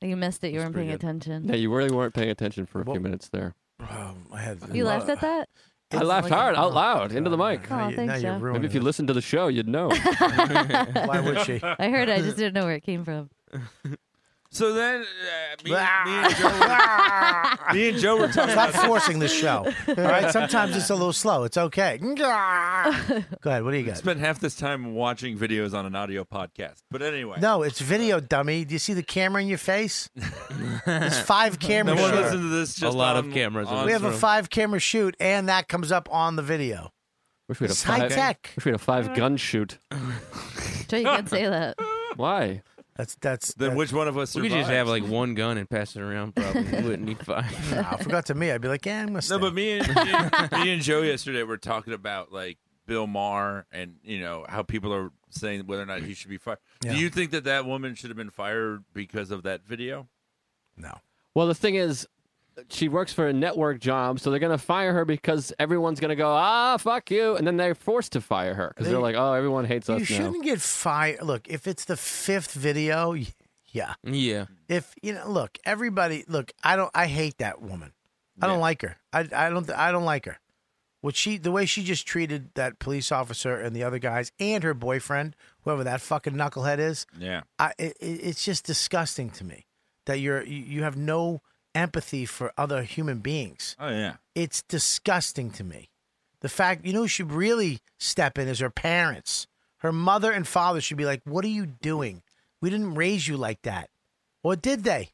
You missed it. You weren't paying attention. Yeah, you really weren't paying attention for a few minutes there. Oh, I had. you laughed at that. I laughed hard out loud into the mic. Oh, thanks, Joe. Maybe if you listened to the show, you'd know. Why would she? I heard. it, I just didn't know where it came from. So then, uh, me, me and Joe were, me and Joe were talking Stop about forcing this show. All right. Sometimes it's a little slow. It's okay. Go ahead. What do you got? Spent half this time watching videos on an audio podcast. But anyway, No, it's video, dummy. Do you see the camera in your face? It's five No cameras. one listens to this. A Just lot of on- cameras in on- we have a Awesome. five camera shoot, and that comes up on the video. Wish we had a It's high five, tech. Wish we had a five gun shoot. Joe, you can't say that. Why? That's that's. Then which one of us? We could just survives? have like one gun and pass it around. Probably we wouldn't need five. Nah, if it got to me, I'd be like, yeah, I'm gonna. No, but me and me, and- me and Joe yesterday were talking about like Bill Maher and you know how people are saying whether or not he should be fired. Yeah. Do you think that that woman should have been fired because of that video? Well, the thing is, she works for a network job, so they're going to fire her because everyone's going to go, ah, fuck you. And then they're forced to fire her because They- they're like, oh, everyone hates You us now. shouldn't get fired. Look, if it's the fifth video, y- yeah. Yeah. If you know, look, everybody, look, I don't, I hate that woman. I don't like her. I, I don't, I don't like her. What she, the way she just treated that police officer and the other guys and her boyfriend, whoever that fucking knucklehead is, Yeah. I, it, it- it's just disgusting to me that you're, you, you have no empathy for other human beings. Oh yeah. It's disgusting to me. The fact you know who should really step in is her parents. Her mother and father should be like, "What are you doing? We didn't raise you like that." Or did they?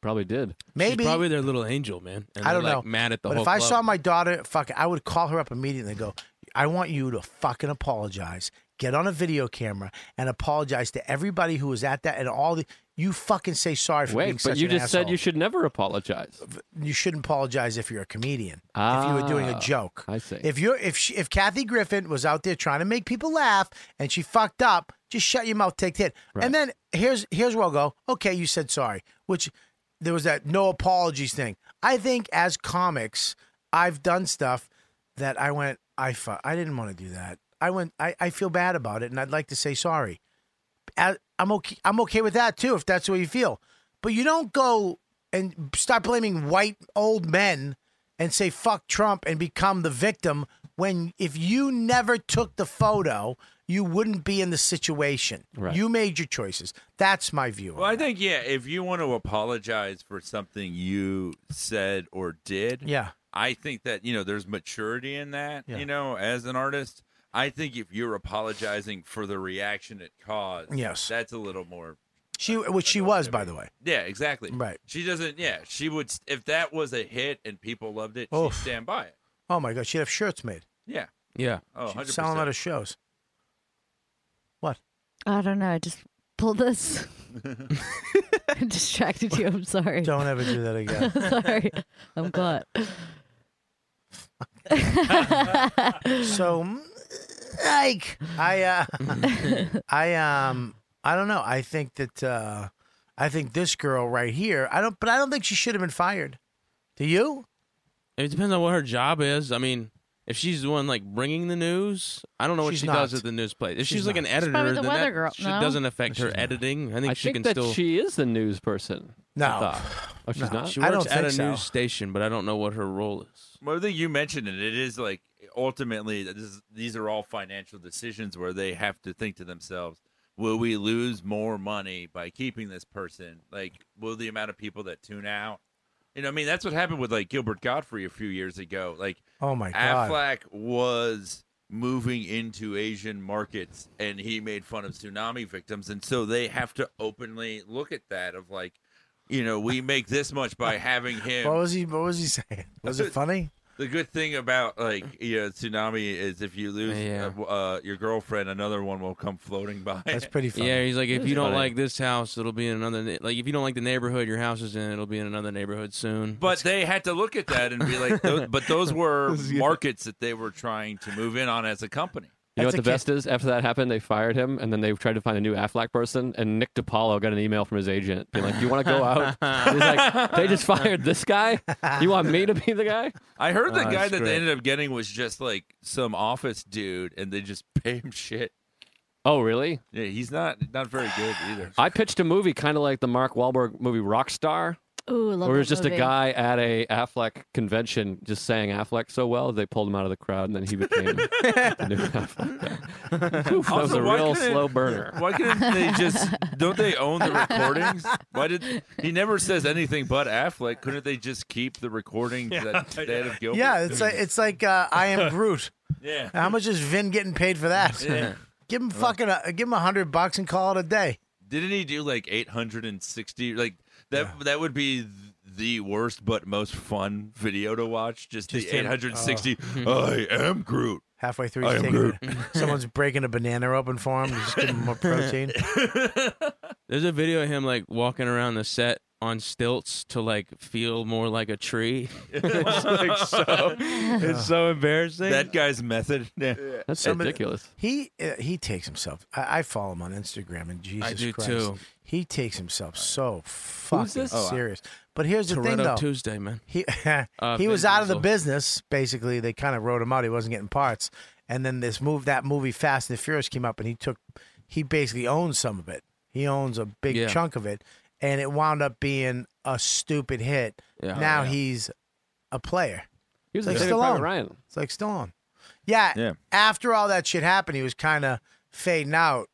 Probably did. Maybe. She's probably their little angel, man. And I don't they're, know. like, Mad at the but whole if I club. saw my daughter, fucking, I would call her up immediately and go, "I want you to fucking apologize. get on a video camera and apologize to everybody who was at that and all the. You fucking say sorry for being Wait, such but you an just asshole. said you should never apologize. you shouldn't apologize if you're a comedian. if you were doing a Ah, joke, I see. If you're if she, if Kathy Griffin was out there trying to make people laugh and she fucked up, just shut your mouth, take the hit. And then here's here's where I'll go. Okay, you said sorry, which there was that no apologies thing. I think as comics, I've done stuff that I went I fu- I didn't want to do that. I went I, I feel bad about it and I'd like to say sorry. I- I'm okay. I'm okay with that too, if that's the way you feel. But you don't go and start blaming white old men and say fuck Trump and become the victim when if you never took the photo, you wouldn't be in the situation. Right. You made your choices. That's my view. Well, I think yeah, if you want to apologize for something you said or did, Yeah. I think that you know there's maturity in that. Yeah. You know, as an artist, I think if you're apologizing for the reaction it caused, Yes. that's a little more. She which she was, by the way. Yeah, exactly. Right. She doesn't. Yeah, she would. s- If that was a hit and people loved it, Oof. she'd stand by it. Oh my god, she'd have shirts made. Yeah. Yeah. Oh, She'd 100%. sell them at her shows. I don't know. I just pulled this. I distracted you. I'm sorry. Don't ever do that again. sorry. I'm caught. so mm, like i uh i um i don't know i think that uh i think this girl right here i don't but i don't think she should have been fired do you It depends on what her job is. I mean, if she's the one like bringing the news, I don't know what She's she does not. at the news place. If she's, She's like an not. She's editor, probably the then weather that girl. shit No? doesn't affect her editing. I think I she think can that still. she is the news person. No. I thought. Oh, she's No, not. She works at a news station, but I don't know what her role is. Well, I think you mentioned it. It is like ultimately, this is, these are all financial decisions where they have to think to themselves: Will we lose more money by keeping this person? Like, will the amount of people that tune out? You know, I mean, that's what happened with like Gilbert Godfrey a few years ago. Like, Oh, my God. Affleck was moving into Asian markets, and he made fun of tsunami victims, and so they have to openly look at that of like, you know, we make this much by having him. what was he what was he saying was it funny The good thing about like you know, tsunami is if you lose uh, w- uh, your girlfriend, another one will come floating by. That's pretty funny. Yeah, he's like, if That's you don't funny. like this house, it'll be in another. Na- like, if you don't like the neighborhood your house is in, it'll be in another neighborhood soon. But they had to look at that and be like, tho- but those were markets that they were trying to move in on as a company. You know what the best is? After that happened, they fired him, and then they tried to find a new Affleck person. And Nick DiPaolo got an email from his agent being like, "Do you want to go out?" And he's like, "They just fired this guy. You want me to be the guy?" I heard the Oh, guy that's that great. they ended up getting was just like some office dude, and they just pay him shit. Oh, really? Yeah, he's not not very good either. I pitched a movie kind of like the Mark Wahlberg movie Rockstar. Ooh, love where it was that just movie. a guy at a Affleck convention just saying Affleck so well they pulled him out of the crowd and then he became the new Affleck. Oof, that was Also, a why real couldn't- slow burner. Why couldn't they just? Don't they own the recordings? Why did he never says anything but Affleck? Couldn't they just keep the recordings that they had of Gilbert? yeah it's like it's like uh, i am groot Yeah. how much is vin getting paid for that Yeah. give him fucking a, give him a hundred bucks and call it a day Didn't he do like 860? Like that that would be th- the worst but most fun video to watch. Just, Just the him- 860. oh. I am Groot. halfway through I he's am taking someone's breaking a banana open for him to just give him more protein There's a video of him like walking around the set on stilts to like feel more like a tree. it's like so it's so embarrassing. That guy's method. Yeah. That's Somebody- ridiculous. He uh, he takes himself. I, I follow him on Instagram, and Jesus do Christ, too. he takes himself so fucking this? Oh, I- serious. But here's the Toretto thing, though. Tuesday, man. He Uh, he Vin was out of the Diesel. business. Basically, they kind of wrote him out. He wasn't getting parts, and then this move that movie Fast and the Furious came up, and he took he basically owns some of it. He owns a big Yeah. chunk of it, and it wound up being a stupid hit. Yeah. Oh, now Yeah. he's a player. He was It's like like still on. Ryan. It's like still on. Yeah. Yeah. After all that shit happened, he was kind of fading out,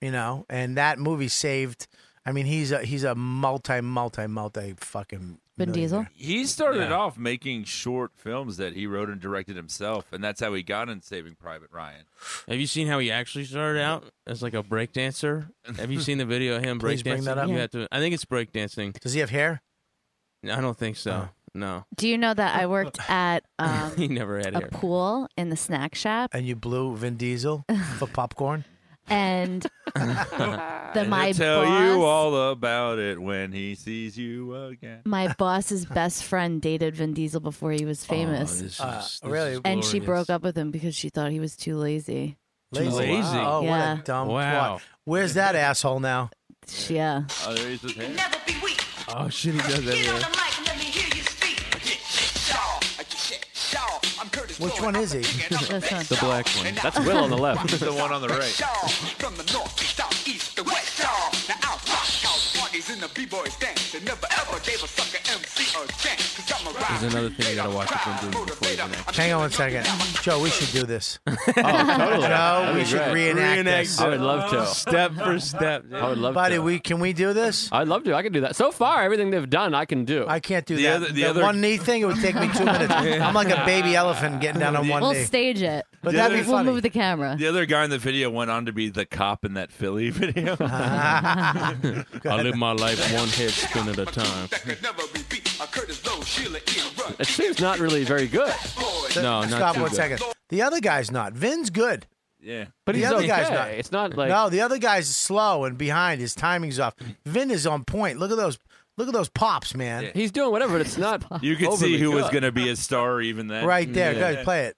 you know. And that movie saved. I mean, he's a he's a multi multi multi fucking. Vin Diesel. He started Yeah. off making short films that he wrote and directed himself, and that's how he got in Saving Private Ryan. Have you seen how he actually started out as like a break dancer? Have you seen the video of him breakdancing? Please bring that up. You have to. I think it's breakdancing. Does he have hair? Oh. No, I don't think so. No. Do you know that I worked at um, He never had a hair. pool in the snack shop? And you blew Vin Diesel for popcorn? And the And my he'll tell you boss- all about it when he sees you again. my boss's best friend dated Vin Diesel before he Oh, was this famous. is- Uh, this really? is And she glorious. broke up with him because she thought he was too lazy. Lazy. Oh, yeah. what a dumb Wow. twat. Where's that asshole now? Yeah. Oh, there he's with him. Oh shit, he does that. Yeah. Which one is he? The black one. That's Will on the left. the one on the right. From the north, south, east, to west, y'all. Now I'll rock out parties in the b-boys dance. And never ever gave a sucker MC a chance. Cause I'm a There's another thing you gotta watch if I'm doing before you connect. Hang on one second. Joe, we should do this. oh, totally. Joe, That'd we be should great. reenact, Reenact this. it. I would love to. Step for step. dude. I would love Buddy, to. we can we do this? I'd love to. I can do that. So far, everything they've done, I can do. I can't do that. that one knee thing, it would take me two minutes. I'm like a baby elephant getting down on one We'll knee. stage it. But The that'd other- be We'll funny. move the camera. The other guy in the video went on to be the cop in that Philly video. I live my life one head spin at a time. It seems not really very good. No, not Stop too one good. second. The other guy's not. Vin's good. Yeah, But the he's other guy's okay. not. It's not like- no. The other guy's slow and behind. His timing's off. Vin is on point. Look at those. Look at those pops, man. He's doing whatever, but it's not. You could overly see who was good. going to be a star even then. Right there, guys. Play it.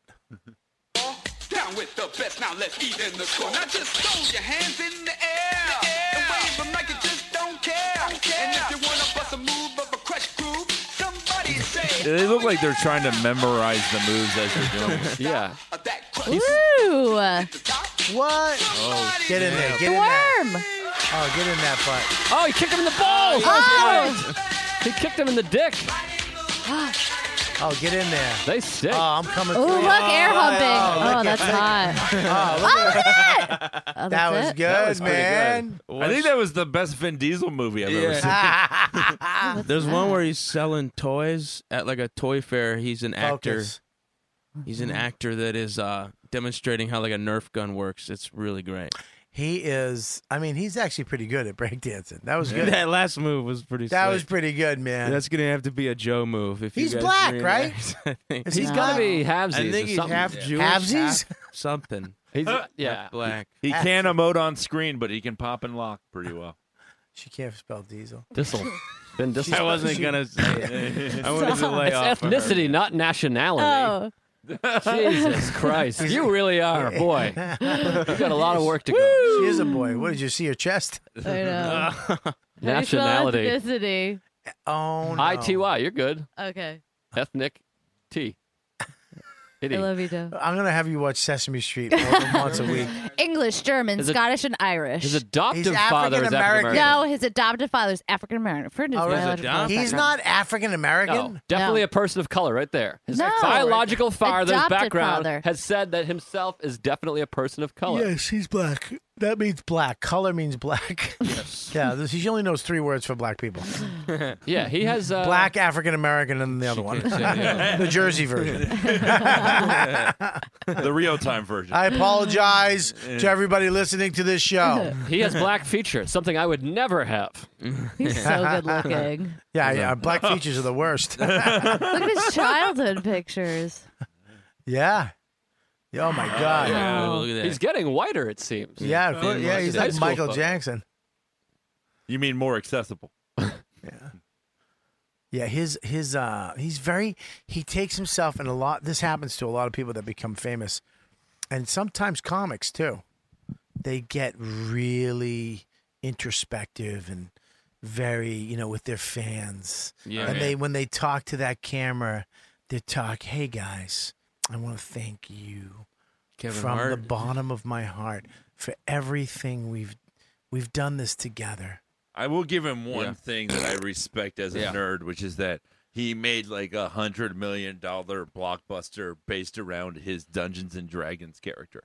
down with the best. Now let's eat in the score. Now just throw your hands in the air. And wave 'em like you just don't care. And if you wanna bust a move of a crush groove, somebody say They look like they're trying to memorize the moves as they're doing. it. yeah. Ooh. What? Oh, Get in there. snap. Get in there. Oh, get in that butt. Oh, he kicked him in the balls. Oh, He kicked him in the dick. Oh, get in there. They sick. Oh, I'm coming. Ooh, through. look, air humping. Oh, look Oh, at that's that. hot. Ah, Oh, look at that. Oh, That that's was it? good, man. I think that was the best Vin Diesel movie I've ever seen. Yeah. There's one where he's selling toys at like a toy fair. He's an actor. Focus. He's an actor that is uh, demonstrating how like a Nerf gun works. It's really great. He is. I mean, he's actually pretty good at breakdancing. That was good. That last move was pretty. That slick. was pretty good, man. That's gonna have to be a Joe move. If you He's guys black, reenact. right? I think- Is he He's gotta black? be halfsies I or think he's something. half Yeah. Jewish, Halfsies? half something. He's yeah. black. He can't emote on screen, but he can pop and lock pretty well. She can't spell diesel. This'll. Then this. I wasn't gonna say. it. I wanted to lay It's off. of her. ethnicity, not nationality. Oh. Jesus Christ, you really are, boy. You got a lot of work to go. She is a boy. What did you see her chest? I know. Nationality. Ethnicity. Oh no. I T Y. You're good. Okay. Ethnic T. Itty. I love you, Joe. I'm gonna have you watch Sesame Street more than once a week. English, German, Is it- Scottish, and Irish. His adoptive He's father is African African-American. No, his adoptive father's African American. Oh, All right. He's not African American. No, definitely a person of color, right there. His No. biological father's Adopted background father. has said that himself is definitely a person of color. Yes, he's black. That means black. Color means black. Yes. yeah, this, he only knows three words for black people. Yeah, he has uh, black, African American, and the other one. the Jersey version. The real time version. I apologize to everybody listening to this show. He has black features, something I would never have. He's so good looking. Yeah, yeah. Black features are the worst. Look at his childhood pictures. yeah. Yeah, Oh my God. Yeah, look at that. He's getting whiter, it seems. Yeah, Thin of course. yeah. white. He's High like school Michael photo. Jackson. You mean more accessible? Yeah, his his uh he's very he takes himself and a lot this happens to a lot of people that become famous and sometimes comics too. They get really introspective and very, you know, with their fans. Yeah. and Yeah. they when they talk to that camera, they talk, "Hey guys, I want to thank you Kevin from the Hart. bottom of my heart for everything we've we've done this together." I will give him one Yeah. thing that I respect as a Yeah. nerd, which is that he made like a hundred million dollar blockbuster based around his Dungeons and Dragons character.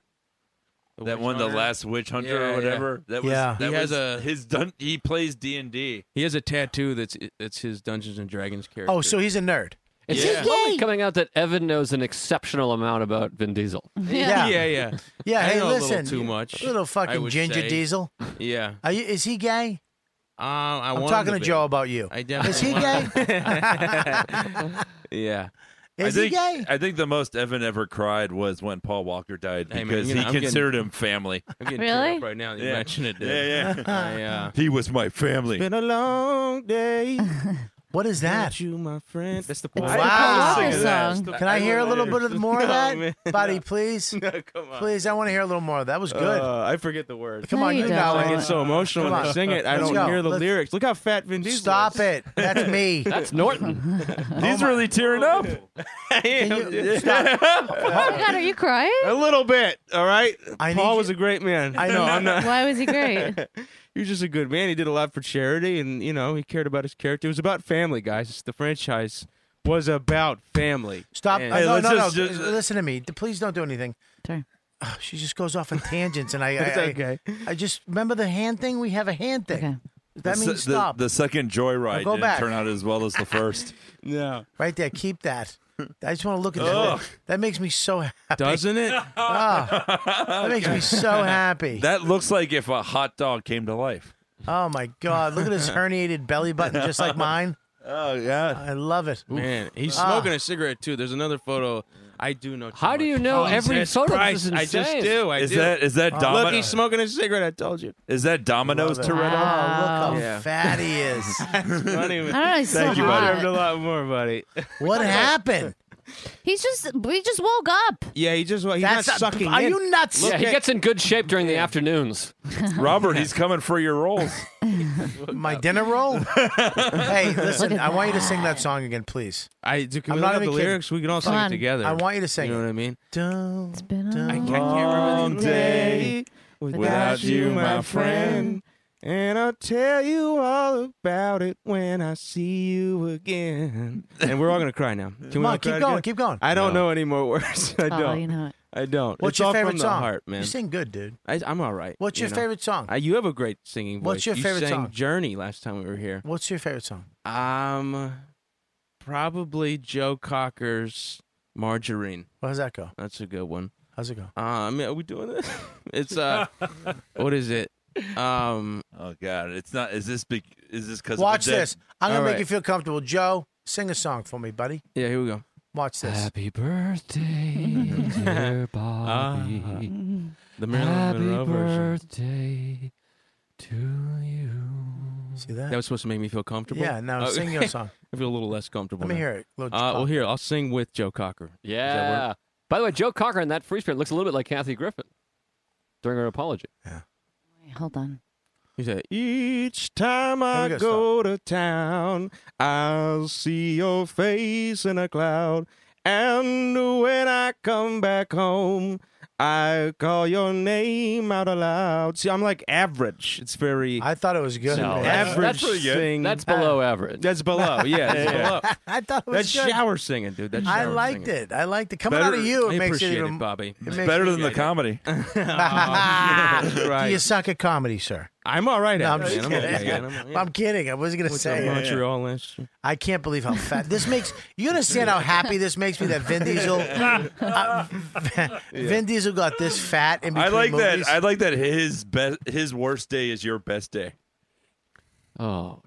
The that witch one, the hunter? last witch hunter Yeah, or yeah. whatever. That was Yeah. that He was has a- his dun- he plays D and D. He has a tattoo that's that's his Dungeons and Dragons character. Oh, so he's a nerd. It's Yeah. slowly coming out that Evan knows an exceptional amount about Vin Diesel. Yeah. yeah, yeah. Yeah, I hey, know a listen. little too much. Little I fucking would ginger say. diesel. Yeah, Are you, is he gay? Um, I I'm want him talking to be. Joe about you. I definitely Is he want- yeah. Is I he think, I think the most Evan ever cried was when Paul Walker died Hey, man, because you know, he I'm getting- considered him family. I'm getting teared Really? up right now. that You Yeah. mention it, dude. Yeah, yeah. I, uh, He was my family. been a long day. what is that? You, my friend. That's the Wow. Paul Walker song. Can I hear a little bit of more of No, that, man, buddy? no. Please, come on. please. I want to hear a little more. of That was good. Uh, I forget the words. Come No, on, you you know don't. it. I get so emotional Come when they on. sing it. I Let's don't go. hear the Let's- lyrics. Look how fat Vin Diesel Stop is. it. That's me. That's Norton. He's really tearing up. Oh my god, are you crying? A little bit, all right. I Paul was a great man. I No, need- I'm not. Why was he great? he was just a good man. He did a lot for charity, and you know he cared about his character. It was about family, guys. The franchise was about family. Stop. And- Uh, no, no, no. Listen to me. D- Please don't do anything. Oh, Sorry. She just goes off on tangents, and I, I, It's I- okay. I just remember the hand thing. We have a hand thing. That The se- means the, stop. The, second joyride Now go didn't back. turn out as well as the first. No. Right there. Keep that. I just want to look at Ugh. that. That makes me so happy. Doesn't it? Ah, that makes me so happy. That looks like if a hot dog came to life. Oh my God! Look at his herniated belly button, just like mine. Oh yeah, I love it. Man, he's Ah. smoking a cigarette too. There's another photo. I do know. too How do much. you know every Jesus photo? This Christ, is I just insane. do. I Is do. Uh, that- is that Look, domino- he's smoking a cigarette. I told you. Is that Domino's it. Toretto? Wow, look how Yeah. fat he is. Funny. I don't know, he's so Thank you, buddy. hot. Learned a lot more, buddy. What happened? He's just we just woke up. Yeah, he just he's That's not not- sucking. are in. you nuts? Look yeah, he at- gets in good shape during the afternoons. Robert, he's coming for your rolls. My dinner roll. hey, listen. I want you to sing that song again, please. I do, can I'm we not look up the even kidding. lyrics. We can all sing Come it on. together. I want you to sing You know it. what I mean? Dun, It's been a I, I long can't remember the day day without you, my friend. And I'll tell you all about it when I see you again. And we're all gonna cry now. Can Come we all on, cry keep going, together? keep going. I don't know any more words. I Oh, don't. you know it. I don't. What's it's your all favorite from The song? heart, man. You sing good, dude. I, I'm all right. What's you your know. favorite song? I, you have a great singing voice. What's your you favorite sang song? Journey last time we were here. What's your favorite song? Um, probably Joe Cocker's Margarine. Well, how's that go? That's a good one. How's it go? Um, are we doing this? it's uh, what is it? Um, oh god, it's not. Is this? Be, is this because? Watch this. I'm gonna All make right. you feel comfortable. Joe, sing a song for me, buddy. yeah, here we go. Watch this. Happy birthday, dear Bobby. Uh, uh-huh. The Happy Marilyn Monroe version. birthday to you. See that? That was supposed to make me feel comfortable. Yeah, now Oh, sing your song. I feel a little less comfortable. Let me now. hear it. Little Uh, well, Cocker. here I'll sing with Joe Cocker. Does that work? Yeah. By the way, Joe Cocker in that free spirit looks a little bit like Kathy Griffin during her apology. Hold on. He said, Each time I we go, go, to town, I'll see your face in a cloud. And when I come back home, I call your name out aloud. See, I'm like average. It's very I thought it was good. No, man. that's- average pretty good. sing. That's below average. That's below. Yeah, that's Yeah. below. I thought it That's was good. shower singing, dude. That's I shower liked singing. it. I liked it. Coming out Better- of you, it I makes it appreciate even. it, Bobby. It makes Better it- than the comedy. right. Do you suck at comedy, sir? I'm all right. No, I'm at just it, man. I'm kidding. okay, man. I'm, yeah. I'm kidding. I wasn't gonna Went to say. it. Montreal last year. I can't believe how fat this makes. You understand how happy this makes me that Vin Diesel, uh, Vin Diesel got this fat in between I like movies. that. I like that. His best. His worst day is your best day. Oh, Ah.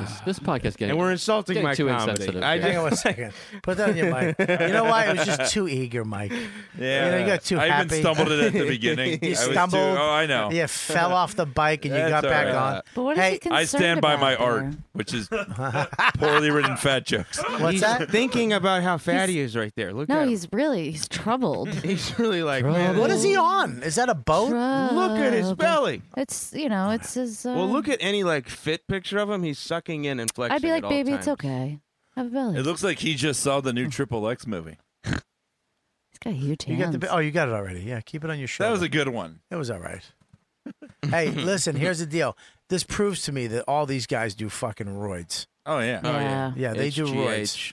Jesus. this podcast getting And we're insulting getting my too comedy. insensitive. I Hang just, on one second. Put that on your mic. You know why? It was just too eager, Mike. Yeah, You know, you got too I happy. even stumbled it at the beginning. I You was too- stumbled. oh, I know. You fell off the bike and you That's got all back right. on. But what is Hey, he concerned I stand by about my there? art, which is poorly written fat jokes. What's he's that? thinking about how fat he is right there. Look No, at he's really he's troubled. him. He's really like, man, What is he on? Is that a boat? look at his Troubled. belly. Uh, It's you know, it's his. Uh, Well, look at any like fit picture of him. He's sucking in and flexing. I'd be like, at all baby, times. it's okay. Have a belly. It looks like he just saw the new Triple X movie. He's got huge You hands. got the. Oh, you got it already. Yeah, keep it on your shoulder. That was a good one. It was all right. hey, listen, here's the deal. This proves to me that all these guys do fucking roids. Oh yeah. Oh yeah. Yeah. Yeah, they do roids.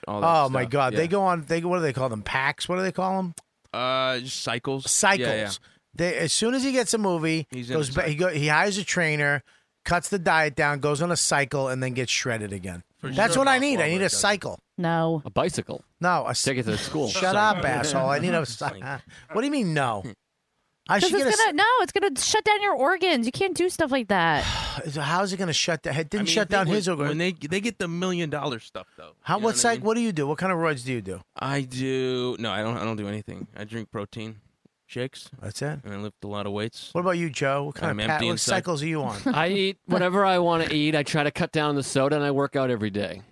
HGH, all that oh stuff. my god, Yeah. they go on. They go. What do they call them? Packs. What do they call them? uh just cycles. Yeah, Cycles. yeah. They as soon as he gets a movie, He's in a goes back. He go, he hires a trainer, cuts the diet down, goes on a cycle, and then gets shredded again. That's what I need. I need a cycle. no. A bicycle. No, a c- Take it to school. Shut up, asshole. I need a. cy- what do you mean no? I 'Cause should it's get a s- gonna, no, it's gonna shut down your organs. You can't do stuff like that. How's it going to shut down? It didn't I mean, shut they- down when, his organ. When they they get the million dollar stuff though. How? you know what's what I like? mean? What do you do? What kind of roids do you do? I do no, I don't. I don't do anything. I drink protein shakes. That's it. And I lift a lot of weights. What about you, Joe? What kind I'm of empty pat- what inside. cycles are you on? I eat whatever I want to eat. I try to cut down on the soda, and I work out every day.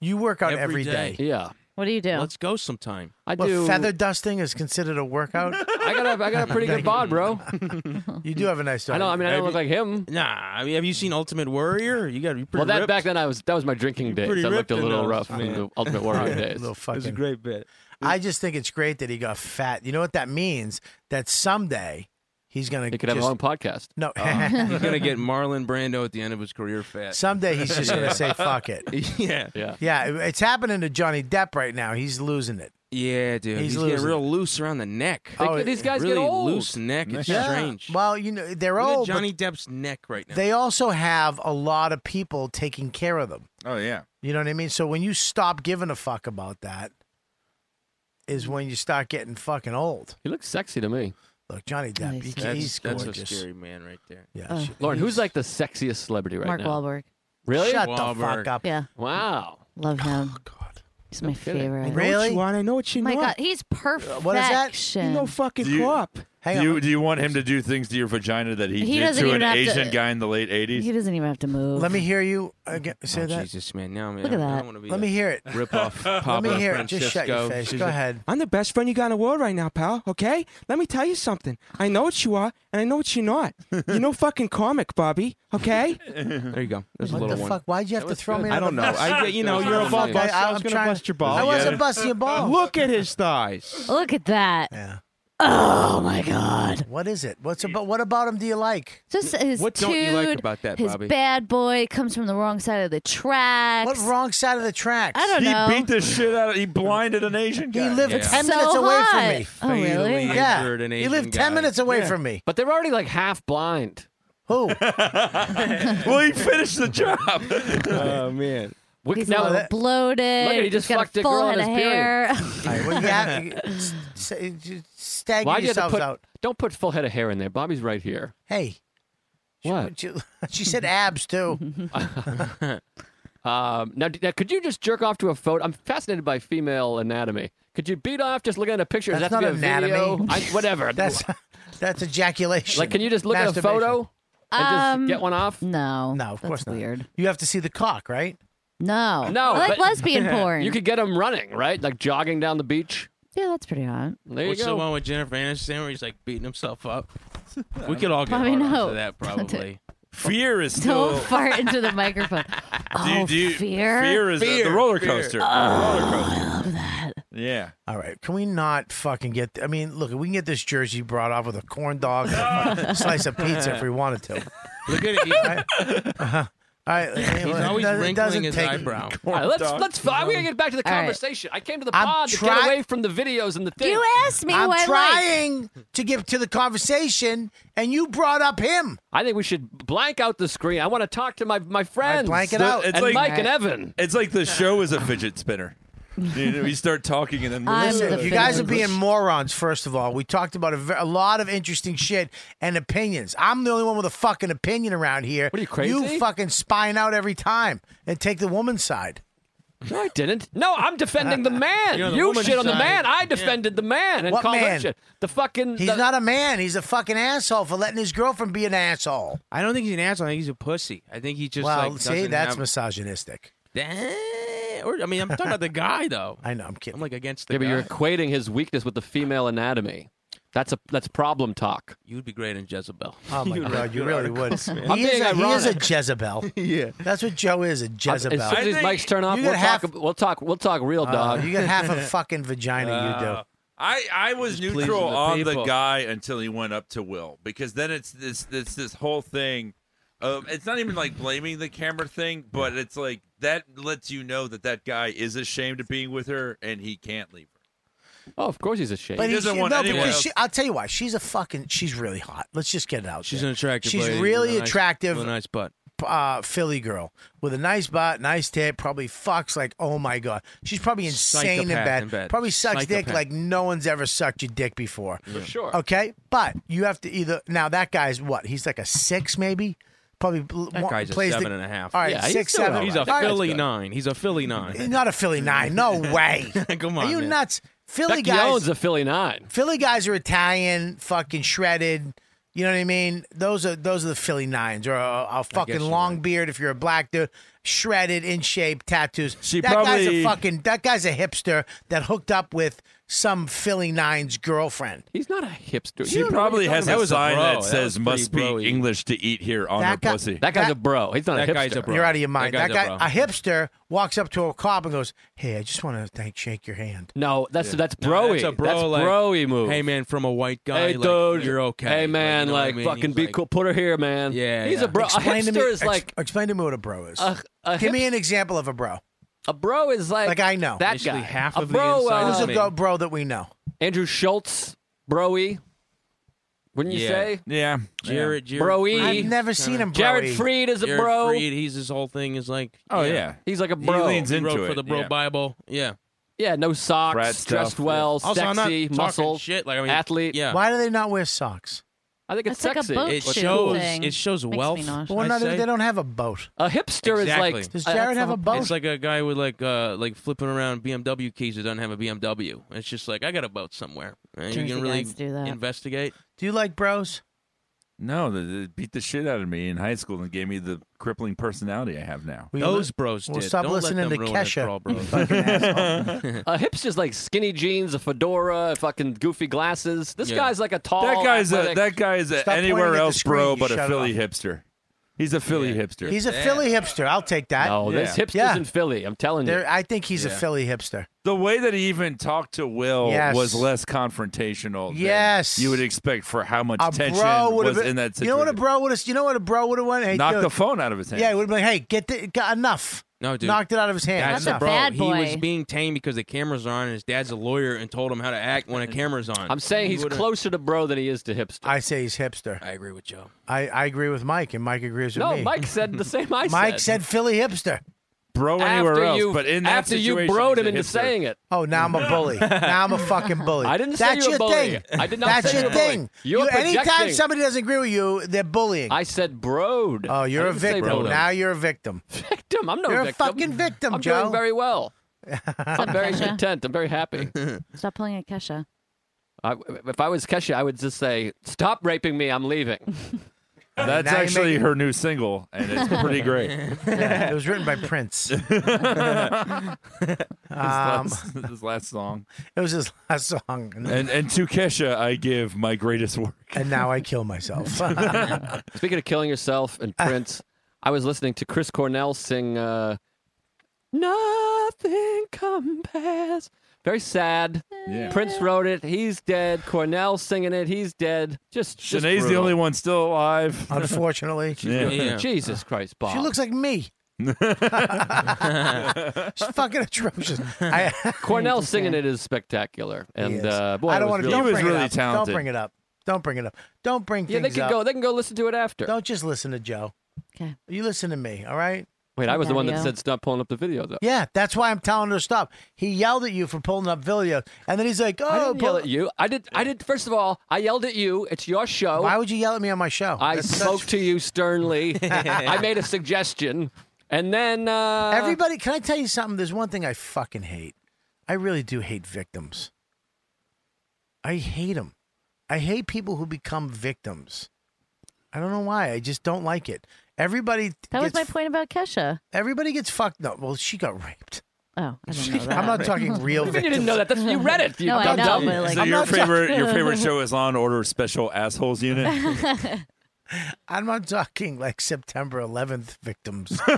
You work out every day. Yeah, What do you do? Let's go sometime. I What, do. Feather dusting is considered a workout. I got a, I got a pretty good bod, bro. you do have a nice. I know. I mean, I don't look like him. Nah. I mean, have you seen Ultimate Warrior? You got to be pretty Well, that ripped. back then I was that was my drinking days. pretty I ripped looked a in little those, rough in man. the Ultimate Warrior days. little fucking. It's a great bit. I just think it's great that he got fat. You know what that means? That someday he's gonna. He could have his just- own podcast. No, Oh. he's gonna get Marlon Brando at the end of his career fat. Someday he's just gonna Yeah. say fuck it. Yeah. Yeah. Yeah, it- it's happening to Johnny Depp right now. He's losing it. Yeah, dude. He's He's, getting losing real loose around the neck. They Oh, get- these guys get really old. loose neck. It's Yeah. strange. Well, you know they're Look at old. but Johnny Depp's neck right now. They also have a lot of people taking care of them. oh yeah. You know what I mean? So when you stop giving a fuck about that, is when you start getting fucking old. He looks sexy to me. Look, Johnny Depp, he, That's, he's that's gorgeous. a scary man right there. Yeah. Oh. Uh, Lauren, who's like the sexiest celebrity right Mark now? Wahlberg. Really? Shut the fuck up. Yeah. Wow. Love him. God. He's my kidding. favorite. Oh, Oh Really? I know what you My want. God, he's Uh, perfection. what is that? You know fucking Do you- co-op. do you, do you want him to do things to your vagina that he, He did doesn't to even an have to- Asian guy in the late 80s? He doesn't even have to move. Let me hear you again. Say Oh, that. Jesus, man. Now, man. Look at I that. don't want to be Let a me hear it. Rip off. Let Pablo me hear it. Just shut your Francesco. face. She's Go like, ahead. I'm the best friend you got in the world right now, pal. Okay? Let me tell you something. I know what you are, and I know what you're not. You're no fucking comic, Bobby. Okay? there you go. There's a What little the one. fuck? Why'd you have to throw me? I under don't the know. bus? I, you know, you're a ball Okay, buster. I- I was I'm gonna trying- bust your balls. I wasn't busting your balls. Look at his thighs. Look at that. Yeah. Oh my God. What is it? What's about? What about him? Do you like? Just his What don't you like dude, about that, his Bobby? bad boy comes from the wrong side of the tracks. What wrong side of the tracks? I don't he know. beat the shit out of He blinded an Asian guy. He lived Yeah. ten so minutes away hot. from me. Oh, really? Fatally Yeah. injured an He Asian lived ten guy. minutes away Yeah. from me. But they were already like half blind. Who? well, he finished the job. Oh, man. We, He's now, all Look bloated. at- he He's just got fucked a full girl on head his of period. hair. All right, well, you have to s- s- just stagger Why'd you have to yourselves put, out. Don't put full head of hair in there. Bobby's right here. Hey, What? she, she said abs too. Um, now, d- now, could you just jerk off to a photo? I'm fascinated by female anatomy. Could you beat off just looking at a picture? Does That's that not have to be a anatomy. video? I, whatever. That's that's ejaculation. like, can you just look at a Masturbation. photo and just Um, get one off? No. No, of course not. weird. You have to see the cock, right? No. No, I like but- lesbian porn. You could get them running, right? Like jogging down the beach. Yeah, that's pretty hot. There What's you the go. one with Jennifer Aniston where he's like beating himself up? We could all get Bobby, hard no. onto that Don't do it. probably. Fear is still. Don't fart into the microphone. Oh, Do you- do you- fear. Oh, is uh, the- the roller coaster. The roller coaster. Yeah. All right. Can we not fucking get? I mean, look, we can get this jersey brought off with a corn dog and a fucking slice of pizza if we wanted to. Uh-huh. Look at it. All right. He's always wrinkling his eyebrow. All right, let's let's. I'm gonna get back to the All right. conversation. I came to the I'm pod to try- get away from the videos and the things. You asked me I'm what I like. trying to get to the conversation, and you brought up him. I think we should blank out the screen. I want to talk to my my friends, blank it The- out. and It's like- Mike and Evan. It's like the show is a fidget spinner. You know, you start talking and then I'm listen. the You guys are Finland. being morons. First of all, we talked about a, ve- a lot of interesting shit and opinions. I'm the only one with a fucking opinion around here. What are you, crazy? You fucking spying out every time and take the woman's side. Uh, No, I didn't. No, I'm defending the man. You're on the you woman's shit on the side. man. I Yeah. defended the man and What called man? that shit. The fucking. He's the- not a man. He's a fucking asshole for letting his girlfriend be an asshole. I don't think he's an asshole. I think he's a pussy. I think he just well, like see, doesn't that's have... misogynistic. Eh, Or I mean, I'm talking about the guy though. I know. I'm kidding. I'm like against the yeah, but guy. you're equating his weakness with the female anatomy. That's a that's problem talk. You'd be great in Jezebel. Oh my You'd write god, you good really would. articles, man. I'm He is, being a, he is a ironic. Jezebel. yeah. That's what Joe is, a As soon Jezebel. as these mics turn off, you we'll got talk. half- we'll talk. We'll talk real Uh, dog. you got half a fucking vagina. You do. Uh, I, I was pleasing neutral the on the people. guy until he went up to Will because then it's this this this whole thing. Of, it's not even like blaming the camera thing, but it's like that lets you know that that guy is ashamed of being with her and he can't leave her. oh, of course he's a shit. But doesn't she- want no, anyone because else. she, I'll tell you why. She's a fucking. She's really hot. Let's just get it out. She's there. an attractive. She's lady really with a nice- attractive. With a nice butt. uh, Philly girl with a nice butt, nice tit, probably fucks like, oh my God. She's probably insane in Psychopath bed. in bed. Probably sucks dick Psychopath. like no one's ever sucked your dick before. For sure. Okay? But you have to either. Now, that guy's what? He's like a six, maybe? Probably bl- That one- guy's a plays seven the, and a half. All right, six, seven. He's a All right. Philly nine. He's a Philly nine. Not a Philly nine. No way. Come Are on, you man. nuts? Philly That guys. Gione's a Philly nine. Philly guys are Italian, fucking shredded. You know what I mean? Those are those are the Philly nines, or a, a fucking you're long beard if you're a black dude, shredded, in shape, tattoos. She that guy's probably- a fucking that guy's a hipster that hooked up with some Philly nines girlfriend. He's not a hipster. She probably has a sign that says "Must speak be English to eat here on her That guy- pussy." That guy's that- a bro. He's not a That guy's a hipster. bro. You're out of your mind. That, That guy's a guy, a, hipster, walks up to a cop and goes, "Hey, I just want to thank, shake your hand." No, that's Yeah. that's No, broy. that's a bro, That's like, broy move. Hey man, from a white guy, Hey, like, dude, you're okay. Hey you man, know what I like, mean? fucking He's be like- cool. Put her here, man. Yeah, he's yeah. a bro. a Explain to hipster me. is ex- like explain to me what a bro is. A- a Give me hip- an example of a bro. a bro is like Like I know that guy. a bro, uh, Who's a go- bro that we know? Andrew Schultz, broy. Wouldn't you Yeah. say? Yeah, Jared, Jared broy. Fried. E. I've never seen him. E. Jared Broy. Fried is a Jared bro. Fried, he's his whole thing is like. Oh, yeah. He's like a bro. He, leans He into wrote it for the bro yeah. Bible. Yeah. Yeah, no socks, dressed well, Also, I'm not sexy, talking muscle, shit. Like I mean, athlete. Yeah. Why do they not wear socks? I think it's That's like a sexy. boat It shows. It shows wealth. Well, I no, they say. they don't have a boat. A hipster exactly. is like. Does Jared have a boat? It's like a guy with like uh like flipping around BMW keys that doesn't have a BMW. It's just like I got a boat somewhere. And you Jersey can really guys do that. investigate. Do you like bros? No, they, they beat the shit out of me in high school and gave me the crippling personality I have now. Will you Those li- bros Well, stop listening to Kesha. a hipster's like skinny jeans, a fedora, fucking goofy glasses. This Yeah. guy's like a tall. that guy's a, athletic- that guy's a anywhere else bro, but a Philly hipster. He's a Philly hipster. He's a Philly hipster. I'll take that. No, there's Yeah. hipsters in Philly. I'm telling you. There, I think he's a Yeah. Philly hipster. The way that he even talked to Will Yes. was less confrontational. than Yes. you would expect for how much A tension bro would have was in that situation. You know what a bro would have? You know what a bro would have went? Hey, Knocked dude. the phone out of his hand. Yeah, he would have been like, "Hey, get the, got enough." No, dude. Knocked it out of his hand. That's a bro. He was being tamed because the cameras are on, and his dad's a lawyer and told him how to act when a camera's on. I'm saying he's closer to bro than he is to hipster. I say he's hipster. I agree with Joe. I, I agree with Mike, and Mike agrees with No, me. Mike said the same I Mike said. said Philly hipster. Bro after you, after you broed him into saying it. Oh, now I'm a bully. now I'm a fucking bully. I didn't say That's you were your bullying. thing. I did not That's say your you were bullying. thing. You're You- anytime projecting. somebody doesn't agree with you, they're bullying. I said broed. Oh, you're I a didn't say victim. broed. Now you're a victim. victim. I'm no you're a victim. fucking victim, I'm Joe. doing very well. I'm very Kesha? content. I'm very happy. Stop playing at Kesha. I, if I was Kesha, I would just say, "Stop raping me. I'm leaving." That's actually her new single, and it's pretty great. Yeah, it was written by Prince. His, Um, last, his last song. it was his last song, and, And and to Kesha, I give my greatest work. and now I kill myself. Speaking of killing yourself and Prince, I was listening to Chris Cornell sing uh, "Nothing Compares." Very sad. Yeah. Prince wrote it. He's dead. Cornell singing it. He's dead. Just, just Sinead's the brutal. only one still alive. Unfortunately. Yeah. Jesus Christ, Bob. she looks like me. She's fucking atrocious. I, Cornell singing it is spectacular, and uh, boy, I don't it want to. really- don't bring it up. Don't bring it up. Don't bring it up. Don't bring. Yeah, they things can up. go. They can go listen to it after. Don't just listen to Joe. Okay. You listen to me, all right? Wait, I was the one that Daddy-o. said uh, stop pulling up the video though. Yeah, that's why I'm telling her to stop. He yelled at you for pulling up video, and then he's like, "Oh, I didn't pull- yell at you. I did. I did. First of all, I yelled at you. It's your show. why would you yell at me on my show?" I That's spoke such- to you sternly. I made a suggestion, and then uh, Everybody, can I tell you something? There's one thing I fucking hate. I really do hate victims. I hate them. I hate people who become victims. I don't know why. I just don't like it. Everybody. That was gets, my point about Kesha. Everybody gets fucked. No, well, she got raped. Oh, I didn't know that. I'm not talking real you victims. mean you didn't know that? That's, you read it. You No, I dumb know, dumb. but, like- so I'm your not favorite talking- your favorite show is Law and Order Special Assholes Oh, Unit. I'm not talking like September 11th victims. Oh,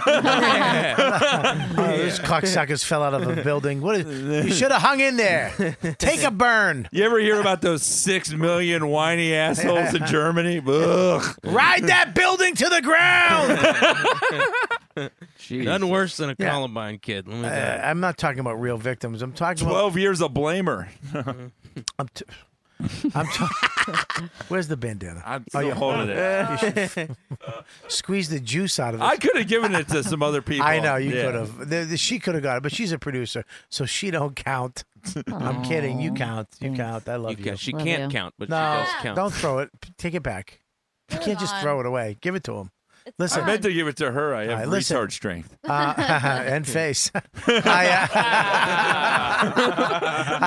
Those cocksuckers fell out of a building. What is, you should have hung in there. Take a burn. You ever hear about those six million whiny assholes in Germany? Ugh. Ride that building to the ground. None worse than a Yeah. Columbine kid. Let me Uh, tell you. I'm not talking about real victims. I'm talking about. Twelve years a blamer. I'm t- I'm talking. Where's the bandana? I'm Oh, still yeah. holding it. You should- Squeeze the juice out of it. I could have given it to some other people. I know you Yeah. could have. The, the, she could have got it, but she's a producer, so she don't count. I'm kidding. You Aw, count. You count. I love You you. ca- she Love can't you. count, but she No, does count. Don't throw it. P- Take it back. You can't just on. throw it away. Give it to him. I Listen, meant to give it to her. I All have right, listen. retard strength. Uh, and face. I, uh,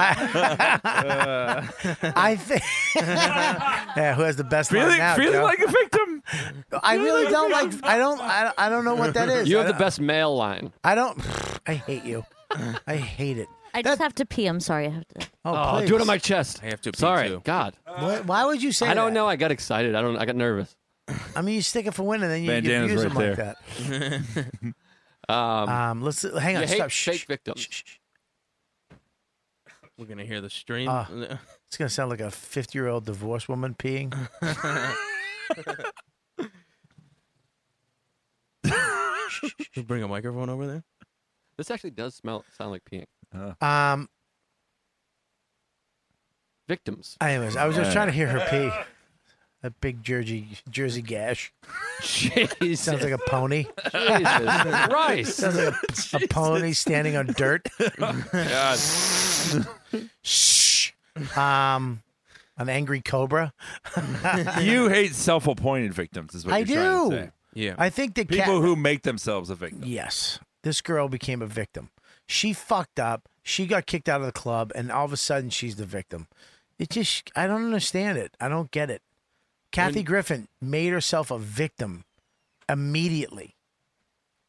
I think. yeah, who has the best line Feeling- now, feeling Joe? like a victim. I really don't like. I don't. I, I don't know what that is. You I have the don't- best male line. I don't. I hate you. I hate it. I just have to pee. I'm sorry. I have to. Oh, do it on my chest. I have to. Sorry, God. Why, why would you say I don't that? know. I got excited. I don't. I got nervous. I mean, you stick it for winning, then you you Bandana's abuse right them like there. that. Um, Um, let's hang on. you hate stop. Shh, fake shh, victims. shh, shh. We're gonna hear the stream. Ah, it's gonna sound like a fifty-year-old divorced woman peeing. you bring a microphone over there. This actually does smell sound like peeing. um. Victims. Anyways, I was just Yeah. trying to hear her pee. A big Jersey Jersey gash. Jesus. Sounds like a pony. Jesus Christ. Sounds like a, a pony standing on dirt. Shh. Um, an angry cobra. you hate self-appointed victims, is what I you're trying to do. say. Yeah. I think that people cat- who make themselves a victim. Yes. This girl became a victim. She fucked up. She got kicked out of the club, and all of a sudden she's the victim. It just, I don't understand it. I don't get it. Kathy Griffin made herself a victim immediately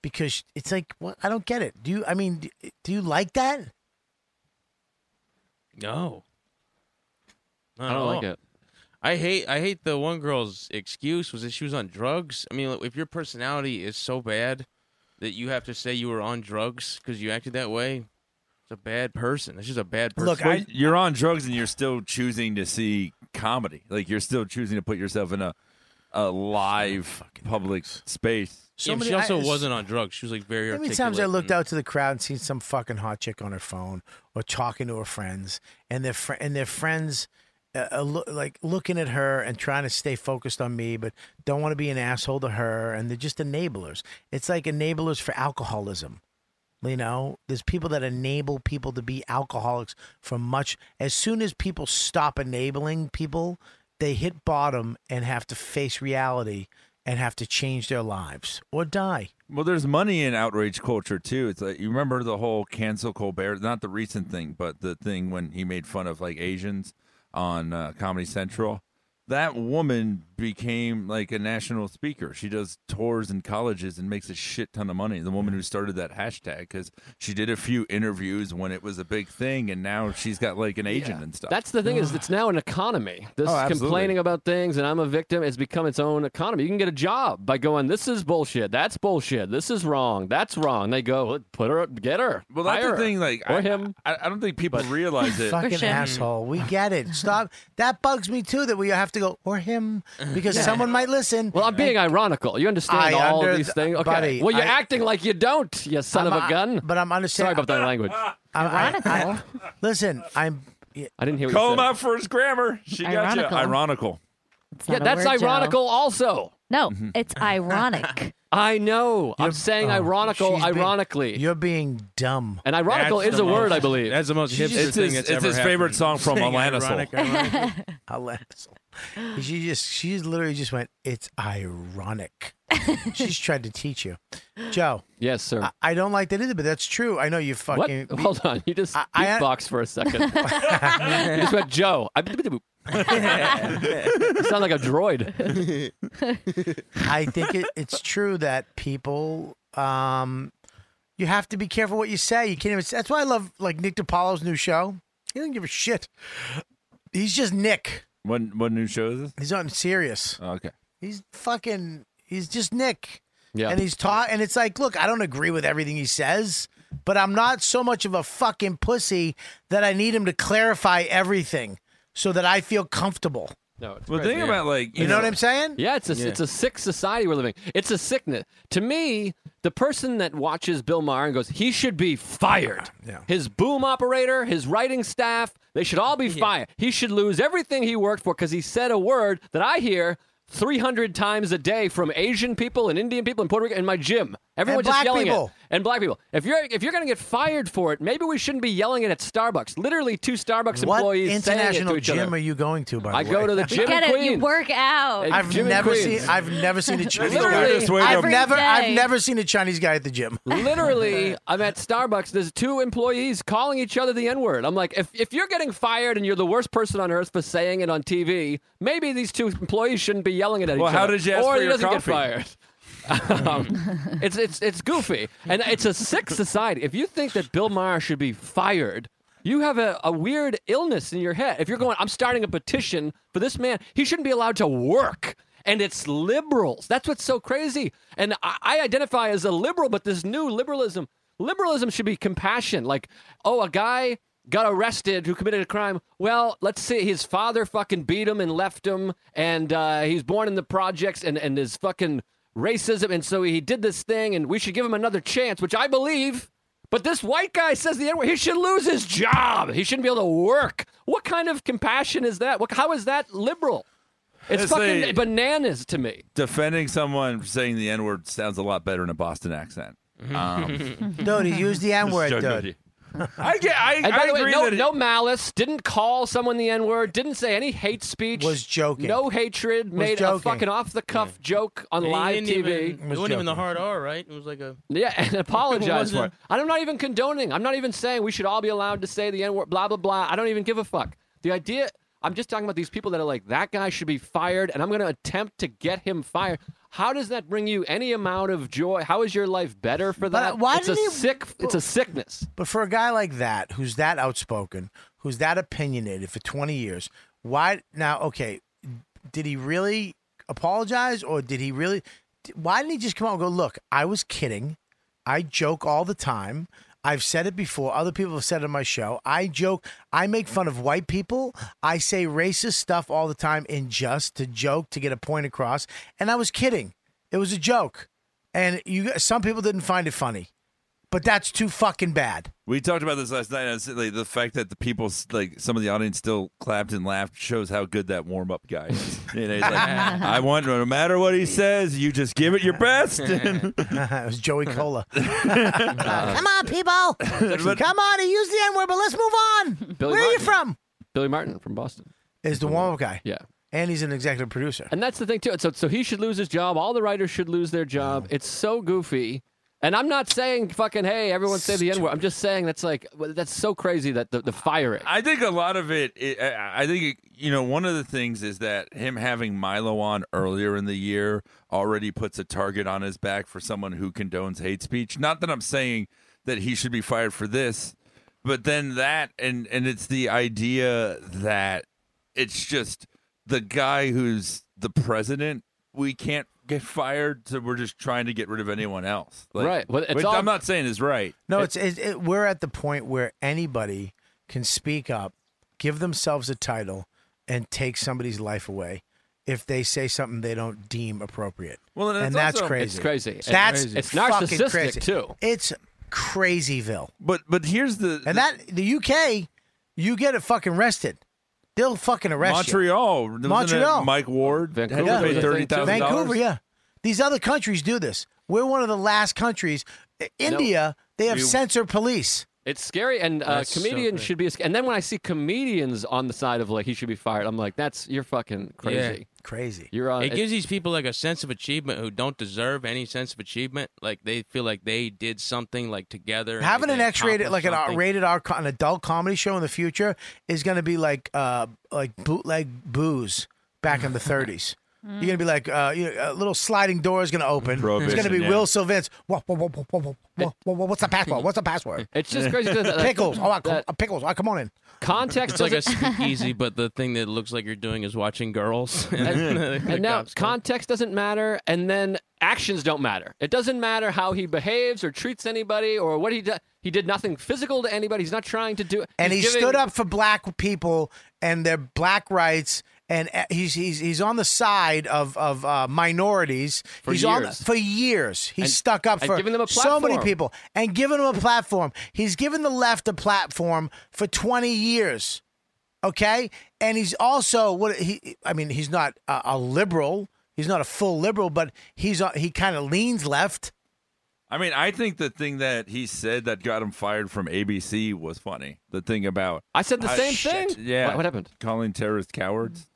because it's like, what? I don't get it. Do you, I mean, do, do you like that? No. Not I don't at like all. it. I hate I hate the one girl's excuse was that she was on drugs. I mean, like, if your personality is so bad that you have to say you were on drugs because you acted that way, it's a bad person. It's just a bad person. Well, you're on drugs and you're still choosing to see comedy. Like you're still choosing to put yourself in a a live public space. Yeah, but she also wasn't on drugs. She was like very. How many articulate mm. times I and- looked out to the crowd and seen some fucking hot chick on her phone or talking to her friends, and their fr- and their friends, uh, uh, loo- like looking at her and trying to stay focused on me, but don't want to be an asshole to her, and they're just enablers. It's like enablers for alcoholism. You know, there's people that enable people to be alcoholics for much. As soon as people stop enabling people, they hit bottom and have to face reality and have to change their lives or die. Well, there's money in outrage culture too. It's like you remember the whole cancel Colbert, not the recent thing, but the thing when he made fun of like Asians on uh, Comedy Central. That woman became like a national speaker. She does tours in colleges and makes a shit ton of money. The woman who started that hashtag because she did a few interviews when it was a big thing, and now she's got like an agent and stuff. That's the thing is it's now an economy. This Oh, absolutely. complaining about things and I'm a victim has become its own economy. You can get a job by going, this is bullshit. That's bullshit. This is wrong. That's wrong. They go, "Well, put her, up, get her. Well, that's hire the her." thing. Like, or I, him. I, I don't think people realize it. fucking asshole. Mm. We get it. Stop. that bugs me too that we have to go or him because Uh-huh. Yeah. someone might listen. Well, I'm being ironical. You understand I all under- of these things. Okay. buddy, well, you're I- acting like you don't, you son I'm- of a gun. but I'm Sorry understanding. about that language. Ironical. listen, I'm. I didn't hear what Call you him said. out for his grammar. She got Ironical. you. Ironical. Yeah, not a that's word, Joe. ironical also. No, Mm-hmm. it's ironic. I know. I'm saying oh, ironical, she's being- ironically. you're being dumb. and ironical That's is the a word, most- I believe. that's the most She's hipster just- It's his, it's his favorite song from Saying Alanis. ironic, Alanis. She just, she literally just went. It's ironic. She's tried to teach you, Joe. Yes, sir. I, I don't like that either, but that's true. I know you what? fucking. Hold on. You just I- beatbox for a second. you just went, Joe. I- you sound like a droid. I think it, it's true that people, um, you have to be careful what you say. You can't even. That's why I love like Nick DiPaolo's new show. He doesn't give a shit. He's just Nick. What what new show is this? Oh, He's on serious. Okay. He's fucking. He's just Nick. Yeah. And he's taught. And it's like, look, I don't agree with everything he says, but I'm not so much of a fucking pussy that I need him to clarify everything so that I feel comfortable. No, it's Well, crazy. think about, like, you You know know- what I'm saying? Yeah, it's a Yeah. it's a sick society we're living. It's a sickness. To me, the person that watches Bill Maher and goes, he should be fired. Yeah. His boom operator, his writing staff, they should all be fired. He should lose everything he worked for because he said a word that I hear. 300 times a day from Asian people and Indian people and Puerto Rican in my gym. Everyone And just black yelling it. people. And black people. If you're if you're going to get fired for it, maybe we shouldn't be yelling it at Starbucks. Literally two Starbucks What employees saying it international to each gym other. are you going to? By the I way? go to the gym Get in it? You Queens. work out. Hey, I've gym in never Queens. seen. I've never seen a Chinese Literally. guy. Weirdest way to- I've Every never. day. I've never seen a Chinese guy at the gym. Literally, I'm at Starbucks. There's two employees calling each other the N word. I'm like, if, if you're getting fired and you're the worst person on earth for saying it on TV, maybe these two employees shouldn't be yelling it at Well, each how other. did you ask or for he your doesn't coffee? get fired. Um, it's it's it's goofy, and it's a sick society. If you think that Bill Maher should be fired, you have a, a weird illness in your head. If you're going, I'm starting a petition for this man. He shouldn't be allowed to work. And it's liberals. That's what's so crazy. And I, I identify as a liberal, but this new liberalism, liberalism should be compassion. Like, oh, a guy got arrested who committed a crime. Well, let's see. His father fucking beat him and left him, and uh, he's born in the projects, and and his fucking racism, and so he did this thing, and we should give him another chance, which I believe. But this white guy says the N word. He should lose his job. He shouldn't be able to work. What kind of compassion is that? What, how is that liberal? It's It's fucking a- bananas to me. Defending someone for saying the N word sounds a lot better in a Boston accent. Mm-hmm. Um, Dude, he used the N word, Just joking with dude. I get. I, and by the way, no, no malice. Didn't call someone the N word. Didn't say any hate speech. Was joking. No hatred. Was made a joking. fucking off the cuff joke on It live didn't TV. Even, it wasn't even the hard R, right? It was like a. Yeah, and apologize for it. wasn't- I'm not even condoning. I'm not even saying we should all be allowed to say the N word, blah, blah, blah. I don't even give a fuck. The idea, I'm just talking about these people that are like, that guy should be fired, and I'm going to attempt to get him fired. How does that bring you any amount of joy? How is your life better for that? why it's a did he- sick. It's a sickness. But for a guy like that, who's that outspoken, who's that opinionated for 20 years, why now? Okay, did he really apologize, or did he really? Why didn't he just come out and go, "Look, I was kidding. I joke all the time. I've said it before. Other people have said it on my show. I joke. I make fun of white people. I say racist stuff all the time, in just to joke to get a point across. And I was kidding. It was a joke. And you, some people didn't find it funny, but that's too fucking bad. We talked about this last night. and it's, Like, the fact that the people, s- like some of the audience, still clapped and laughed shows how good that warm up guy is. You know, he's like, I want no matter what he says, you just give it your best. And- it was Joey Cola. Uh, Come on, people. Come on, he used the N word, but let's move on. Billy Where are you Martin. from? Billy Martin from Boston. Is the warm up guy. Yeah. And he's an executive producer. And that's the thing too. So, so he should lose his job. All the writers should lose their job. It's so goofy. And I'm not saying fucking hey, everyone say the n word. I'm just saying that's like that's so crazy that the, the firing. I think a lot of it, it I I think, it, you know, one of the things is that him having Milo on earlier in the year already puts a target on his back for someone who condones hate speech. Not that I'm saying that he should be fired for this, but then that, and, and it's the idea that it's just the guy who's the president, we can't get fired, so we're just trying to get rid of anyone else. Right. Well, it's which all- I'm not saying is right. No, it's, it's it, we're at the point where anybody can speak up, give themselves a title, and take somebody's life away if they say something they don't deem appropriate. Well, and it's that's also- crazy. It's crazy. It's That's crazy. It's fucking narcissistic, crazy. too. It's crazyville. But but here's the and that the UK, you get it fucking arrested. They'll fucking arrest you. Montreal. Wasn't it Montreal. Mike Ward. had to Yeah. pay $30,000? Vancouver, yeah. These other countries do this. We're one of the last countries. India, they have You- censor police. It's scary, and uh, That's so comedians great. should be. And then when I see comedians on the side of like he should be fired, I'm like, that's you're fucking crazy. Crazy. You're uh, on. it gives these people like a sense of achievement who don't deserve any sense of achievement. Like they feel like they did something like together. and, Having like, an they X-rated, like accomplished an R- something. rated R, co- an adult comedy show in the future is going to be like, uh, like bootleg booze back in the 30s. You're gonna be like, uh, you know, a little sliding door is gonna open. It's gonna Prohibition, be yeah. Will Sylvans. Whoa, whoa, whoa, whoa, whoa, whoa, whoa, whoa, whoa, what's the password? What's the password? It's just crazy 'cause that- that- pickles. Oh, I, that- uh, pickles. Oh, come on in. Context It's like a doesn't- speakeasy, but the thing that looks like you're doing is watching girls. and, The and now cops come. context doesn't matter, and then actions don't matter. It doesn't matter how he behaves or treats anybody or what he does. He did nothing physical to anybody. He's not trying to do. and he he's giving- stood up for black people and their black rights and uh, he's he's he's on the side of of uh, minorities. For he's on the, years. for years. He's And- stuck up and for giving them a so many platform. people and giving them a platform. He's given the left a platform for twenty years. Okay, and he's also what he. I mean, he's not a, a liberal. He's not a full liberal, but he's a, he kind of leans left. I mean, I think the thing that he said that got him fired from ABC was funny. The thing about I said the Ah, same shit. thing? Yeah, What- what happened? Calling terrorists cowards.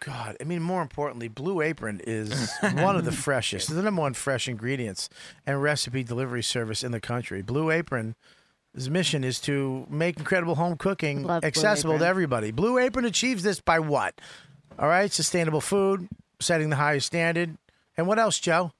God, I mean, more importantly, Blue Apron is one of the freshest, the number one fresh ingredients and recipe delivery service in the country. Blue Apron's mission is to make incredible home cooking Love Blue accessible to Apron. everybody. Blue Apron achieves this by what? All right, sustainable food, setting the highest standard, and what else, Joe?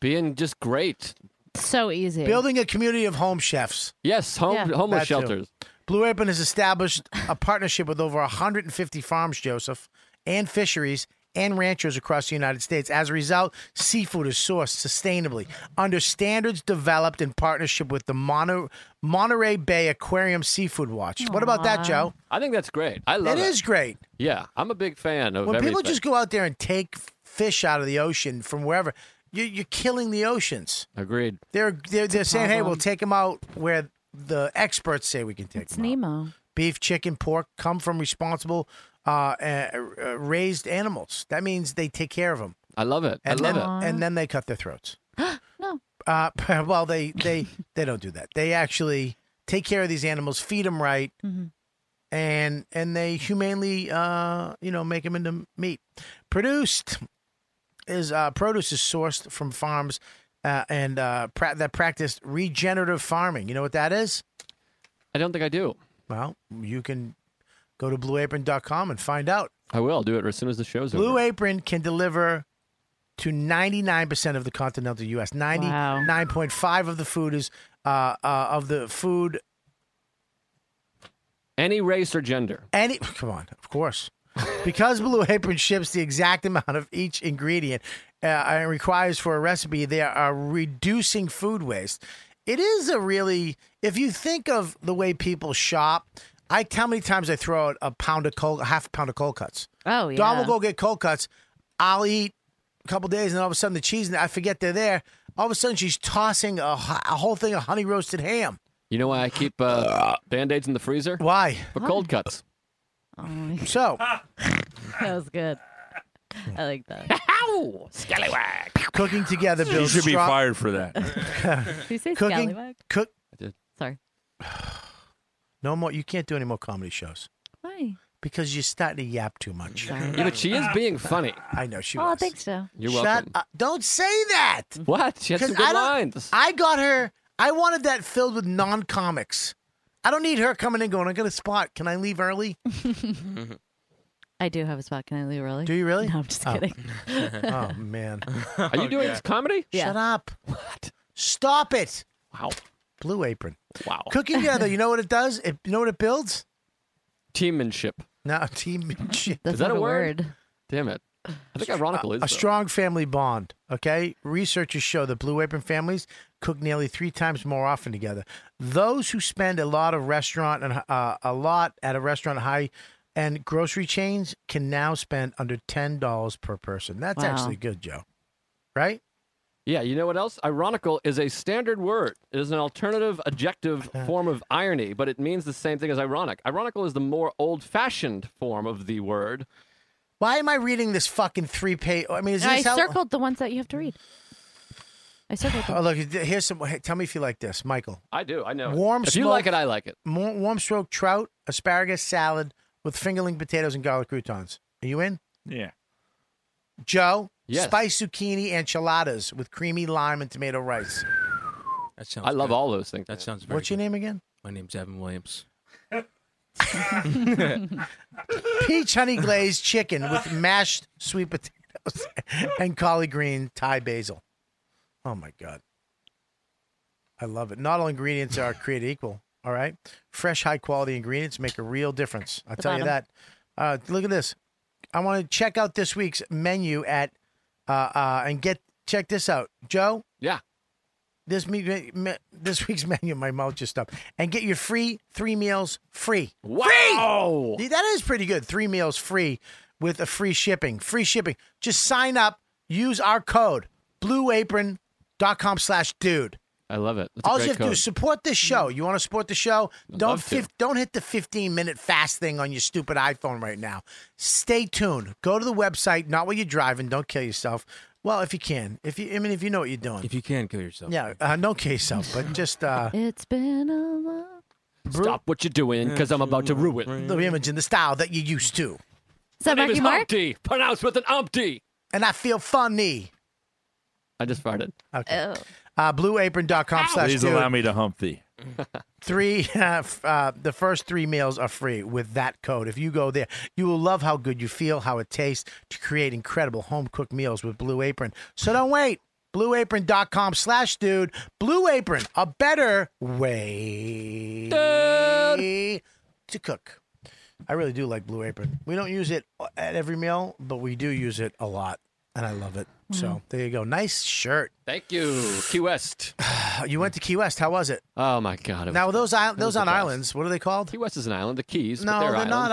Being just great. So easy. Building a community of home chefs. Yes, home, homeless That too. shelters. Blue Apron has established a partnership with over 150 farms, Joseph, and fisheries and ranchers across the United States. As a result, seafood is sourced sustainably under standards developed in partnership with the Mono- Monterey Bay Aquarium Seafood Watch. What about that, Joe? I think that's great. I love It it. is great. Yeah, I'm a big fan of When everything. people just go out there and take fish out of the ocean from wherever, you're, you're killing the oceans. Agreed. They're they're, they're saying, "Hey, problem. we'll take them out where the experts say we can take It's them." out." Nemo. Beef, chicken, pork come from responsible uh, uh, uh, raised animals. That means they take care of them, I love it. and I love then it. and then they cut their throats. no. Uh, well, they they they don't do that. They actually take care of these animals, feed them right, and and they humanely uh, you know make them into meat. Produced is uh, produce is sourced from farms uh, and uh, pra- that practice regenerative farming. You know what that is? I don't think I do. Well, you can go to blueapron.com and find out. I will I'll do it as soon as the show's over. Blue Apron can deliver to 99% of the continental U.S. 99.5 of the food is uh, uh, of the food. Any race or gender. Any come on, of course, because Blue Apron ships the exact amount of each ingredient uh, and requires for a recipe. They are reducing food waste. It is a really if you think of the way people shop. I how many times I throw out a pound of cold, a half a pound of cold cuts. Oh yeah. Dom will go get cold cuts. I'll eat a couple days, and all of a sudden the cheese, and I forget they're there. All of a sudden she's tossing a, ho- a whole thing of honey roasted ham. You know why I keep uh, band aids in the freezer? Why? For cold cuts. So Ah. that was good. I like that. Ow! Scallywag. cooking together He builds. should be strong- fired for that. Did you say cooking, scallywag? cook. Sorry. No more. You can't do any more comedy shows Why? because you're starting to yap too much. Yeah, but she is being funny. I know she oh, was. thanks, Joe. You're Shut welcome. up. Don't say that. What? She had some 'Cause good I don't- lines. I got her. I wanted that filled with non comics. I don't need her coming in going, I got a spot. Can I leave early? Mm-hmm. I do have a spot. Can I leave early? Do you really? No, I'm just Oh. kidding. oh, man. Are you doing comedy? Yeah. Shut up. What? Stop it. Wow. Blue apron. Wow. Cooking together, you know what it does? It, you know what it builds? Teammanship. No, team shit. Is that a word? Damn it. I think ironical a, is. a though. strong family bond. Okay, researchers show that blue apron families cook nearly three times more often together. Those who spend a lot of restaurant and uh, a lot at a restaurant high and grocery chains can now spend under ten dollars per person. That's Wow. actually good, Joe. Right? Yeah, you know what else? Ironical is a standard word. It is an alternative adjective Uh-huh. form of irony, but it means the same thing as ironic. Ironical is the more old fashioned form of the word. Why am I reading this fucking three page? I mean, is this I how? circled the ones that you have to read. I circled them. Oh, look, here's some. Hey, tell me if you like this, Michael. I do, I know. it. Warm If you like it, I like it. More, warm stroke trout, asparagus salad with fingerling potatoes and garlic croutons. Are you in? Yeah. Joe, Yes. spice zucchini enchiladas with creamy lime and tomato rice. That sounds. I love good. all those things. That sounds very. What's your good. name again? My name's Evan Williams. Peach honey glazed chicken with mashed sweet potatoes and collard green Thai basil. Oh my God. I love it. Not all ingredients are created equal. All right. Fresh, high quality ingredients make a real difference. I'll The tell you bottom. that. Uh, look at this. I want to check out this week's menu at uh, uh, and get check this out. Joe, Yeah. this me, me- this week's menu. My mouth just stopped. And get your free three meals free. Wow. Free! That is pretty good. Three meals free with a free shipping. Free shipping. Just sign up. Use our code blueapron.com slash dude. I love it. That's a All you great have to do code. is support this show. You want to support the show? Don't love to. fif- don't hit the 15 minute fast thing on your stupid iPhone right now. Stay tuned. Go to the website. Not while you're driving. Don't kill yourself. Well, if you can, if you, I mean, if you know what you're doing. If you can kill yourself. Yeah, uh, no case up, but just uh, it's been a long Stop what you're doing because I'm about to ruin the image and the style that you're used to. Is that My name Marky is Mark? Humpty, pronounced with an umpty. And I feel funny. I just Oh. farted. Okay. Uh, blueapron.com slash Please dude. allow me to hump thee. Three, uh, f- uh, the first three meals are free with that code. If you go there, you will love how good you feel, how it tastes to create incredible home cooked meals with Blue Apron. So don't wait. BlueApron.com slash dude. Blue Apron, a better way to cook. I really do like Blue Apron. We don't use it at every meal, but we do use it a lot, and I love it. So Wow. there you go. Nice shirt. Mm-hmm. Thank you, Key West. You went to Key West. How was it? Oh my God! it Now was- those it isl- was those the on best. islands. What are they called? Key West is an island. The Keys. No, but they're they're not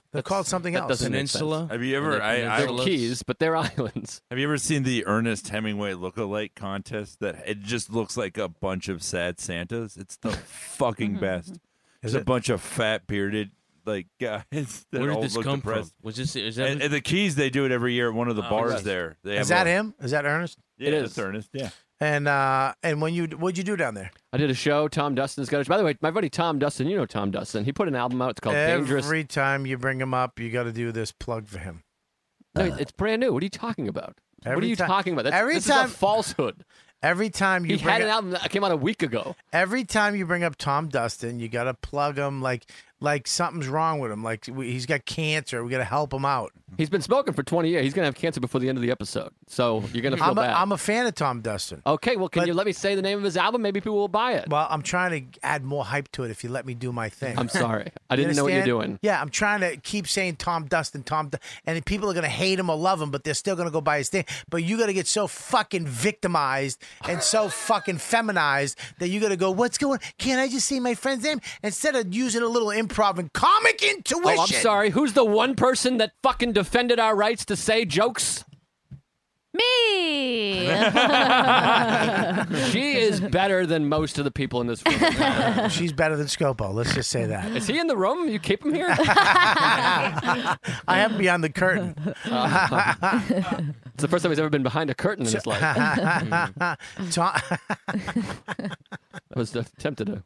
islands. They're called something that else. doesn't make sense. Have you ever? They're I, I they're keys, but they're islands. Have you ever seen the Ernest Hemingway look-alike contest? That it just looks like a bunch of sad Santas. It's the fucking best. There's a it? bunch of fat bearded like guys that Where did all this look come depressed. from? Was this is that Oh, At, at the Keys, they do it every year at one of the bars there. They have Is that a- him? Is that Ernest? Yeah, it is Ernest. Yeah. And uh, and when you what'd you do down there? I did a show. Tom Dustin's got a. By the way, my buddy Tom Dustin. You know Tom Dustin. He put an album out. It's called Dangerous. Every time you bring him up, you got to do this plug for him. No, it's brand new. What are you talking about? what are Every you ti- talking about? That's, every this time- is a falsehood. Every time you he bring had an up- album that came out a week ago. Every time you bring up Tom Dustin, you got to plug him like like something's wrong with him. Like we, he's got cancer. We got to help him out. He's been smoking for 20 years. He's gonna have cancer before the end of the episode. So you're gonna feel I'm a, bad. I'm a fan of Tom Dustin. okay, well, can you let me say the name of his album? Maybe people will buy it. Well, I'm trying to add more hype to it if you let me do my thing. I'm sorry. I You didn't know what you're understand? doing. Yeah, I'm trying to keep saying Tom Dustin, Tom, Du- and then people are gonna hate him or love him, but they're still gonna go buy his thing. But you gotta get so fucking victimized and so fucking feminized that you gotta go, what's going? Can't I just say my friend's name instead of using a little improv and comic intuition? Oh, I'm sorry. Who's the one person that fucking defended our rights to say jokes? Me. she is better than most of the people in this room. She's better than Scopo. Let's just say that. Is he in the room? You keep him here? I am beyond the curtain. it's the first time he's ever been behind a curtain in his life. Mm. that Tom, was tempted to.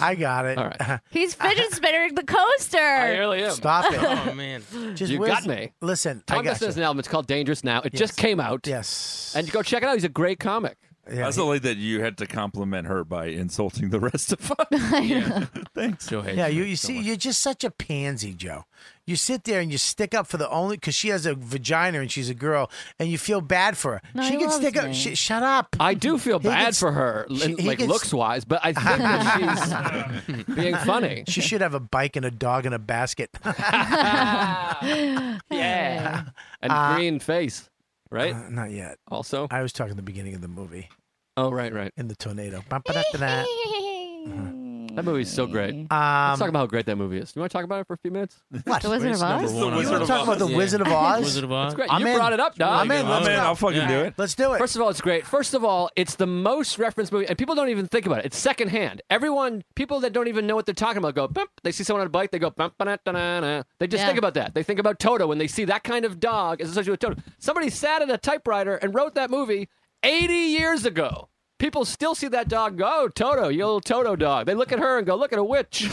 I got it. All right. He's fidget spinning the coaster. I really am. Stop it. Oh, man. Just You whiz- got me. Listen, I Tom got Dustin you. has an album. It's called Dangerous Now. It just came out. Yes. And go check it out. He's a great comic. I also like that you had to compliment her by insulting the rest of us. Thanks. Yeah, you, you see, you're just such a pansy, Joe. You sit there and you stick up for the only because she has a vagina and she's a girl, and you feel bad for her. No, she he can loves stick up. me. She, shut up. I do feel He bad gets- for her, she- and, he like gets- looks wise, but I think that she's being funny. She should have a bike and a dog in a basket. yeah. And Uh, green face, right? Not yet. Also, I was talking at the beginning of the movie. Oh, right, right. In the tornado. Ba-ba-da-da-da. That movie's so great. Um, Let's talk about how great that movie is. Do you want to talk about it for a few minutes? What? The Wizard of Oz? You wanna talk about the Wizard of Oz? Wizard of Oz. That's great. I'm you in. brought it up, dog. I'm in. Let's I'm in. go. I'll fucking do it. Let's do it. First of all, it's great. First of all, it's the most referenced movie, and people don't even think about it. It's secondhand. Everyone, people that don't even know what they're talking about, go bump. They see someone on a bike, they go bump. ba-na-na-na-na. They just Yeah. think about that. They think about Toto when they see that kind of dog is associated with Toto. Somebody sat at a typewriter and wrote that movie 80 years ago. People still see that dog. and Go oh, Toto, you little Toto dog. They look at her and go, look at a witch.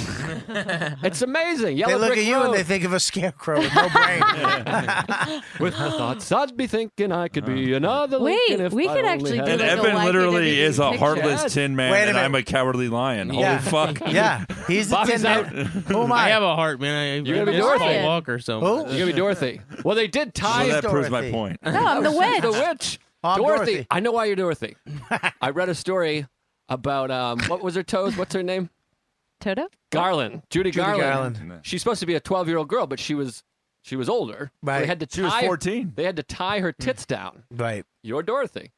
it's amazing. Yellow they look at Brick you Road and they think of a scarecrow with no brain. with her thoughts. I'd be thinking I could Uh. be another Wait, Lincoln if we I could only actually had- do And Evan literally is a heartless tin man, Wait a and minute. I'm a cowardly lion. Yeah. Holy fuck! Yeah, he's the Bobby's tin man. Oh Who am I? I have a heart, man. I, You're I gonna be miss Dorothy. Paul Walker so Who? much. You're gonna be Dorothy. Well, they did tie. Well, that proves my point. No, I'm the She's witch. Oh, The witch. Oh, I'm Dorothy. Dorothy. I know why you're Dorothy. I read a story about um, what was her toes? What's her name? Toto? Garland. Judy, Judy Garland. Garland. She's supposed to be a 12 year old girl, but she was she was older. So Right. they had to tie, She was 14. They had to tie her tits down. Right. You're Dorothy.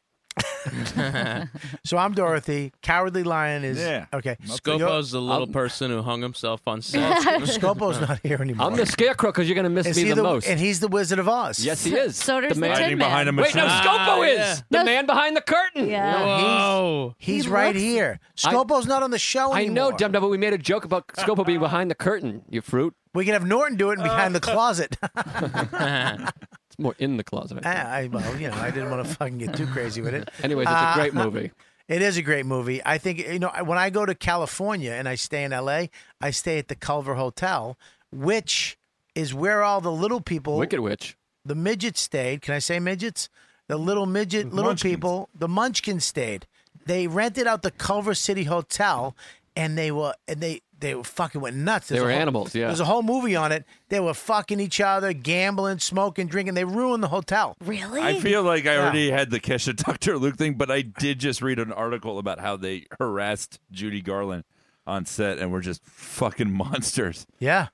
so I'm Dorothy. Cowardly Lion is Yeah. okay. Scopo's the little I'm- person who hung himself on set. Scopo's not here anymore. I'm the scarecrow because you're going to miss Is me he the, the- most. and he's the Wizard of Oz. Yes, he So- is. so does the man Tin Man. Wait, no, Ah, Scopo is yeah. the man behind the curtain. Yeah. Whoa. He's- he's He right looks- here. Scopo's not on the show I know, anymore. Dum Dum, but we made a joke about Scopo being behind the curtain. You fruit. We can have Norton do it behind the closet. it's more in the closet. I think. Ah, I, well, you know, I didn't want to fucking get too crazy with it. Uh, Anyways, it's a great movie. It is a great movie. I think you know I- when I go to California and I stay in LA, I stay at the Culver Hotel, which is where all the little people, Wicked Witch, the midgets stayed. Can I say midgets? The little midget, little people, the Munchkins stayed. They rented out the Culver City Hotel, and they were and they they were fucking went nuts. They There's a were whole- animals, yeah. there's a whole movie on it. They were fucking each other, gambling, smoking, drinking. They ruined the hotel. Really? I feel like I Yeah. already had the Kesha Dr. Luke thing, but I did just read an article about how they harassed Judy Garland on set and were just fucking monsters. Yeah.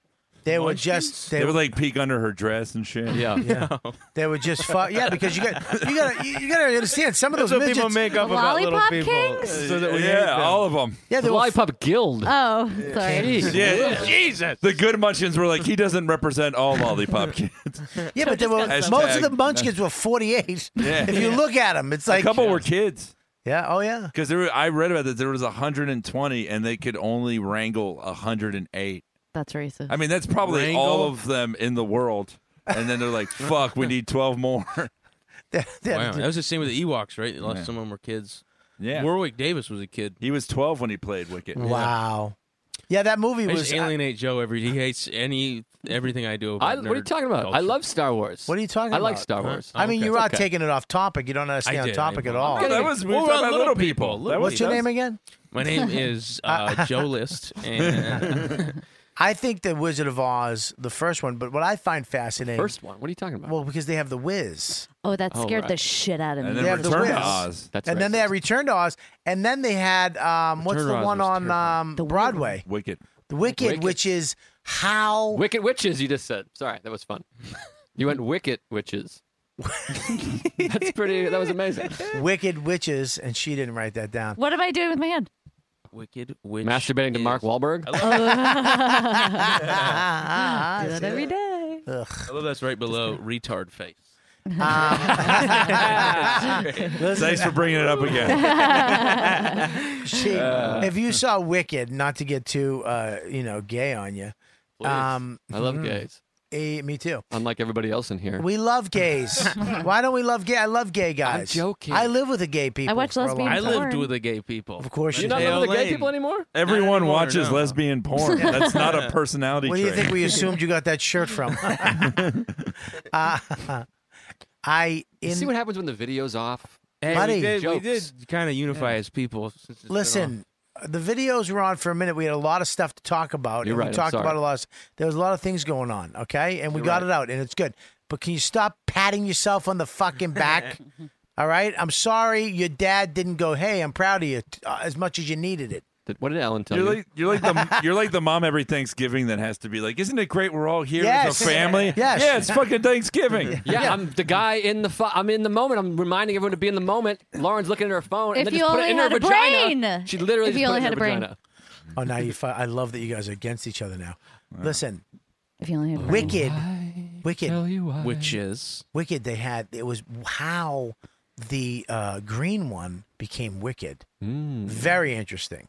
They were just They, would like peek under her dress and shit. Yeah. Yeah. They were just fu- yeah because you got you got you, you got to understand some of That's those what people midgets- make up about little Lollipop people, Kings? so that we hate them. all of 'em. Yeah, they The were uh, Lollipop Guild. Oh, sorry. Yeah. Jesus. The good munchkins were like, he doesn't represent all lollipop kids. Yeah, but they were Disgusting. most of the Hashtag- Munchkins were 48. Yeah. If you look at them, it's like a couple were kids. Yeah. Oh yeah. Because there, were, I read about that there was 120, and they could only wrangle 108. That's racist. I mean, that's probably Wrangle? all of them in the world. And then they're like, "Fuck, we need 12 more." Wow, that was the same with the Ewoks, right? Lost Yeah. Some of them were kids. Yeah. Warwick Davis was a kid. He was 12 when he played Wicket. Wow. Yeah, that movie I was. uh, just alienate Joe every. He hates any everything I do. About I- what are you nerd talking about? I culture. love Star Wars. What are you talking I about? like Star Wars. I mean, Okay. you're It's not okay. taking it off topic. You don't understand I did, topic I- at all. That was- we were talking about little people. That What's was- your that name was- again? My name is uh, Joe List, uh, and I think the Wizard of Oz, the first one, but what I find fascinating. First one? What are you talking about? Well, because they have the Wiz. Oh, that scared the shit out of me. They have the Wiz. and then they had Return to Oz, and then they had um, what's Return to the Oz one was on terrifying. um, Broadway? Wicked. The Wicked, Wicked. which is how Wicked Witches, you just said. Sorry, that was fun. You went Wicked Witches. That's pretty, that was amazing. Wicked Witches, and she didn't write that down. What am I doing with my hand? Oh. Wicked Witch. Masturbating to Mark Wahlberg? Ah, I do that every day. I love that's right below retard face. Um, Thanks for bringing it up again. she, Uh. if you saw Wicked, not to get too, uh, you know, gay on you. I love mm, gays. eh, me too. Unlike everybody else in here. We love gays. Why don't we love gay? I love gay guys. joking. I live with a gay people. for a long I time. lived with the gay people. Of course, you not live with the gay people anymore? Everyone anymore, watches no. lesbian porn. That's not a personality. Where do you trait. think we assumed you got that shirt from? uh, I You in, see what happens when the video's off? Hey, Buddy. we did, we Jokes. did kind of unify as people. Since it's been Listen, the videos were on for a minute. We had a lot of stuff to talk about. You're and right, We I'm talked sorry. about a lot. Of, there was a lot of things going on. Okay, and we got it out, and it's good. But can you stop patting yourself on the fucking back? All right. I'm sorry your dad didn't go. Hey, I'm proud of you t- uh, as much as you needed it. Did- What did Ellen tell You're you? like, you're like the you're like the mom every Thanksgiving that has to be like, isn't it great we're all here Yes. as a family? Yes. Yeah, it's fucking Thanksgiving. yeah, I'm the guy in the. Fu- I'm in the moment. I'm reminding everyone to be in the moment. Lauren's looking at her phone. and If then you just put only it in her had a vagina. brain. She literally If just you put only it in had her a brain. vagina. Oh, now you. Fi- I love that you guys are against each other now. Listen, If you only had a brain. Wicked, Wicked, Witches, Wicked. They had it was how the uh, green one became Wicked. Mm. Very interesting.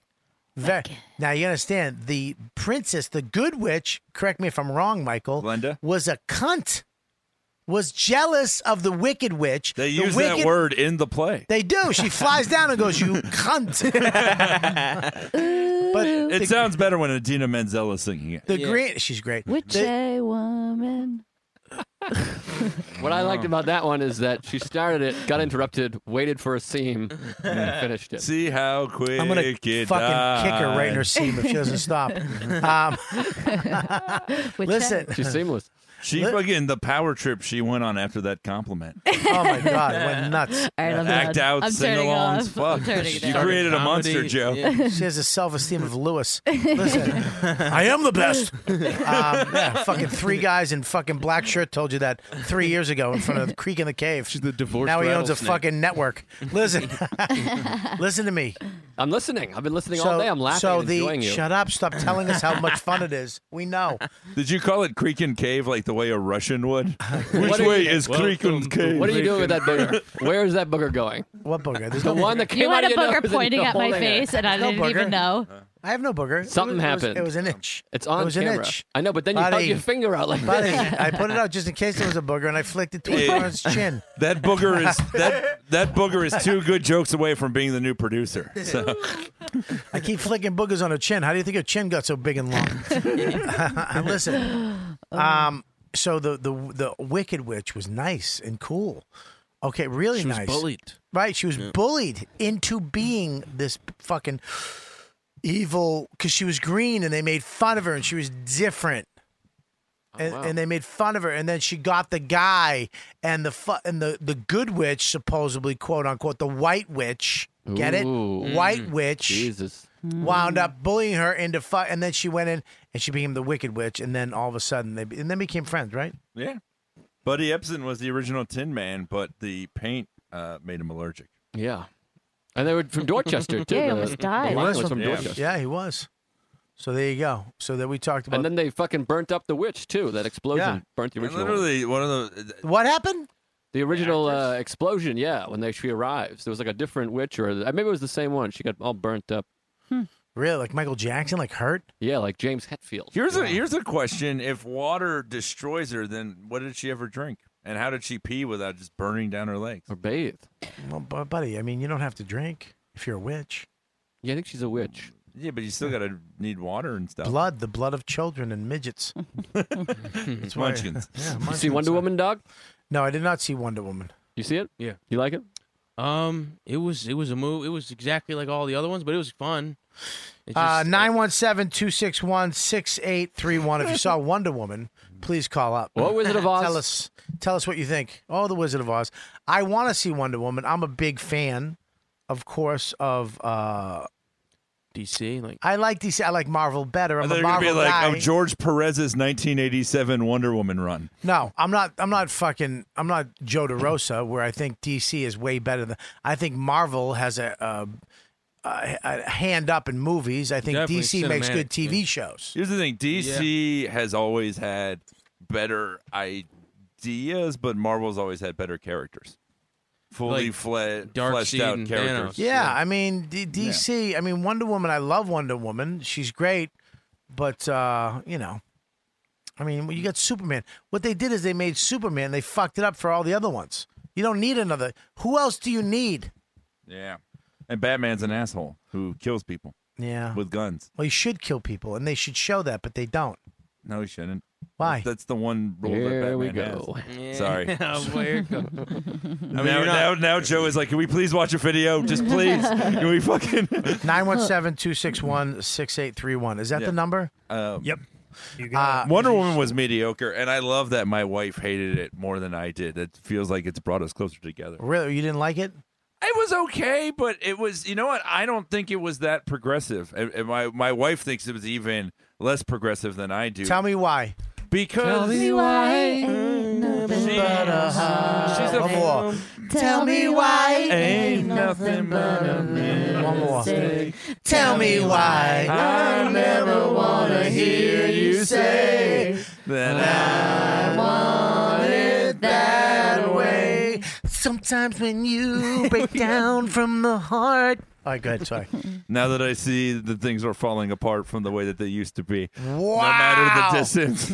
Very, now you understand the princess, the good witch. Correct me if I'm wrong, Michael. Glenda was a cunt. Was jealous of the wicked witch. They the use wicked, that word in the play. They do. She flies down and goes, "You cunt." but It the, sounds better when Adina Menzel is singing it. the green, she's great. Witch The- a woman. What I liked about that one is that she started it, got interrupted, waited for a seam, and then finished it. See how quick I'm gonna it fucking kick her right in her dies. Uh, seam if she doesn't stop. Um, Witch listen, She's seamless. She fucking the power trip she went on after that compliment. Oh my god, went nuts. All right, I'm Act done. out, I'm sing turning alongs, off. fuck. I'm turning it You off. created a monster, Comedy, Joe. yeah. She has a self esteem of Lewis. Listen, I am the best. Um, yeah, fucking three guys in fucking black shirt told you that three years ago in front of the creek in the cave. She's the divorce. Now he owns a rattlesnake. fucking network. Listen, listen to me. I'm listening. I've been listening all day. I'm laughing So and the enjoying you. shut up. Stop telling us how much fun it is. We know. Did you call it creek and cave like the way a Russian would? Which What are way you- is creek and cave? What are you doing with that booger? Where is that booger going? What booger? There's the no one booger. that came You out had of a your booger nose pointing at my face, and I There's no didn't even booger. know. I have no booger. It Something was- it was- happened. It was, an itch. It's on it was An camera. itch. I know, but then you held your finger out like buddy, this. I put it out just in case there was a booger, and I flicked it towards Yeah. Lauren's chin. That booger is that that booger is two good jokes away from being the new producer. So I keep flicking boogers on her chin. How do you think her chin got so big and long? Listen, um, so the the the Wicked Witch was nice and cool. Okay, really She was nice. bullied. right? She was bullied into being this fucking evil because she was green and they made fun of her and she was different. And, wow. and they made fun of her, and then she got the guy and the fu- and the the good witch, supposedly quote unquote, the white witch. Get it? Ooh. White Mm. witch Jesus. wound up bullying her into fu- and then she went in and she became the wicked witch and then all of a sudden they be- and then became friends right yeah, Buddy Epson was the original Tin Man, but the paint uh, made him allergic. Yeah, and they were from Dorchester too. Yeah, he the, almost the died. He line was was from from- Dorchester. yeah he was so there you go so that we talked about And then they fucking burnt up the witch too. That explosion Yeah. burnt the And original. literally one of the. uh, What happened? The original uh, explosion, yeah. When they, she arrives, there was like a different witch, or uh, maybe it was the same one. She got all burnt up. really like michael jackson like hurt Yeah, like James Hetfield. Here's a here's a question: If water destroys her, then what did she ever drink? And how did she pee without just burning down her legs? Or bathe? well bu- buddy i mean you don't have to drink if you're a witch yeah i think she's a Mm, witch Yeah, but you still gotta need water and stuff. blood the blood of children and midgets it's Munchkins. You yeah, see munchkins. Wonder Woman, dog no i did not see wonder woman you see it Yeah. You like it? Um, it was it was a move. It was exactly like all the other ones, but it was fun. It Uh, 917-261-6831. If you saw Wonder Woman, please call up. What Wizard of Oz? tell us tell us what you think. Oh, the Wizard of Oz. I want to see Wonder Woman. I'm a big fan, of course, of uh DC. Like I like DC. I like Marvel better. I'm They're a gonna Marvel be like guy. of George Perez's 1987 Wonder Woman run. No, I'm not. I'm not fucking. I'm not Joe DeRosa, where I think DC is way better than. I think Marvel has a, a, a, a hand up in movies. I think Definitely DC makes cinematic, good TV yeah. shows. Here's the thing: DC has always had better ideas, but Marvel's always had better characters, fully Like fled, Darkseid fleshed out and characters. Yeah, I mean D- DC. I mean Wonder Woman. I love Wonder Woman. She's great, but uh, you know, I mean, when you got Superman. What they did is they made Superman. They fucked it up for all the other ones. You don't need another. Who else do you need? yeah. And Batman's an asshole who kills people. Yeah. with guns. Well, you should kill people, and they should show that, but they don't. No, he shouldn't. Why? That's the one rule Here that Batman we go. has. Sorry. Where go- now, you're now, now Joe is like, can we please watch a video? Just please. Can we fucking? 917-261-6831. Is that Yeah. the number? Um, Yep. Uh, Wonder Woman was mediocre, and I love that my wife hated it more than I did. It feels like it's brought us closer together. Really? You didn't like it? It was okay, but it was you know what? I don't think it was that progressive. And, and my my wife thinks it was even less progressive than I do. Tell me why. because She's a One more. Tell me why ain't nothing but a One more. Tell me why I never wanna hear you say that I want it that way. Sometimes when you break down from the heart. All right, go ahead. Sorry. Now that I see that things are falling apart from the way that they used to be, no Wow. matter the distance,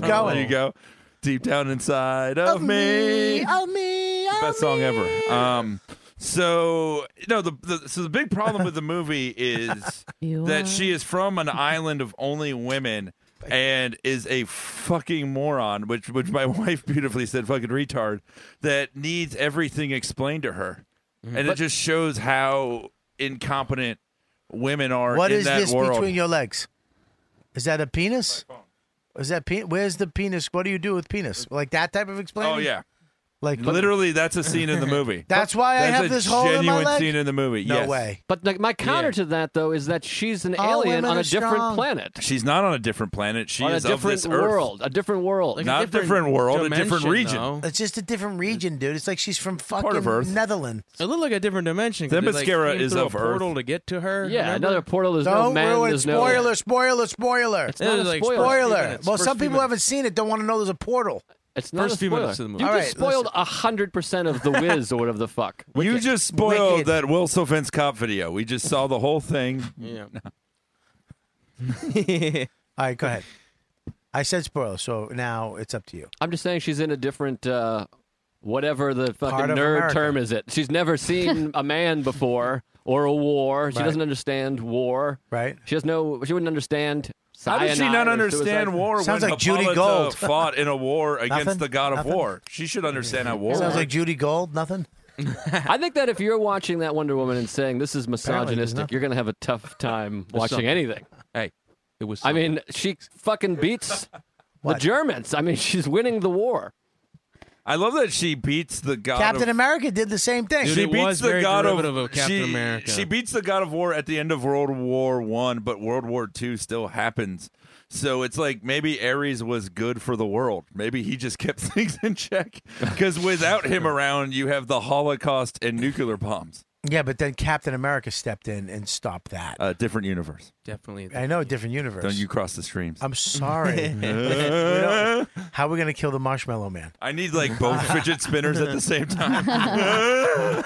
there going. you go. Deep down inside of, me, Oh me. best song ever. Um, so no, the, the so the big problem with the movie is that she is from an island of only women and is a fucking moron, which which my wife beautifully said, fucking retard, that needs everything explained to her, and it Mm-hmm. But- just shows how incompetent women are What in is that this world. between your legs? Is that a penis? Is that pe- Where's the penis? What do you do with penis? Like that type of explaining? Oh yeah. Like literally, that's a scene in the movie. That's why I That's have a this hole in my genuine leg? scene in the movie. No yes. way. But like, my counter to that though is that she's an All alien women on are a different strong. planet. She's not on a different planet. She on a is of different this earth. world. A different world. Not a different, world, a different region. It's just a different region, dude. It's like she's from fucking of Earth. Netherlands. It looked like a different dimension. 'cause That they, like, mascara came is through of a Earth. portal to get to her. Yeah, remember? another portal. There's Don't no men. ruin there's no spoiler, spoiler, spoiler. It's not a like spoiler. first few spoiler. minutes, Well, first some few people haven't seen it. Don't want to know there's a portal. It's not First a few spoiler. minutes of the movie. You All just right, spoiled hundred percent of the Wiz or whatever the fuck. You just spoiled Wicked. that Will Sylvan's cop video. We just saw the whole thing. Yeah. All right, go ahead. I said spoiler, so now it's up to you. I'm just saying she's in a different. Uh, Whatever the fucking Part nerd of America. term is, it she's never seen a man before or a war. She Right. doesn't understand war. Right. She has no. She wouldn't understand. How does she cyanide not or understand suicide. war when Hippolyta fought in a war against Nothing? the god of Nothing? war? She should understand how war Sounds works. like Judy Gold. Nothing. I think that if you're watching that Wonder Woman and saying this is Apparently there's misogynistic, nothing. you're going to have a tough time There's watching something. anything. Hey, it was. I mean, she fucking beats the What? Germans. I mean, she's winning the war. I love that she beats the god Captain of America did the same thing. she beats the god derivative of Captain she, America. She beats the god of war at the end of World War One, but World War Two still happens. So it's like maybe Ares was good for the world. Maybe he just kept things in check because without him around, you have the Holocaust and nuclear bombs. Yeah, but then Captain America stepped in and stopped that. A different universe. Definitely. I know, different universe. Don't you cross the streams? I'm sorry. We don't- How are we going to kill the Marshmallow Man? I need like both fidget spinners at the same time.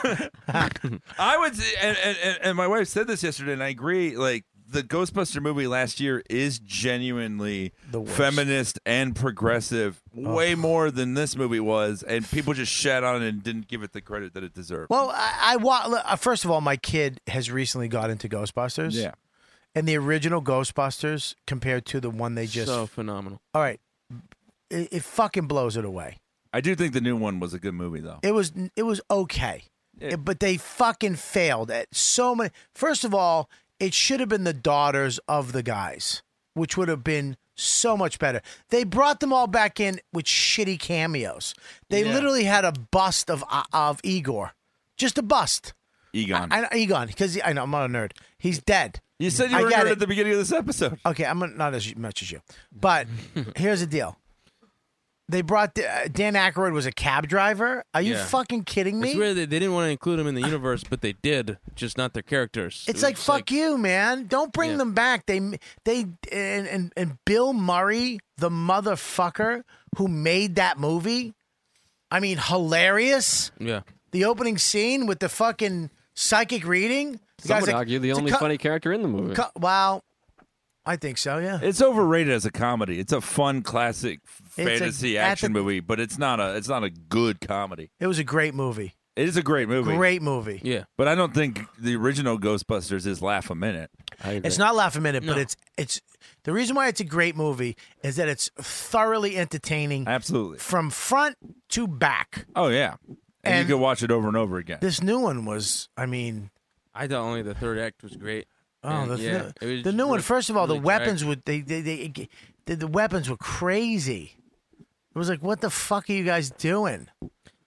I would, say- and, and and- and my wife said this yesterday, and I agree. Like the Ghostbuster movie last year is genuinely feminist and progressive, way more than this movie was, and people just shat on it and didn't give it the credit that it deserved. Well, I, I wa- look, uh, first of all, my kid has recently got into Ghostbusters. Yeah. And the original Ghostbusters compared to the one they just. so phenomenal. all right. It, it fucking blows it away. I do think the new one was a good movie, though. It was it was okay, Yeah. but they fucking failed at so many. First of all, it should have been the daughters of the guys, which would have been so much better. They brought them all back in with shitty cameos. They Yeah. literally had a bust of uh, of Igor, just a bust. Egon, I, I, Egon, because I know I'm not a nerd. He's dead. you said you I were get nerd it. at the beginning of this episode. Okay, I'm not as much as you, but here's the deal. They brought the, uh, Dan Aykroyd was a cab driver. Are you Yeah. fucking kidding me? It's weird that they didn't want to include him in the universe, but they did, just not their characters. It's like fuck you, man. Don't bring Yeah. them back. They they and, and and Bill Murray, the motherfucker who made that movie. I mean, hilarious. Yeah. The opening scene with the fucking psychic reading. The Some guy's would like, argue the "It's a only co- funny character in the movie. co- wow, I think so. Yeah. It's overrated as a comedy. It's a fun classic a- fantasy at action movie, but it's not a it's not a good comedy. It was a great movie. It is a great movie. Great movie. Yeah. But I don't think the original Ghostbusters is laugh a minute. I It's not laugh a minute, but No. it's it's the reason why it's a great movie is that it's thoroughly entertaining Absolutely. from front to back. Oh yeah. And, And- you could watch it over and over again. This new one was, I mean, I thought only the third act was great. Oh, And, the, yeah, the, it was the new one. really- First of all, really the weapons dragged. would they they, they the, the weapons were crazy. It was like, what the fuck are you guys doing?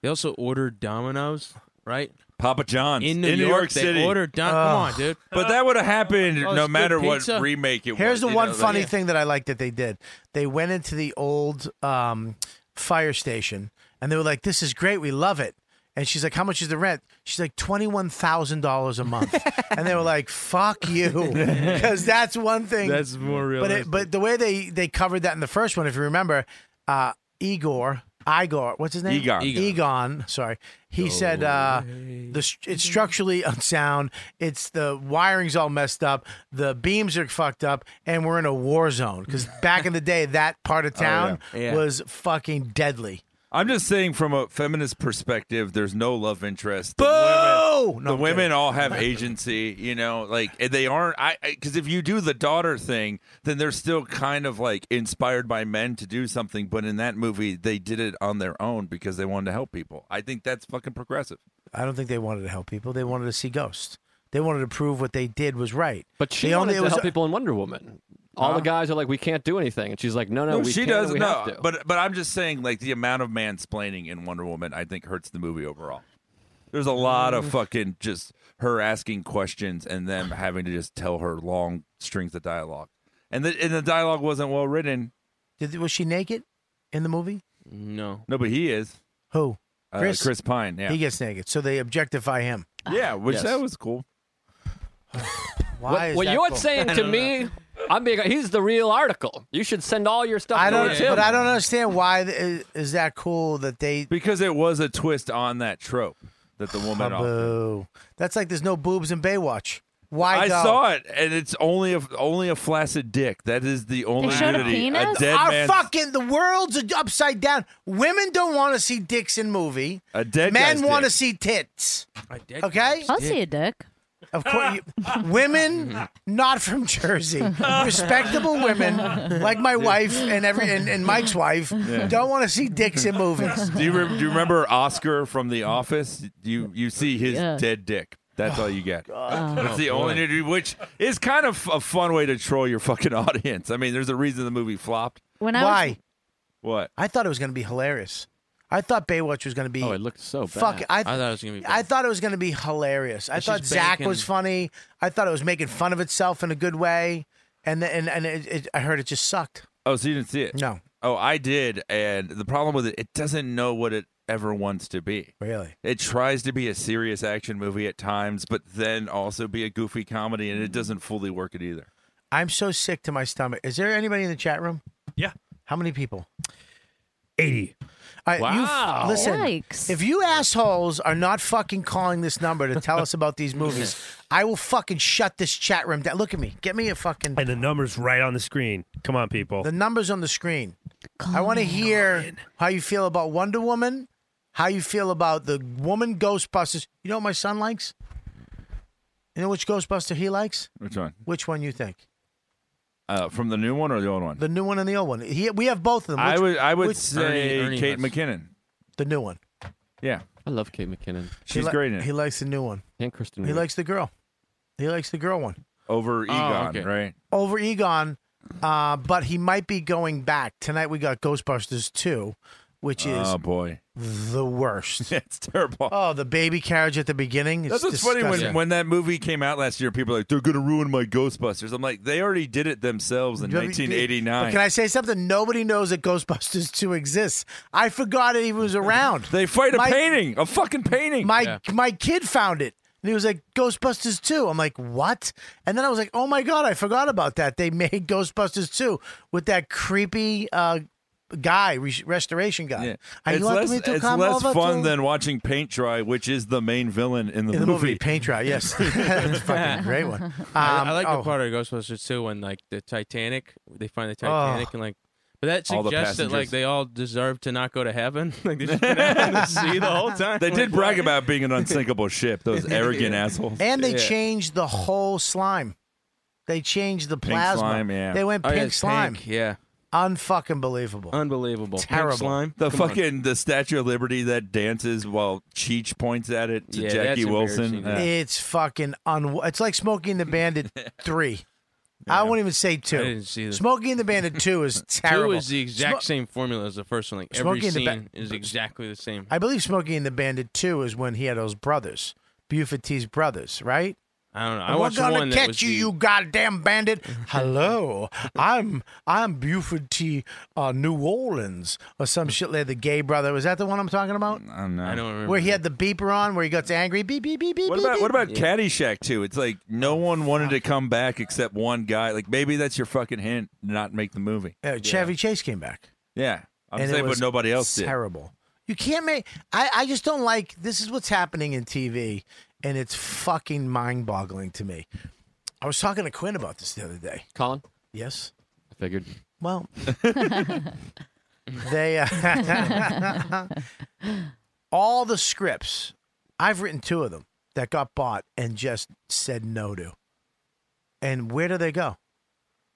They also ordered Domino's, right? Papa John's in New, York, they ordered Don. Ugh. Come on, dude. But that would have happened Oh, it's no good matter what pizza. remake it was. Here's the you one know, like- funny thing that I like that they did. They went into the old um, fire station and they were like, "This is great, we love it." And she's like, "How much is the rent?" She's like, twenty-one thousand dollars a month. and they were like, "Fuck you," because that's one thing. That's more But it, realistic. but the way they they covered that in the first one, if you remember, uh, Igor. Igor, what's his name? Egon. Egon. Egon, sorry. He said uh, the str- it's structurally unsound. It's the wiring's all messed up. The beams are fucked up, and we're in a war zone. Because back in the day, that part of Oh, yeah. town Yeah. was fucking deadly. I'm just saying from a feminist perspective, there's no love interest. The Boo! women, No, the I'm women kidding. all have agency, you know, like and they aren't I because if you do the daughter thing, then they're still kind of like inspired by men to do something, but in that movie they did it on their own because they wanted to help people. I think that's fucking progressive. I don't think they wanted to help people. They wanted to see ghosts. They wanted to prove what they did was right. But she They wanted only- it to was- help people in Wonder Woman. All Huh? the guys are like, we can't do anything, and she's like, no, no, we she can, does We no, have to. but but I'm just saying, like the amount of mansplaining in Wonder Woman, I think hurts the movie overall. There's a lot Mm. of fucking just her asking questions and them having to just tell her long strings of dialogue, and the and the dialogue wasn't well written. Did was she naked in the movie? No, no, but he is Who? uh, Chris? Chris? Pine. Yeah, He gets naked, so they objectify him. yeah, which Yes. that was cool. Why What- is what that you're cool? saying to me, I'm being. He's the real article. You should send all your stuff. I don't, to him. but I don't understand why th- is, is that cool that they because it was a twist on that trope that the woman. Boo. That's like there's no boobs in Baywatch. Why? I go? saw it, and it's only a only a flaccid dick. That is the only nudity. dead Ah, Our man's- fucking the world's upside down. Women don't want to see dicks in movie. A dead men guy's want to dick. see tits. dead okay, I'll see a dick. Of course, you, women not from Jersey, respectable women like my wife and every and, and Mike's wife Yeah. don't want to see dicks in movies. do you re- do you remember Oscar from The Office? You you see his Yeah. dead dick. That's all you get. Oh, God. That's the Oh, only boy. nudity, which is kind of a fun way to troll your fucking audience. I mean, there's a reason the movie flopped. When I was- Why? What? I thought it was going to be hilarious. I thought Baywatch was going to be. Oh, it looked so bad. Fuck. it. I, I thought it was gonna be bad. I thought it was going to be hilarious. I It's thought just Zach bacon. was funny. I thought it was making fun of itself in a good way, and the, and and it, it, I heard it just sucked. Oh, so you didn't see it? No. Oh, I did, and the problem with it, it doesn't know what it ever wants to be. Really? It tries to be a serious action movie at times, but then also be a goofy comedy, and it doesn't fully work it either. I'm so sick to my stomach. Is there anybody in the chat room? Yeah. How many people? 80. wow. Wow. listen, Yikes. if you assholes are not fucking calling this number to tell us about these movies, I will fucking shut this chat room down. Look at me. Get me a fucking. And the number's right on the screen. Come on, people. The number's on the screen. I want to hear how you feel about Wonder Woman, how you feel about the woman Ghostbusters. You know what my son likes? You know which Ghostbuster he likes? Which one? Which one you think? Uh, from the new one or the old one? The new one and the old one. He, we have both of them. I Which- would I would which- say Kate McKinnon. The new one. Yeah, I love Kate McKinnon. She's great in it. He likes the new one. and Kristen. He Oh. Wiig. likes the girl. He likes the girl one. over Egon, okay. right? Over Egon, uh, but he might be going back. Tonight we got Ghostbusters 2, which is oh boy, the worst. it's terrible. Oh, the baby carriage at the beginning. It's That's what's funny when, disgusting. when that movie came out last year. People are like they're gonna ruin my Ghostbusters. I'm like they already did it themselves in Do you have- But 1989. can I say something? Nobody knows that Ghostbusters 2 exists. I forgot it even was around. they fight a My- painting, a fucking painting. My my kid found it. And he was like, Ghostbusters 2. I'm like, what? And then I was like, oh my God, I forgot about that. They made Ghostbusters 2 with that creepy uh, guy, re- restoration guy. Are it's you welcome less, to it's come less over fun to- than watching paint dry, which is the main villain in the, In the movie, paint dry, yes. That's a fucking great one. I, Um, I like oh. the part of Ghostbusters too when like the Titanic, they find the Oh. Titanic and like, but that All the suggests that like passengers. they all deserve to not go to heaven. Like they should been out in the sea the whole time. They Like, did brag why? about being an unsinkable ship. Those arrogant assholes. And they Yeah. changed the whole slime. They changed the Pink plasma. slime, yeah. They went Oh, yeah, pink it's slime. pink, yeah. Unfucking believable. Unbelievable. Pink Terrible. slime. The Come on. fucking the Statue of Liberty that dances while Cheech points at it to Yeah, that's Jackie Wilson. embarrassing. Yeah. It's fucking un. It's like Smokey and the Bandit three. I won't even say two. I didn't see this. Smokey and the Bandit two is terrible. Two is the exact Smo- same formula as the first one. Like every Smoking the scene ba- is exactly the same. I believe Smokey and the Bandit two is when he had those brothers, Buford T's brothers, right? I don't know. I And watched We're gonna one that catch was you, the- you goddamn bandit! Hello, I'm I'm Buford T, uh, New Orleans or some shit like the gay brother. Was that the one I'm talking about? Mm, I don't know. I don't Where he had the beeper on, where he got angry, beep beep beep beep. What beep, about beep. what about Caddyshack too? It's like no one wanted to come back except one guy. Like maybe that's your fucking hint, not make the movie. Uh, Chevy Chase came back. Yeah, I'm And it saying, but was nobody else did. terrible. You can't make. I, I just don't like. This is what's happening in TV, and it's fucking mind boggling to me. I was talking to Quinn about this the other day. Colin. Yes. I figured. Well, they uh, all the scripts. I've written two of them that got bought and just said no to. And where do they go?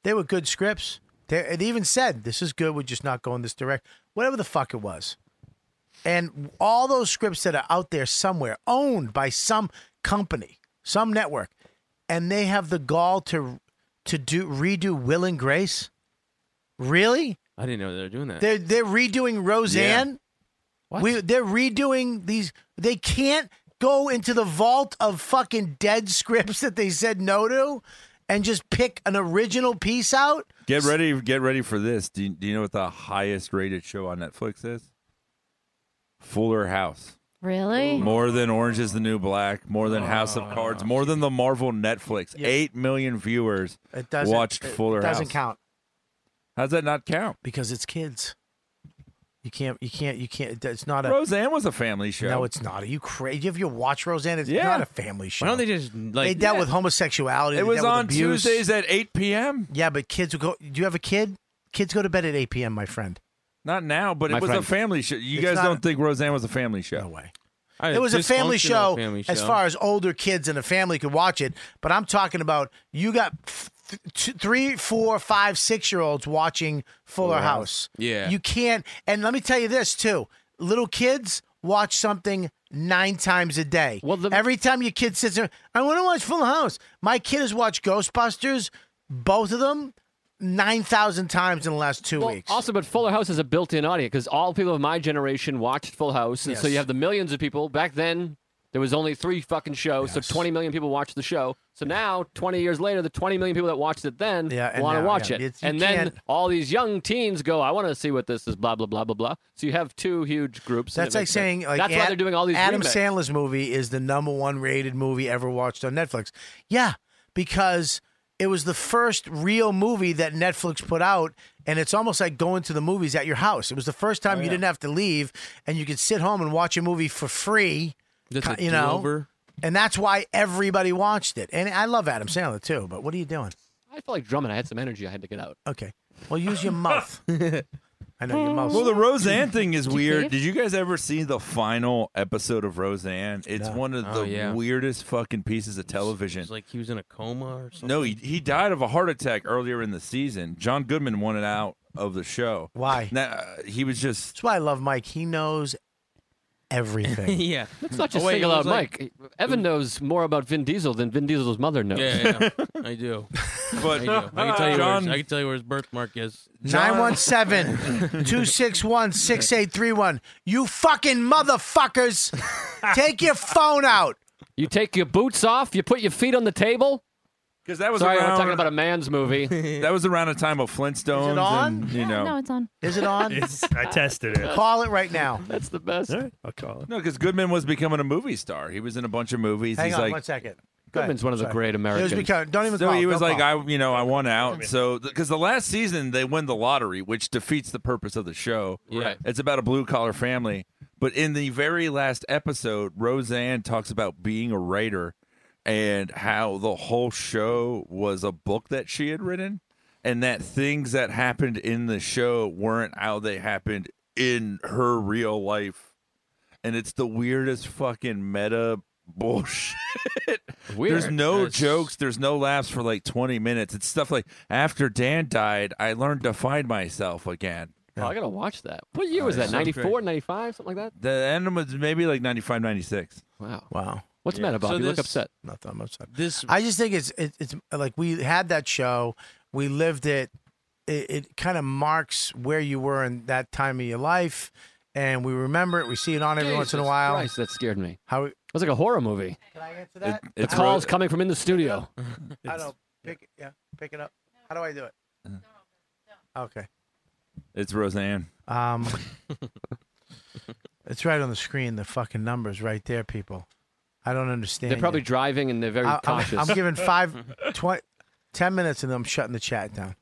They were good scripts. They, they even said, "This is good. We're just not going this direct." Whatever the fuck it was, and all those scripts that are out there somewhere, owned by some company, some network, and they have the gall to to do redo Will and Grace? Really? I didn't know they were doing Uh, that. They're they're redoing Roseanne. We they're redoing these. They can't go into the vault of fucking dead scripts that they said no to, and just pick an original piece out. Get ready, get ready for this. Do you, do you know what the highest rated show on Netflix is? Fuller House. Really? More than Orange is the New Black, more than House of Oh. Cards, more than the Marvel Netflix. Eight million viewers It doesn't watched it Fuller Doesn't House. count How's that not count? because it's kids. You can't. You can't. You can't. It's not a. Roseanne was a family show. No, it's not. Are you crazy? If you watch Roseanne, it's Yeah. not a family show. Why don't they just like they dealt Yeah. with homosexuality. It they was dealt with on abuse. Tuesdays at 8 p.m. Yeah, but kids will go. Do you have a kid? Kids go to bed at 8 p.m. My friend. Not now, but My it was a friend. family show. You It's guys not- don't think Roseanne was a family show? No way. I- It was a family dysfunctional show, family as show. far as older kids and a family could watch it. But I'm talking about you got f- th- three, four, five, six year olds watching Fuller Fuller House. House. Yeah. you can't. And let me tell you this too: little kids watch something nine times a day. Well, every time your kid sits there, I want to watch Full House. My kid has watched Ghostbusters, both of them, nine thousand times in the last two Well, weeks. also, but Fuller House has a built-in audience because all people of my generation watched Full House, and so Yes. you have the millions of people. Back then, there was only three fucking shows, so 20 million people watched the show. So now, 20 years later, the 20 million people that watched it then Yeah, and want to now, watch yeah. it, It's- you and then can't- all these young teens go, "I want to see what this is." Blah blah blah blah blah. So you have two huge groups. and That's it like makes sense. saying like that's why Ad- they're doing all these. Adam remakes. Sandler's movie is the number one rated movie ever watched on Netflix. Yeah, because it was the first real movie that Netflix put out, and it's almost like going to the movies at your house. It was the first Oh, time you didn't have to leave, and you could sit home and watch a movie for free. Just ki- a you know, do-over? and that's why everybody watched it. And I love Adam Sandler too. But what are you doing? I felt like drumming. I had some energy. I had to get out. Okay, well use your mouth. I know your mouth. Well, the Roseanne thing is Did you weird. leave? Did you guys ever see the final episode of Roseanne? It's No. one of Oh, the yeah. weirdest fucking pieces of television. It's like he was in a coma or something. No, he, he died of a heart attack earlier in the season. John Goodman wanted out of the show. Why? Nah, uh, he was just. That's why I love Mike. He knows everything. yeah, Let's not just Oh, wait, single it out was like- Mm. Mike. Evan knows more about Vin Diesel than Vin Diesel's mother knows. Yeah, yeah, I do. But- I, do. I can tell you John- where his, I can tell you where his birthmark is. 917 261 6831. You fucking motherfuckers. Take your phone out. You take your boots off. You put your feet on the table. Because that was Sorry, around, we're talking about a man's movie. that was around a time of Flintstones. on? And, you know. No, it's on. Is it on? It's- I tested it. Call it right now. That's the best. I'll call it. No, because Goodman was becoming a movie star. He was in a bunch of movies. Hang He's on like, one second. Go ahead. Goodman's one of the Sorry. great It was Americans. because, don't even so call. he was don't like, call. I, you know, I want out. So, because the last season they win the lottery, which defeats the purpose of the show. Right. It's about a blue collar family. But in the very last episode, Roseanne talks about being a writer and how the whole show was a book that she had written and that things that happened in the show weren't how they happened in her real life. And it's the weirdest fucking meta bullshit. Weird. There's no That's- jokes. There's no laughs for like 20 minutes. It's stuff like after Dan died, I learned to find myself again. Oh, I gotta watch that. What Oh, year was yeah. that? Sounds great. 94, 95, something like that. The end was maybe like 95, 96. Wow. Wow. What's the matter, Bob? So you look this- upset. Nothing. I'm upset. This I just think it's it, it's like we had that show, we lived it. It, it kind of marks where you were in that time of your life, and we remember it. We see it on every once in a Jesus while. Christ, that scared me. How it was like a horror movie. Can I answer that? The call's coming from in the studio. I don't pick. Yeah, pick it up. How do I do it? Okay. It's Roseanne. Um, it's right on the screen. The fucking numbers right there, people. I don't understand. They're probably you. driving and they're very I, I'm- cautious. I'm, giving five, twen- 10 minutes, and then I'm shutting the chat down.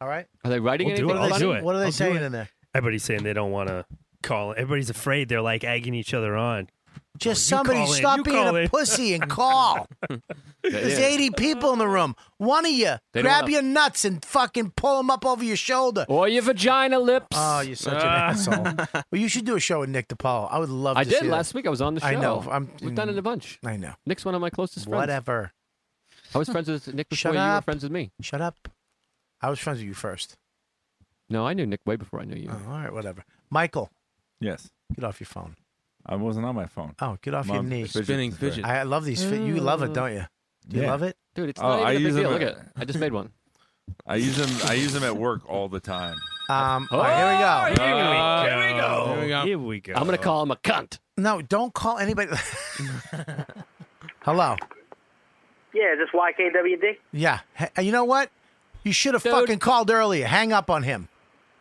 All right. Are they writing We'll do anything? it. about I'll do it. What are they I'll do saying it. in there? Everybody's saying they don't want to call. Everybody's afraid. They're like egging each other on. Just Oh, you somebody call in. stop You being call a in. pussy and call. There's 80 people in the room. One of you They don't grab wanna- your nuts and fucking pull them up over your shoulder. Or your vagina lips. Oh, you're such an Ah. asshole. Well, you should do a show with Nick DePaul. I would love I to did see last week. I was on the show. I know. I'm- We've done it a bunch. that. I know. Nick's one of my closest friends. Whatever. I was friends with Nick before Shut you were up. friends with me. Shut up. I was friends with you first. No, I knew Nick way before I knew you. Oh, all right, whatever. Michael, Yes. get off your phone. I wasn't on my phone. Oh, get off your Mom, knee. fidget Spinning spinner. fidget. Uh, I I love these. Fi- you love it, don't you? Do you love it? dude? It's Oh, not even I a big use deal. them Look at at- it. I just made one. I use them. I use them at work all the time. Um, all right, here we go. Here we- here we go. Here we go. Here we go. I'm gonna call him a cunt. No, don't call anybody. Hello. Yeah, is this YKWD? Yeah. Hey, uh, you know what? You should have fucking called earlier. Hang up on him.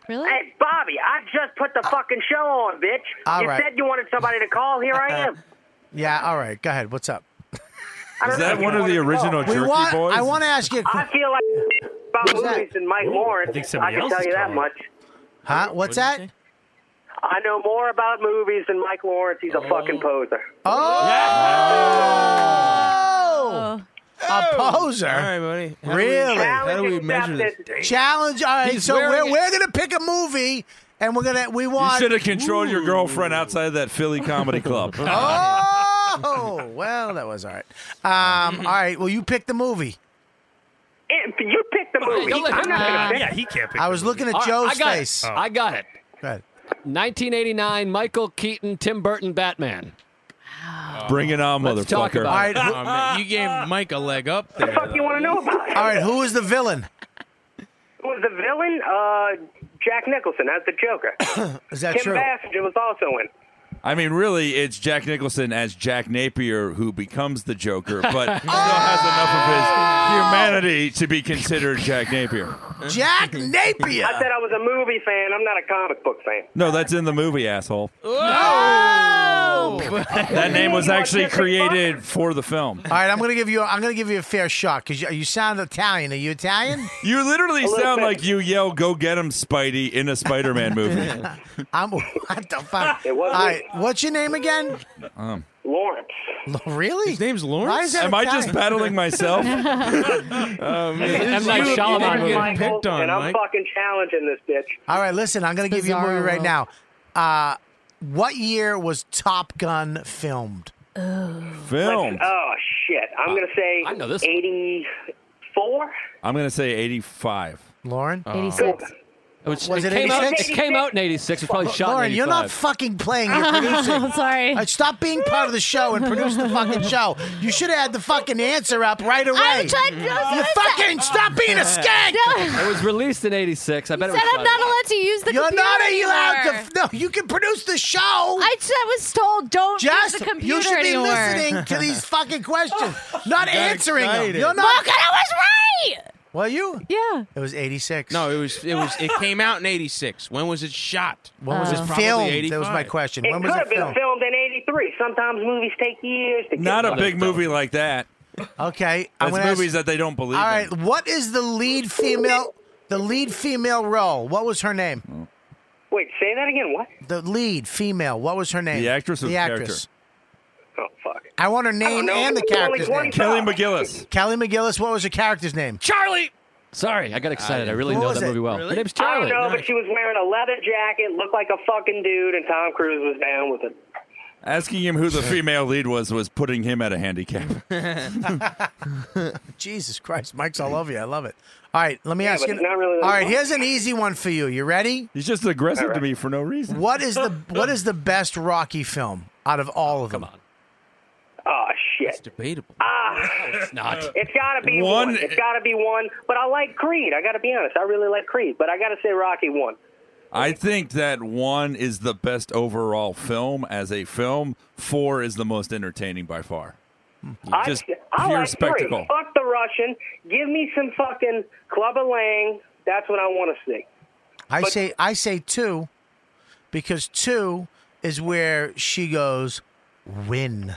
Really? Hey, Bobby, I just put the fucking show on, bitch. Uh, All you right. said you wanted somebody to call. Here I am. Yeah. All right. Go ahead. What's up? I don't know if you wanted to call. We want- I want to ask you. I feel like about Who's that? movies and Mike Ooh, Lawrence. I think I somebody can else tell is you that calling. much. Huh? What's that? I know more about movies than Mike Lawrence. He's a fucking poser. Oh! A poser. All right, buddy. How do we- really? how do we measure this? Challenge. All right. He's so we're, wearing it. we're gonna pick a movie, and we're gonna we You want. should have controlled your girlfriend outside of that Philly comedy club. Oh well, that was all right. Um, all right. Well, you picked the movie. It, you picked the movie. don't let Oh, I'm him- not Nah. gonna pick. Yeah, he can't pick I was looking at All right, Joe's I got it. face. I got it. Go ahead. 1989, Michael Keaton, Tim Burton, Batman. Bring it on, Let's talk motherfucker! about All right, it. who- Aw, man, you gave Mike a leg up there. you want to know Oh. about? All right. Who is the villain? Who was the villain? Uh, Jack Nicholson as the Joker. is that Kim true? Kim Bassinger was also in. I mean, really, it's Jack Nicholson as Jack Napier who becomes the Joker, but still has enough of his humanity to be considered Jack Napier. Oh, Jack Napier. I said I was a movie fan. I'm not a comic book fan. No, that's in the movie, asshole. Oh! That name was actually created for the film. All right, I'm gonna give you. I'm gonna give you a fair shot because you, you sound Italian. Are you Italian? You literally sound like you yell "Go get him, Spidey" in a Spider-Man movie. I'm. What the fuck? It All wasn't- right, what's your name again? Um, Lawrence. Really? His name's Lawrence. Um, Why is that Am I just Italian? battling myself? Oh, man. This is you- you didn't get picked on, and I'm Mike. fucking challenging this bitch. All right, listen. I'm gonna give you a Bizarro movie right now. Uh, what year was Top Gun filmed? Filmed. Oh shit! I'm gonna say I know this one. 84. I'm gonna say 85. Lauren, Oh. 86. It, was, Was it, it came out, it 86? came out in 86. It was probably shot Lauren, in you're 85. not fucking playing. You're producing. I'm sorry. stop being part of the show and produce the fucking show. You should have had the fucking answer up right away. I'm trying to- Mm-hmm. You fucking stop being a skank. It was released in 86. I bet Said it was I'm shot not in- allowed to use the You're computer. not allowed anymore. to. No, you can produce the show. I, was told don't Just use the computer you should be anymore. listening to these fucking questions, not answering them. You're not. Look, I was right. Well, you. Yeah. It was 86. No, it was it was it came out in 86. When was it shot? Uh, When was It it probably filmed? 85. That was my question. It when could was have it been filmed? filmed in '83. Sometimes movies take years to get Not a done. big movie like that. Okay, I'm That's gonna ask- movies that they don't believe. All in. right. What is the lead female? The lead female role. What was her Oh. name? Wait, say that again. What? The lead female. What was her name? The actress or The the character? actress. Oh fuck. I want her don't name know. and the It's only character's name. 25. Kelly McGillis. Kelly McGillis. What was her character's name? Charlie. Sorry, I got excited. I really What know was that it? movie well. Oh, Her name's I Charlie. don't know, but she was wearing a leather jacket, looked like a fucking dude, and Tom Cruise was down with it. Asking him who the female lead was was putting him at a handicap. Jesus Christ, Mike's all over you. I love it. All right, let me Yeah, ask but you. it's not really all that right, long. here's an easy one for you. You ready? He's just aggressive to me for no reason. What is the What is the best Rocky film out of all of them? Come on. Oh shit. It's debatable. Ah, it's not. It's gotta be One- one. It's gotta be one. But I like Creed. I gotta be honest. I really like Creed. But I gotta say Rocky one. I think that one is the best overall film as a film. Four is the most entertaining by far. Just I, Hmm. I pure like spectacle. Creed. Fuck the Russian. Give me some fucking Clubber Lang. That's what I want to see. I say I say two, because two is where she goes, win,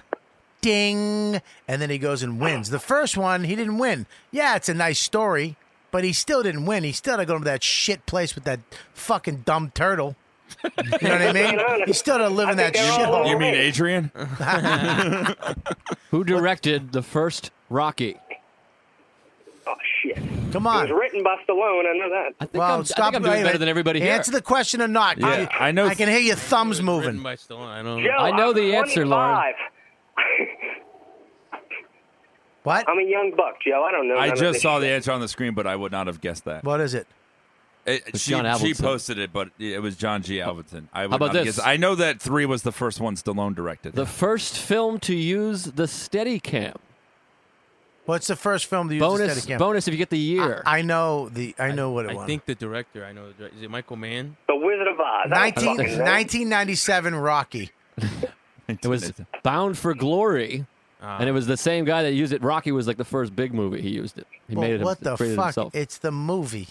ding, and then he goes and wins. The first one he didn't win. Yeah, it's a nice story, but he still didn't win. He still had to go to that shit place with that fucking dumb turtle. You know what I mean? He still had to live in that shithole. You mean Adrian? Who directed the first Rocky? Oh shit! Come on. It was written by Stallone. I know that. think Oh, I'm- I think I'm doing wait a better minute. than everybody here. Answer the question or not? Yeah, You- I know- I can hear your thumbs moving. By Stallone. I don't Joe, I know I'm the answer, Lauren. 25. What? I'm a young buck, Joe. I don't know. I none of just this saw the answer on the screen, but I would not have guessed that. What is it? It- It's Uh, she, John she Avildsen. posted it, but it was John G. Alvinson. I would about not have this? guessed- I know that three was the first one Stallone directed. The first film to use the Steadicam. What's the first film that you Bonus- just bonus if you get the year. I, I know the. I know what it I was. think the director. I know. The director, is it Michael Mann? The Wizard of Oz. 19, 1997 Rocky. It was Bound for Glory, Ah. and it was the same guy that used it. Rocky was like the first big movie he used it. He But made it. what the created it fuck? Himself. It's the movie.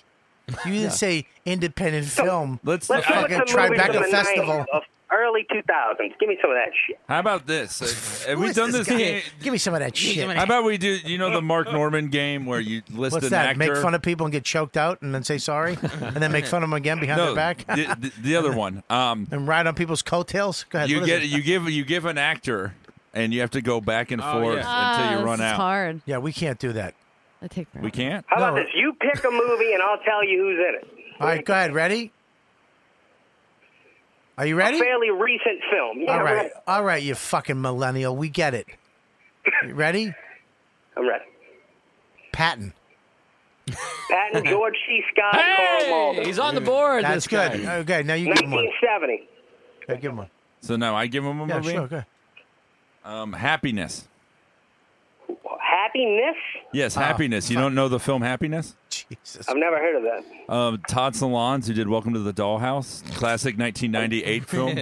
You didn't Yeah. say independent film. Let's, the fucking Tribeca Festival. early 2000s. Give me some of that shit. How about this? Uh, Have Who we is done this this guy? game? Give me some of that shit. How about we do? You know the Mark Norman game where you list What's an that? actor. Make fun of people and get choked out, and then say sorry, and then make fun of them again behind no, their back, the, the- the other one. Um, and ride on people's coattails. Go ahead. you what is get it? you give you give an actor, and you have to go back and Oh, forth Ah, until you run out. hard. Yeah, we can't do that. I take We can't. How about this? You pick a movie and I'll tell you who's in it. All right, go ahead. Ready? Are you A ready? fairly recent film. Yeah, All I'm right. ready. All right, you fucking millennial. We get it. You ready? I'm ready. Patton. Patton, George C. Scott, and Carl Malden. That's good. Okay, now you give him one. 1970. Okay, give him one. So now I give him a Yeah, movie. sure, okay. Um, happiness. Happiness? Yes, Oh, happiness. You don't know the film Happiness? I've never heard of that. Um, Todd Solondz, who did Welcome to the Dollhouse, classic 1998 film.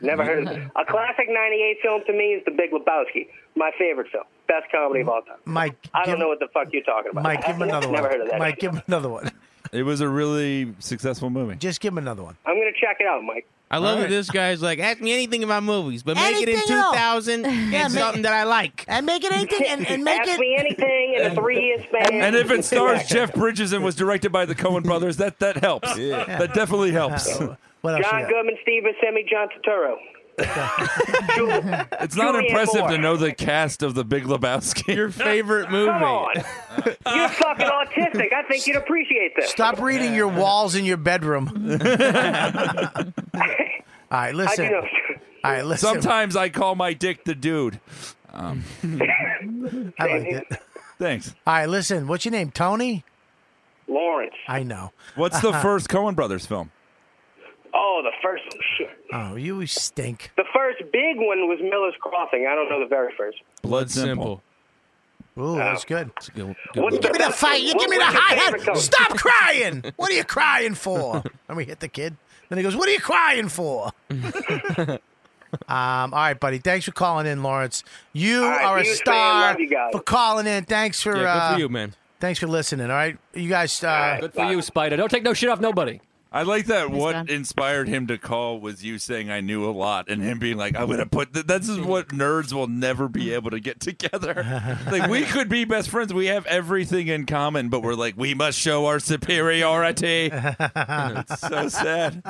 Never heard of it. A classic 98 film to me is The Big Lebowski. My favorite film. Best comedy of all time. Mike, I don't know what the fuck you're talking about. Mike, give him another one. Never heard of that. Mike, give him another one. It was a really successful movie. Just give him another one. I'm going to check it out, Mike. I love that this guy's like, ask me anything about movies, but make it in Anything at all. 2000 Yeah, and make- something that I like. And make it anything and Ask me anything in a three-year span. And if it stars Jeff Bridges and was directed by the Coen brothers, that, that helps. That definitely helps. John Goodman, Steve Buscemi, John Turturro. It's not Julianne impressive Moore. to know the cast of The Big Lebowski. Your favorite Come on. you're fucking autistic. I think you'd appreciate this. Stop reading your walls in your bedroom. All right, listen. know. All right, listen. Sometimes I call my dick the dude. Um, I like it. thanks. All right, listen. What's your name? Tony? Lawrence. I know. What's the first Coen brothers film? Oh, the first one. Shit. Oh, you stink. The first big one was Miller's Crossing. I don't know the very first. Blood Simple. Ooh, Oh, that's good. What's Give me the fight. You give me the what's your high favorite color? hat. Stop crying. What are you crying for? And we hit the kid. Then he goes, What are you crying for? um, all right, buddy. Thanks for calling in, Lawrence. You All right, are a you, Stan. star Love you guys. for calling in. Thanks for Yeah, good for uh, you, man. Thanks for listening. All right, you guys. Uh, Good for you, Spider. Don't take no shit off nobody. I like that. what done. inspired him to call was you saying I knew a lot, and him being like, "I'm gonna put th- this is what nerds will never be able to get together. like we could be best friends. We have everything in common, but we're like, we must show our superiority. it's so sad.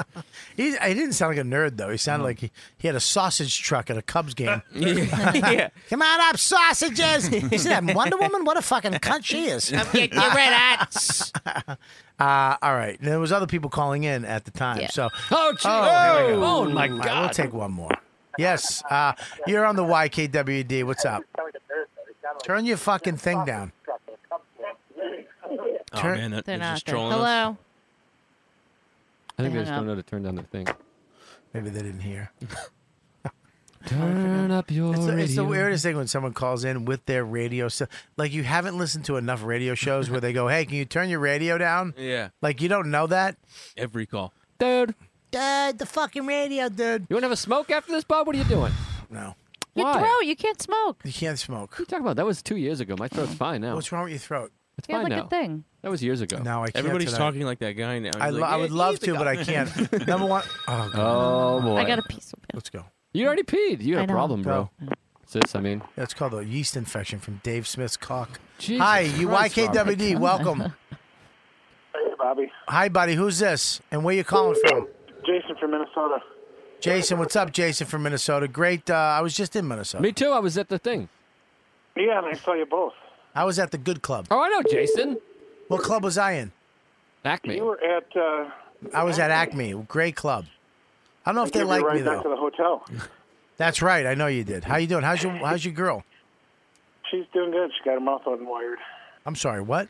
He, he didn't sound like a nerd though. He sounded like he, he had a sausage truck at a Cubs game. Yeah. Come on up, sausages! You see that Wonder Woman? What a fucking cunt she is! I'll get your red hats. Uh, all right, And there was other people calling in at the time. Yeah. So, oh, gee. here we go. Oh, my All right, We'll God. take one more. Yes, uh, you're on the YKWd. What's up? Turn your fucking thing down. Oh, Turn- man, that- They're it's not just there. trolling us. Hello. I think they They just hung don't know to turn down their thing. Maybe they didn't hear. Turn up your It's the, it's the radio. weirdest thing when someone calls in with their radio. So, like you haven't listened to enough radio shows where they go, "Hey, can you turn your radio down?" Yeah. Like you don't know that. Every call. dude. Dude, the fucking radio, dude. You want to have a smoke after this, Bob? What are you doing? No. Your Why? throat. You can't smoke. You can't smoke. Mm-hmm. What are you talking about? That was two years ago. My throat's fine now. What's wrong with your throat? It's You have fine like now. a thing. That was years ago. No, I can't Everybody's today. talking like that guy now. I, He's lo- like, I "Yeah, would love years to, but ago." I can't. Number one. Oh, Oh boy. I got a piece. Let's go. You already peed. You had I a know. problem, bro. Sis, I mean. That's called a yeast infection from Dave Smith's cock. Jesus Hi, you Christ, YKWd. Robert. Welcome. Hey, Bobby. Hi, buddy. Who's this? And where you calling from? Jason from Minnesota. Jason, what's up, Jason from Minnesota? Great. Uh, I was just in Minnesota. Me too. I was at the thing. Yeah, and I saw you both. I was at the good club. Oh, I know Jason. What club was I in? Acme. You were at. Uh, I was at Acme. Great club. I don't know if I they took you like right me back to though. the hotel. That's right. I know you did. How you doing? How's your How's your girl? She's doing good. She got her mouth unwired. I'm sorry. What?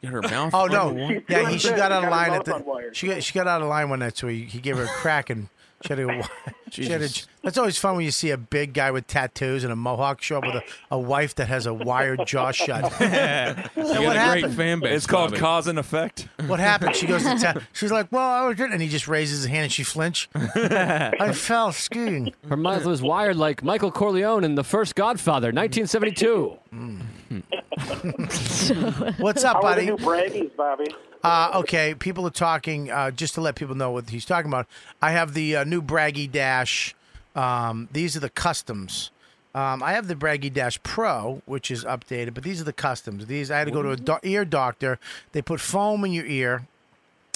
Get her mouth. Oh on the no! wall. Yeah, he, She she got got out of her line mouth at the. unwired. She got she got out of line one night, so he, he gave her a crack and She had a, wi- she had a- Jesus. that's always fun when you see a big guy with tattoos and a mohawk show up with a, a wife that has a wired jaw shut. what happened? It's called cause and effect. What happened? She goes to town. She's like, "Well, I was," good," and he just raises his hand and she flinch. I fell skiing. Her mouth was wired like Michael Corleone in The First Godfather, 1972. Mm. What's up, How are buddy? the new Brady's, Bobby? Uh, okay, people are talking. Uh, just to let people know what he's talking about, I have the uh, new Braggy Dash. Um, these are the customs. Um, I have the Braggy Dash Pro, which is updated, but these are the customs. These I had to go to a do- ear doctor. They put foam in your ear,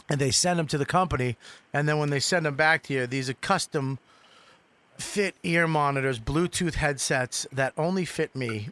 and they send them to the company. And then when they send them back to you, these are custom fit ear monitors, Bluetooth headsets that only fit me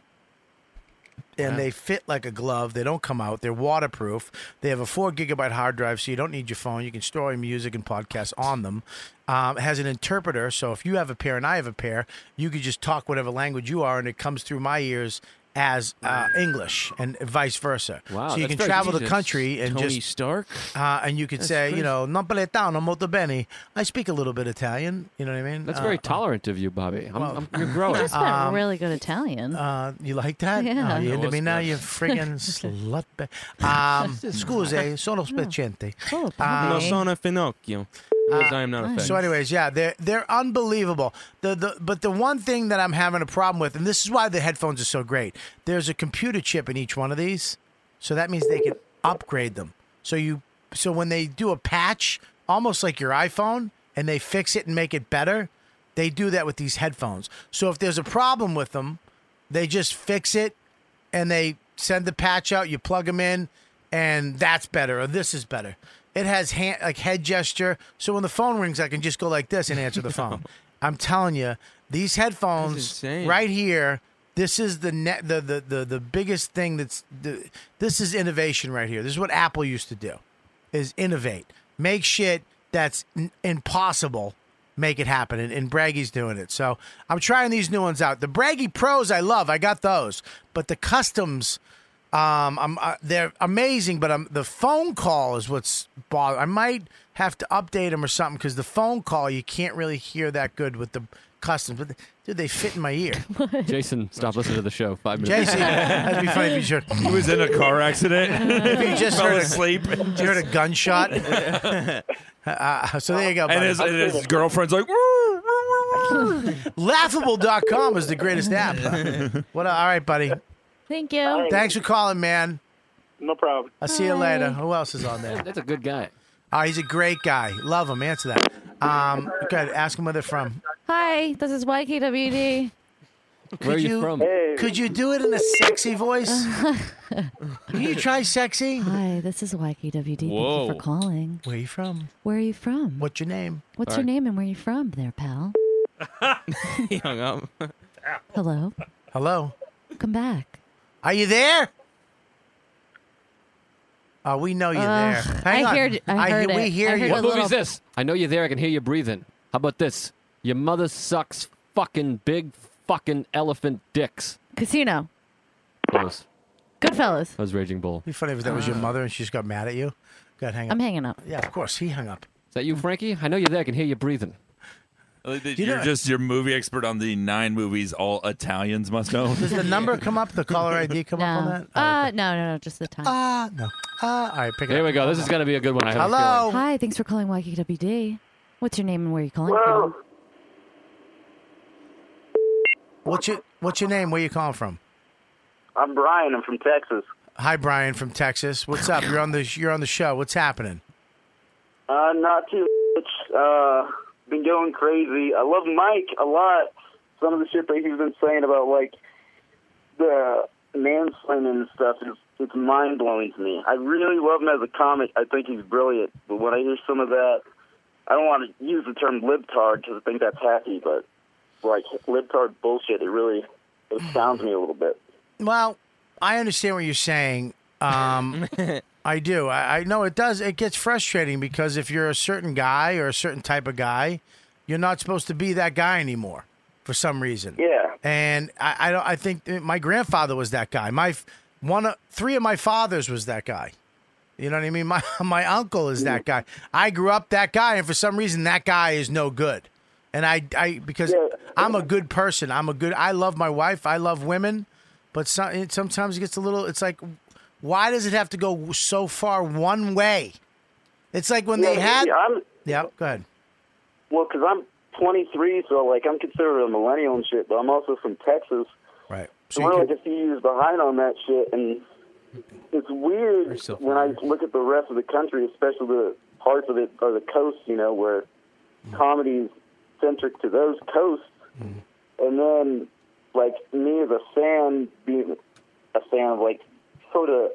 and they fit like a glove. They don't come out. They're waterproof. They have a four gigabyte hard drive, so you don't need your phone. You can store your music and podcasts on them. Um, it has an interpreter, so if you have a pair and I have a pair, you could just talk whatever language you are, and it comes through my ears as uh, English, and vice versa. Wow, so you that's can very- travel the Jesus. country and Tony just Stark. uh, and you could That's say, crazy. you know, non paletano, molto bene. I speak a little bit Italian. You know what I mean? That's Uh, very tolerant of you, Bobby. I'm, I'm, Um, you're growing. That's not really good Italian. Uh, you like that? Yeah. Oh, you That into was me now, good. you friggin' slut. Ba- um, scuse, Ah, sono spiacente. no Um, sono finocchio. Because I am not a Uh, so, anyways, yeah, they're they're unbelievable. The the but the one thing that I'm having a problem with, and this is why the headphones are so great. There's a computer chip in each one of these, so that means they can upgrade them. So you so when they do a patch, almost like your iPhone, and they fix it and make it better, they do that with these headphones. So if there's a problem with them, they just fix it and they send the patch out. You plug them in, and that's better, or this is better. It has hand, like head gesture, so when the phone rings, I can just go like this and answer the phone. I'm telling you, these headphones right here. This is the net, the, the the the biggest thing that's the, this is innovation right here. This is what Apple used to do, is innovate, make shit that's n- impossible make it happen. And, and Braggy's doing it. So I'm trying these new ones out. The Braggy Pros I love. I got those. But the customs, um, I'm uh, they're amazing. But I'm the phone call is what's bother. I might have to update them or something because the phone call you can't really hear that good with the customs. But dude, they fit in my ear. Jason, stop listening to the show. Five minutes. Jason, that'd be funny if you should. He was in a car accident. If you just Fell heard a- asleep. if you heard a gunshot. Uh, so there you go. and buddy. his, and his girlfriend's like, Laughable.com is the greatest app. What? All right, buddy. Thank you. Thanks for calling, man. No problem. I'll see you Bye. later. Who else is on there? That's a good guy. Oh, he's a great guy. Love him. Answer that. Um, good. Ask him where they're from. Hi, this is YKWD. Could Could you do it in a sexy voice? Can you try sexy? Hi, this is YKWD. Thank you Whoa. for calling. Where are you from? Where are you from? What's your name? What's your name and where are you from there, pal? fan. he hung up. Hello? Hello. Come back. Are you there? Oh, we know you're Ugh, there. Hang I on. heard- I heard We it. hear I heard you. a What movie is this? I know you're there. I can hear you breathing. How about this? Your mother sucks fucking big fucking elephant dicks. Casino. Close. Goodfellas. That was Raging Bull. It'd be funny if that was your mother and she just got mad at you. Got hang up. I'm hanging up. Yeah, of course. He hung up. Is that you, Frankie? I know you're there. I can hear you breathing. you are know- just your movie expert on the nine movies all Italians must know. Does the number come up? The caller ID come up on Oh, that? Uh, no, no, no, just the time. Ah, no. Ah, all right, pick it Here up. we go. This is going to be a good one. I have a feeling. Hi, thanks for calling YKWD. What's your name and where are you calling from? What's your What's your name? Where you calling from? I'm Brian. I'm from Texas. Hi, Brian from Texas. What's up? You're on the You're on the show. What's happening? Uh, not too much. Uh, been going crazy. I love Mike a lot. Some of the shit that he's been saying about like the mansplaining and stuff is it's mind blowing to me. I really love him as a comic. I think he's brilliant. But when I hear some of that, I don't want to use the term libtard because I think that's hacky. But like libtard bullshit, it really it sounds me a little bit. Well, I understand what you're saying. Um, I do. I, I know it does. It gets frustrating because if you're a certain guy or a certain type of guy, you're not supposed to be that guy anymore for some reason. Yeah. And I, I don't. I think my grandfather was that guy. My f- one, of, three of my fathers was that guy. You know what I mean? My my uncle is that guy. I grew up that guy, and for some reason, that guy is no good. And I, I because I'm a good person. I'm a good. I love my wife. I love women, but some, it- sometimes it gets a little. It's like, why does it have to go so far one way? It's like when they Yeah, had. yeah, I'm- yeah, go ahead. Well, because I'm 23, so like I'm considered a millennial and shit, but I'm also from Texas. Right. So we're like a few years behind on that shit, and it's weird when I look at the rest of the country, especially the parts of it or the coast, you know, where comedy is centric to those coasts, and then like me as a fan, being a fan of like sort of,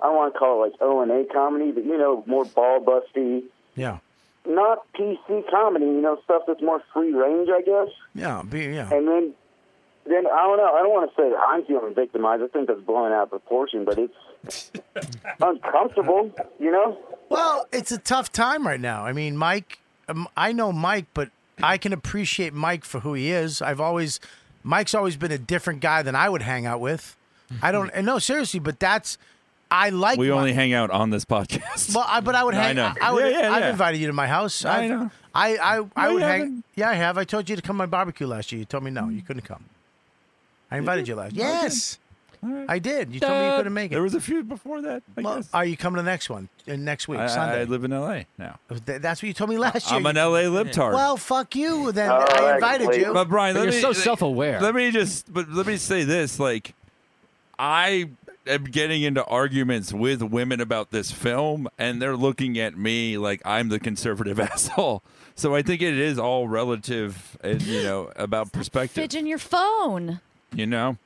I don't want to call it like O and A comedy, but you know, more ball busty, Yeah. not PC comedy, you know, stuff that's more free range, I guess. Yeah. Be, yeah. And then, then I don't know. I don't want to say that I'm feeling victimized. I think that's blown out of proportion, but it's uncomfortable. You know? Well, it's a tough time right now. I mean, Mike, um, I know Mike, but I can appreciate Mike for who he is. I've always, Mike's always been a different guy than I would hang out with. I don't, and no, seriously, but that's, I like. we Mike. only hang out on this podcast. Well, I, but I would No, I hang. know. I, I would, Yeah, yeah, I've yeah. invited you to my house. No, I I've- know. I I, I you would hang. haven't. Yeah, I have. I told you to come to my barbecue last year. You told me no, you couldn't come. I invited you last. Okay. Yes, I did. You told me you Uh, couldn't make it. there was a few before that. I well, guess. are you coming to the next one? Uh, next week, I, Sunday. I live in L.A. now. Th- That's what you told me last year. I'm an LA libtard. Well, fuck you. Then Oh, I that invited explains you. it. But Brian, let me- like, self-aware. Let me just, but let me say this: like, I am getting into arguments with women about this film, and they're looking at me like I'm the conservative asshole. So I think it is all relative, and you know, about perspective. Fidget in your phone. You know,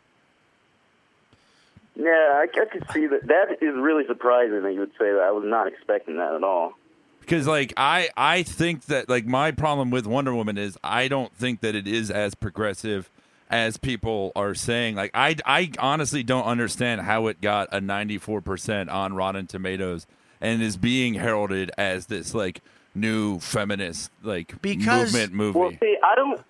Yeah, I, I could see that. That is really surprising that you would say that. I was not expecting that at all. because like I, I think that like my problem with Wonder Woman is I don't think that it is as progressive as people are saying. Like I, I honestly don't understand how it got a 94 percent on Rotten Tomatoes and is being heralded as this like new feminist like movement movie. Well, see, I don't,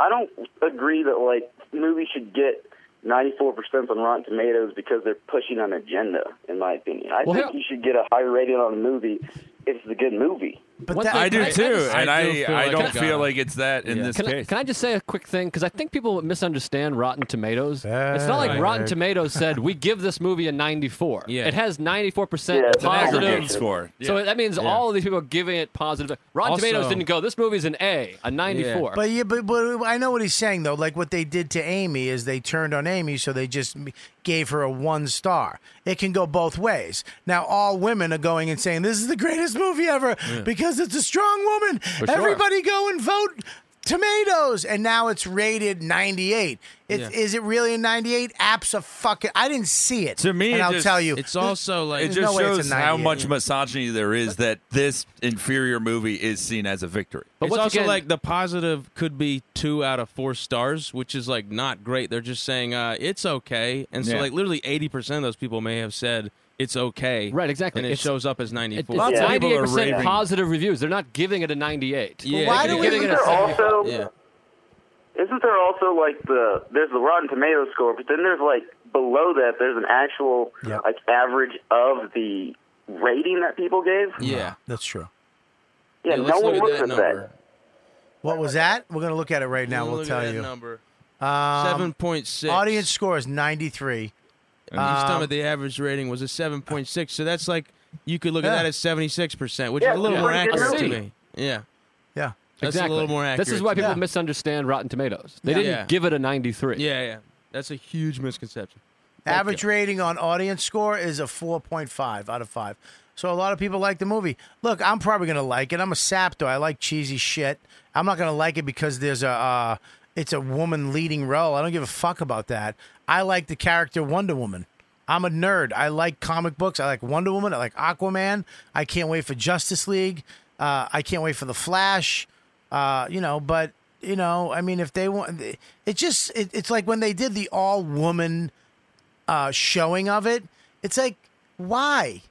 I don't agree that like movies should get 94 percent on Rotten Tomatoes because they're pushing an agenda. In my opinion, I Well, think yeah. you should get a higher rating on a movie if it's a good movie. But One that- thing- I do I- I too, just- and I I, do feel I like don't it's feel gotta- like it's that in this can I, case. can I just say a quick thing? Because I think people misunderstand Rotten Tomatoes. it's not like right. Rotten Tomatoes said we give this movie a 94. Yeah. It has 94 Yeah, percent it's an positive aggregate score. So Yeah. that means Yeah. all of these people are giving it positive. Rotten Also- Tomatoes didn't go. This movie's an A, a 94. But yeah, but, but I know what he's saying though. Like what they did to Amy is they turned on Amy, so they just m- gave her a one star. It can go both ways. Now all women are going and saying this is the greatest movie ever Yeah. because it's a strong woman. For sure. Everybody go and vote tomatoes and now it's rated 98 it's, Yeah. is it really a 98 apps are fucking i didn't see it to me, and it i'll just- tell you it's also like- it there's just no way it's a shows how 98. much misogyny there is that this inferior movie is seen as a victory. it's also like the positive could be two out of four stars, which is like not great. They're just saying uh, it's okay, and so Yeah. like literally eighty percent of those people may have said it's okay, right? Exactly, and it It's- shows up as ninety four. It's 98% positive reviews. They're not giving it a 98. Yeah, They're Why do we- giving it a Isn't there 75. also- Isn't there also like the there's the Rotten Tomato score, but then there's like below that there's an actual like average of the rating that people gave. Yeah, that's true. Yeah, no one looks at that. What was that? We're gonna look at it right now. We'll look at tell that you. number. Um, 7.6. Audience score is Um, ninety three. And each time the average rating was a seven point six, so that's like you could look at Yeah. that as seventy six percent, which Yeah, is a little yeah. more Pretty good accurate to movie. me. Yeah, yeah, that's exactly. a little more accurate. This is why to people me. misunderstand Rotten Tomatoes. They Yeah. didn't Yeah. give it a 93. Yeah, yeah, that's a huge misconception. Average rating on audience score is a four point five out of five. So a lot of people like the movie. Look, I'm probably gonna like it. I'm a sap though. I like cheesy shit. I'm not gonna like it because there's a uh, it's a woman leading role. I don't give a fuck about that. I like the character Wonder Woman. I'm a nerd. I like comic books. I like Wonder Woman. I like Aquaman. I can't wait for Justice League. Uh, I can't wait for the Flash. Uh, you know, but you know, I mean, if they want, it just it, it's like when they did the all woman uh, showing of it. It's like why?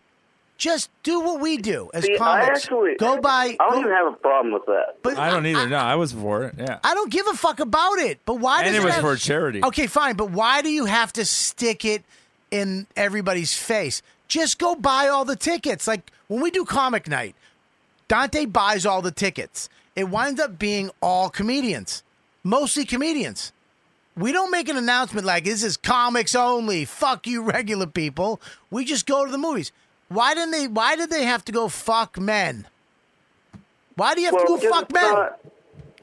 Just do what we do as See, comics. I actually go by. I don't go- even have a problem with that. But I don't either. No, I was for it. Yeah. I don't give a fuck about it. But why? And does it was have- for charity. Okay, fine. But why do you have to stick it in everybody's face. Just go buy all the tickets. Like when we do comic night, Dante buys all the tickets. It winds up being all comedians, mostly comedians. We don't make an announcement like this is comics only. Fuck you, regular people. We just go to the movies. Why didn't they? Why did they have to go fuck men? Why do you have Well, to because go fuck it's men? not-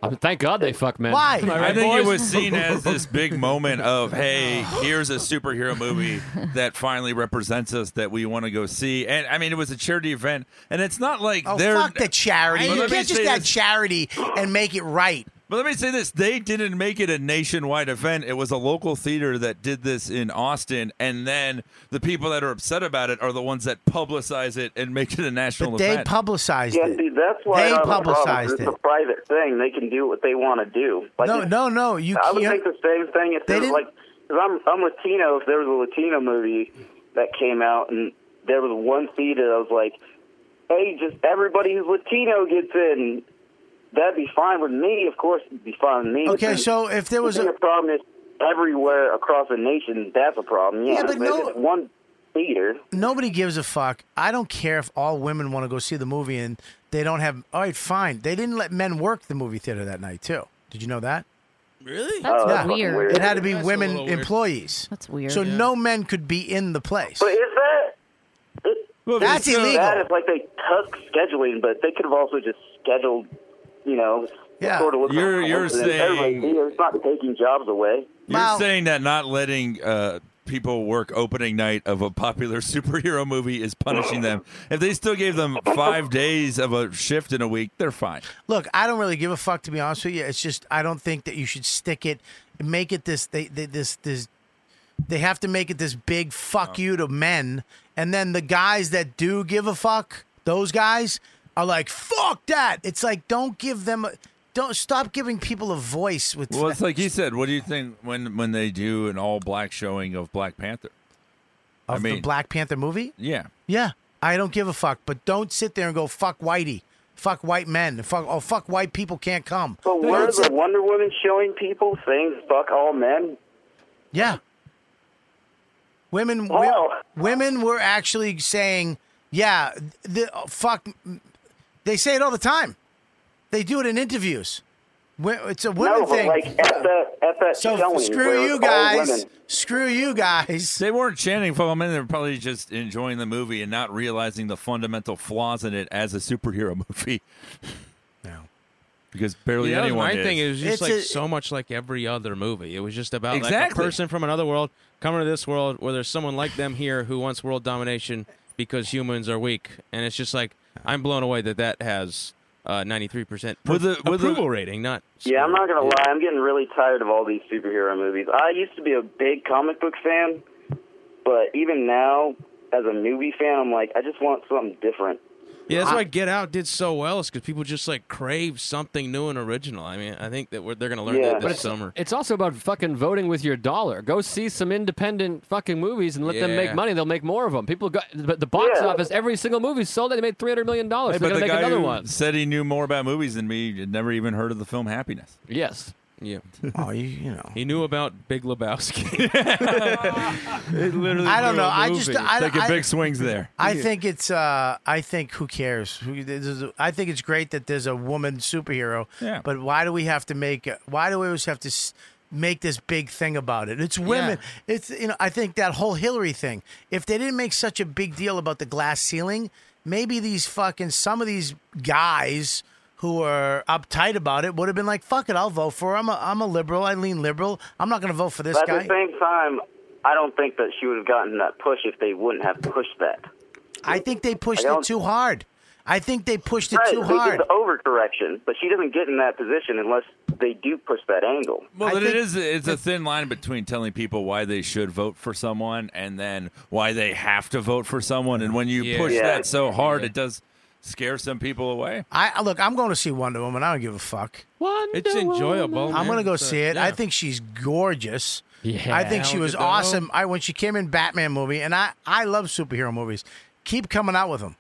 I mean, thank God they fuck men. Why? Am I I right, think it boys? was seen as this big moment of, hey, here's a superhero movie that finally represents us that we want to go see. And I mean, it was a charity event, and it's not like Oh, they're fuck the charity. But You let me can't just say add this. charity and make it right. But let me say this: they didn't make it a nationwide event. It was a local theater that did this in Austin, and then the people that are upset about it are the ones that publicize it and make it a national They event. publicized yeah, it. see, that's why They I have a problem. publicized It's a it. private thing. They can do what they want to do. Like, no, no, no. You I would can't. think the same thing if there was like, because I'm I'm Latino. If there was a Latino movie that came out and there was one theater that was like, hey, just everybody who's Latino gets in. That'd be fine with me. Of course, it'd be fine with me. but Okay, then so if there the was thing a- the problem is everywhere across the nation, that's a problem. Yeah, Yeah, but if no- it's one theater. Nobody gives a fuck. I don't care if all women want to go see the movie and they don't have. All right, fine. They didn't let men work the movie theater that night too. Did you know that? Really? Oh, That's yeah. fucking weird. It had to be That's a women little weird. employees. That's weird. So Yeah. no men could be in the place. But is that? It, Well, That's it's, uh, illegal. That is like they took scheduling, but they could have also just scheduled, you know, Yeah. sort of look You're- like you're coincidence. Everybody's saying- here. it's not taking jobs away. You're saying that not letting uh, people work opening night of a popular superhero movie is punishing them. If they still gave them five days of a shift in a week, they're fine. Look, I don't really give a fuck to be honest with you. It's just I don't think that you should stick it, make it this they, they this this. They have to make it this big fuck Oh. you to men, and then the guys that do give a fuck, those guys are like fuck that. It's like don't give them, a, don't stop giving people a voice with. Well, it's like you said. What do you think when when they do an all black showing of Black Panther? of I mean, the Black Panther movie. yeah. Yeah, I don't give a fuck, but don't sit there and go fuck whitey, fuck white men, fuck oh fuck white people can't come. But Don't were sit the Wonder Woman showing people things? Fuck all men. Yeah. Women, wi- women were actually saying, "Yeah, the oh, fuck." They say it all the time. They do it in interviews. Wi- It's a women no, thing. but like at the at that so showing, where screw it was all you guys. women. Screw you guys. They weren't chanting for a minute. They were probably just enjoying the movie and not realizing the fundamental flaws in it as a superhero movie. No. Because barely Yeah, that was anyone my is. thing. It was just It's like a- so much like every other movie. It was just about like a Exactly. person from another world coming to this world where there's someone like them here who wants world domination because humans are weak, and it's just like I'm blown away that that has uh, 93% pro- With the- with the- approval rating. Not Yeah, I'm not gonna lie. I'm getting really tired of all these superhero movies. I used to be a big comic book fan, but even now, as a newbie fan, I'm like, I just want something different. yeah. That's why Get Out did so well is because people just like crave something new and original. I mean, I think that we're, they're going to learn that But this it's, summer. it's also about fucking voting with your dollar. Go see some independent fucking movies and let them Yeah. make money. They'll make more of them. People go, but the box office, every single movie sold. They made three hundred million Oh, dollars. Hey, They're but gonna the make guy another who one. said he knew more about movies than me had never even heard of the film Happiness. Yes. Yeah. Oh, you, you know. He knew about Big Lebowski. I don't know. I just I taking I- big swings there. I think it's. Uh, I think who cares? Who, this is, I think it's great that there's a woman superhero. Yeah. But why do we have to make? Why do we always have to s- make this big thing about it? It's women. It's you know. I think that whole Hillary thing. If they didn't make such a big deal about the glass ceiling, maybe these fucking some of these guys who are uptight about it would have been like, "Fuck it, I'll vote for. Her. I'm a I'm a liberal. I lean liberal. I'm not going to vote for this but guy." at the same time, I don't think that she would have gotten that push if they wouldn't have pushed that. I think they pushed I it don't- too hard. I think they pushed it right, too they did hard. the overcorrection, but she doesn't get in that position unless they do push that angle. Well, but it is it's a thin line between telling people why they should vote for someone and then why they have to vote for someone. And when you Yeah. push Yeah. that so hard, it does scare some people away. I I- look. I'm going to see Wonder Woman. I don't give a fuck. Wonder It's enjoyable, I'm man. going to go It's a- see it. I yeah. think she's gorgeous. Yeah. I think she Gal was Gadot. awesome. I when she came in Batman movie, and I I love superhero movies. Keep coming out with them.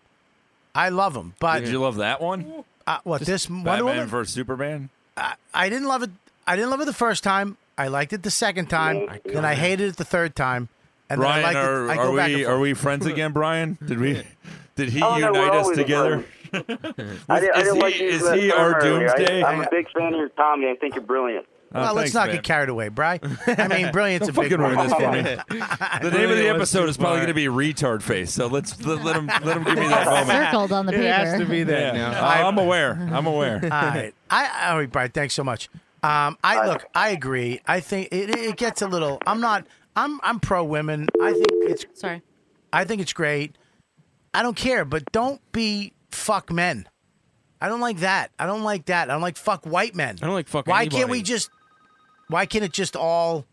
I love them. But Did you love that one? uh, what this Wonder Batman Woman? versus Superman. I, I didn't love it. I didn't love it the first time. I liked it the second time. then I hated it the third time. And then I Brian, like are, it- I are go back and we forth. are we friends again, Brian? Did we did he Oh, no, we're unite us always together? I didn't, I Is didn't he- like you is for that he term our earlier. doomsday? Oh, I, I'm a big fan of your comedy. I think you're brilliant. well, let's not get carried away, Bri. I mean, brilliant's Don't a big fucking ruin word. this for me. The name of the Really was episode too is probably far. going to be retard face. So let's let, let him let him give me that moment. Circled on the paper. Yeah. I- I'm aware. I'm aware. All right. I, all right, Brian. Thanks so much. Um, I look. I agree. I think it, it gets a little. I'm not. I'm. I'm pro women. I think it's. Sorry. I think it's great. I don't care, but don't be fuck men. I don't like that. I don't like that. I don't like fuck white men. I don't like fuck. Why can't anybody. we just? Why can't it just all?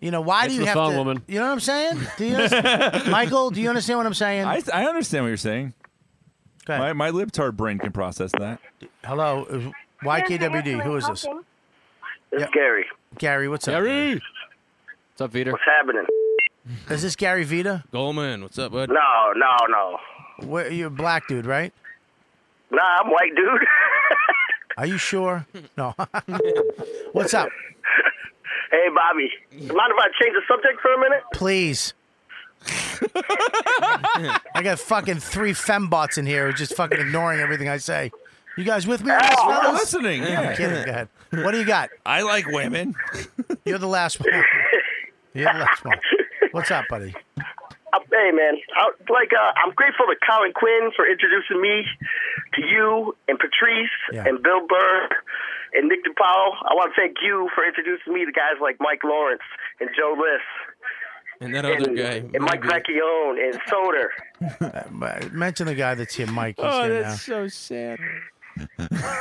You know why It's do you the have song, to? woman. You know what I'm saying? Do you understand? Michael? Do you understand what I'm saying? I, I understand what you're saying. My my libtard brain can process that. Hello, is- YKWd. Who is this? It's Gary. Gary, what's up? Gary. What's up, Vita? What's happening? Is this Gary Vita? Goldman, what's up, bud? No, no, no. Where, you're a black dude, right? Nah, I'm white, dude. Are you sure? No. What's up? hey, Bobby. Mind if I change the subject for a minute? Please. I got fucking three fembots in here who are just fucking ignoring everything I say. You guys with me? on this, Oh, we're fellas? listening, yeah. I'm kidding. Go ahead. What do you got? I like women. You're the last one. You're the last one. What's up, buddy? Uh, hey, man. I, like, uh, I'm grateful to Colin Quinn for introducing me to you and Patrice and Bill Burr and Nick DiPaolo. I want to thank you for introducing me to guys like Mike Lawrence and Joe List And that other guy. and Mike Vecchione and Soder. Uh, Mention the guy that's here, Mike. He's Oh, here that's so sad. now.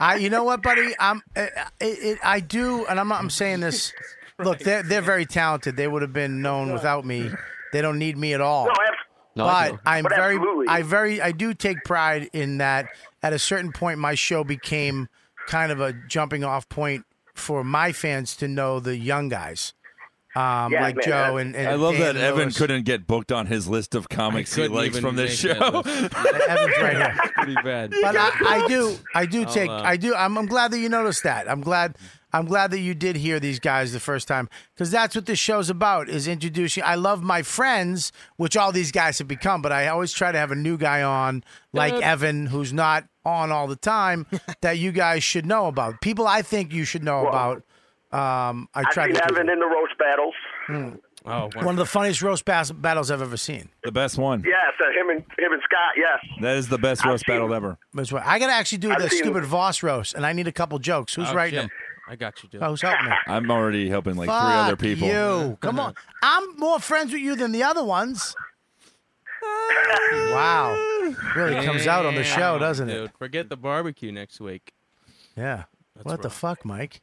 I, you know what, buddy? I'm. eh, It, it, I do, and I'm not. I'm saying this. Look, they're they're very talented. They would have been known without me. They don't need me at all. No, abs- No, I but know. I'm But very, absolutely. I very, I do take pride in that. At a certain point, my show became kind of a jumping off point for my fans to know the young guys, um, Yeah, like man, Joe and, and I love that Dan Evan Lewis. couldn't get booked on his list of comics he couldn't likes even from this make show. that Evan's right here. Pretty bad. But I, I do, I do I'll, take, uh, I do. I'm, I'm glad that you noticed that. I'm glad, I'm glad that you did hear these guys the first time because that's what this show's about is introducing. I love my friends, which all these guys have become, but I always try to have a new guy on, like Yep. Evan, who's not on all the time, that you guys should know about. People I think you should know about. Um, I I've try seen to. Evan in the roast battles. Mm. Oh, One of the funniest roast bas- battles I've ever seen. the best one. Yes, uh, him and him and Scott. Yes. That is the best roast battle ever. That's why- I gotta actually do I've the seen- stupid Voss roast, and I need a couple jokes. Who's Oh, writing shit. them? I got you, dude. Oh, who's helping me? I'm already helping like three Fuck other people. You come on. I'm more friends with you than the other ones. wow, really comes out on the show, Damn, doesn't it? dude. Forget the barbecue next week. Yeah. what the fuck, Mike?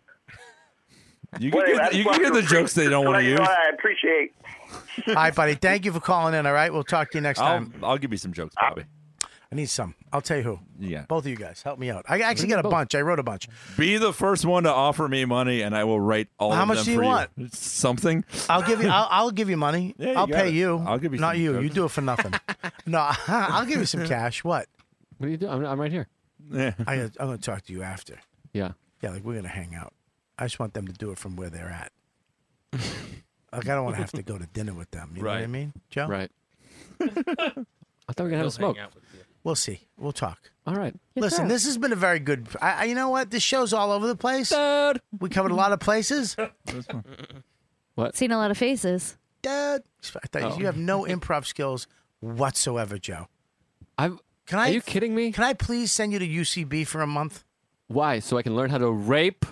You Wait, can I get, just you can wanted get the to jokes they don't let want to you use. know I appreciate. All right, buddy. Thank you for calling in. All right, we'll talk to you next I'll, time. I'll give you some jokes, Bobby. I need some. I'll tell you who. Yeah. Both of you guys, help me out. I actually got a bunch. I wrote a bunch. Be the first one to offer me money, and I will write all How of much them do you for want? you. Something. I'll give you. I'll, I'll give you money. Yeah, you I'll got pay it. you. I'll give you Not some you. You jokes. do it for nothing. no, I'll give you some cash. What? What are you doing? I'm, I'm right here. Yeah. I, I'm going to talk to you after. Yeah. Yeah, like we're going to hang out. I just want them to do it from where they're at. like I don't want to have to go to dinner with them. You know what I Right. mean, Joe? Right. I thought we were gonna have a He'll hang smoke. We'll see. We'll talk. All right. Listen, this has been a very good. I, I, you know what? This show's all over the place. We covered a lot of places. What? Seen a lot of faces. Dad. I thought Oh. you have no improv skills whatsoever, Joe. I'm. Can I? Are you kidding me? Can I please send you to UCB for a month? Why? So I can learn how to rape.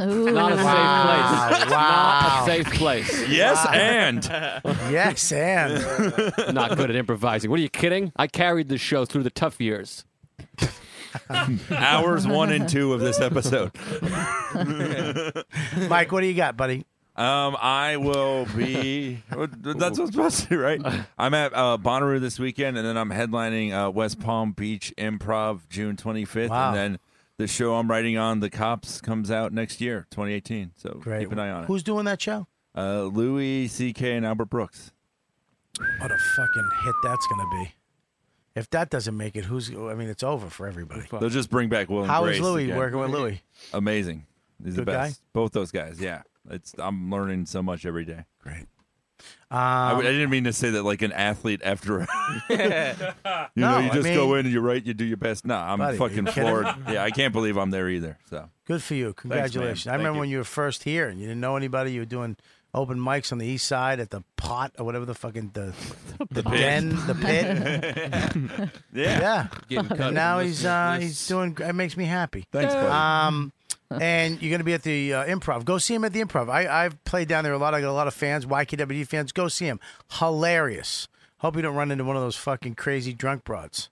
Ooh. Not a Wow, safe wow. place. Not a safe place. Yes, Wow. and Yes, and Not good at improvising. What are you kidding? I carried the show through the tough years. hours one and two of this episode. Mike, what do you got, buddy? Um, I will be. That's what's supposed to be, right? I'm at uh, Bonnaroo this weekend, and then I'm headlining uh, West Palm Beach Improv June 25th, Wow. and then the show I'm writing on, The Cops, comes out next year, 2018. So keep an eye on Who's doing that show? it. Uh, Louis C.K. and Albert Brooks. What a fucking hit that's gonna be. If that doesn't make it, who's? I mean, it's over for everybody. They'll just bring back Will. and How is Grace Louis again. working with Louis? Amazing. He's Good the guy? best. Both those guys. Yeah, it's. I'm learning so much every day. Great. Um, I, w- I didn't mean to say that like an athlete after. you know, No, you I just go mean- in and you write, you do your best. No, I'm Buddy, are you fucking kidding? floored. yeah, I can't believe I'm there either. So Good for you. man. Congratulations. I Thank remember you. when you were first here and you didn't know anybody. You were doing open mics on the east side at the pot or whatever the fucking the the, pit. den, the pit. Yeah. yeah. Getting cut And now from he's listening to uh, this. he's doing. gr- It makes me happy. Thanks, buddy. Um, and you're gonna be at the uh, improv. Go see him at the improv. I I've played down there a lot. I got a lot of fans, YKWd fans. Go see him. Hilarious. Hope you don't run into one of those fucking crazy drunk broads.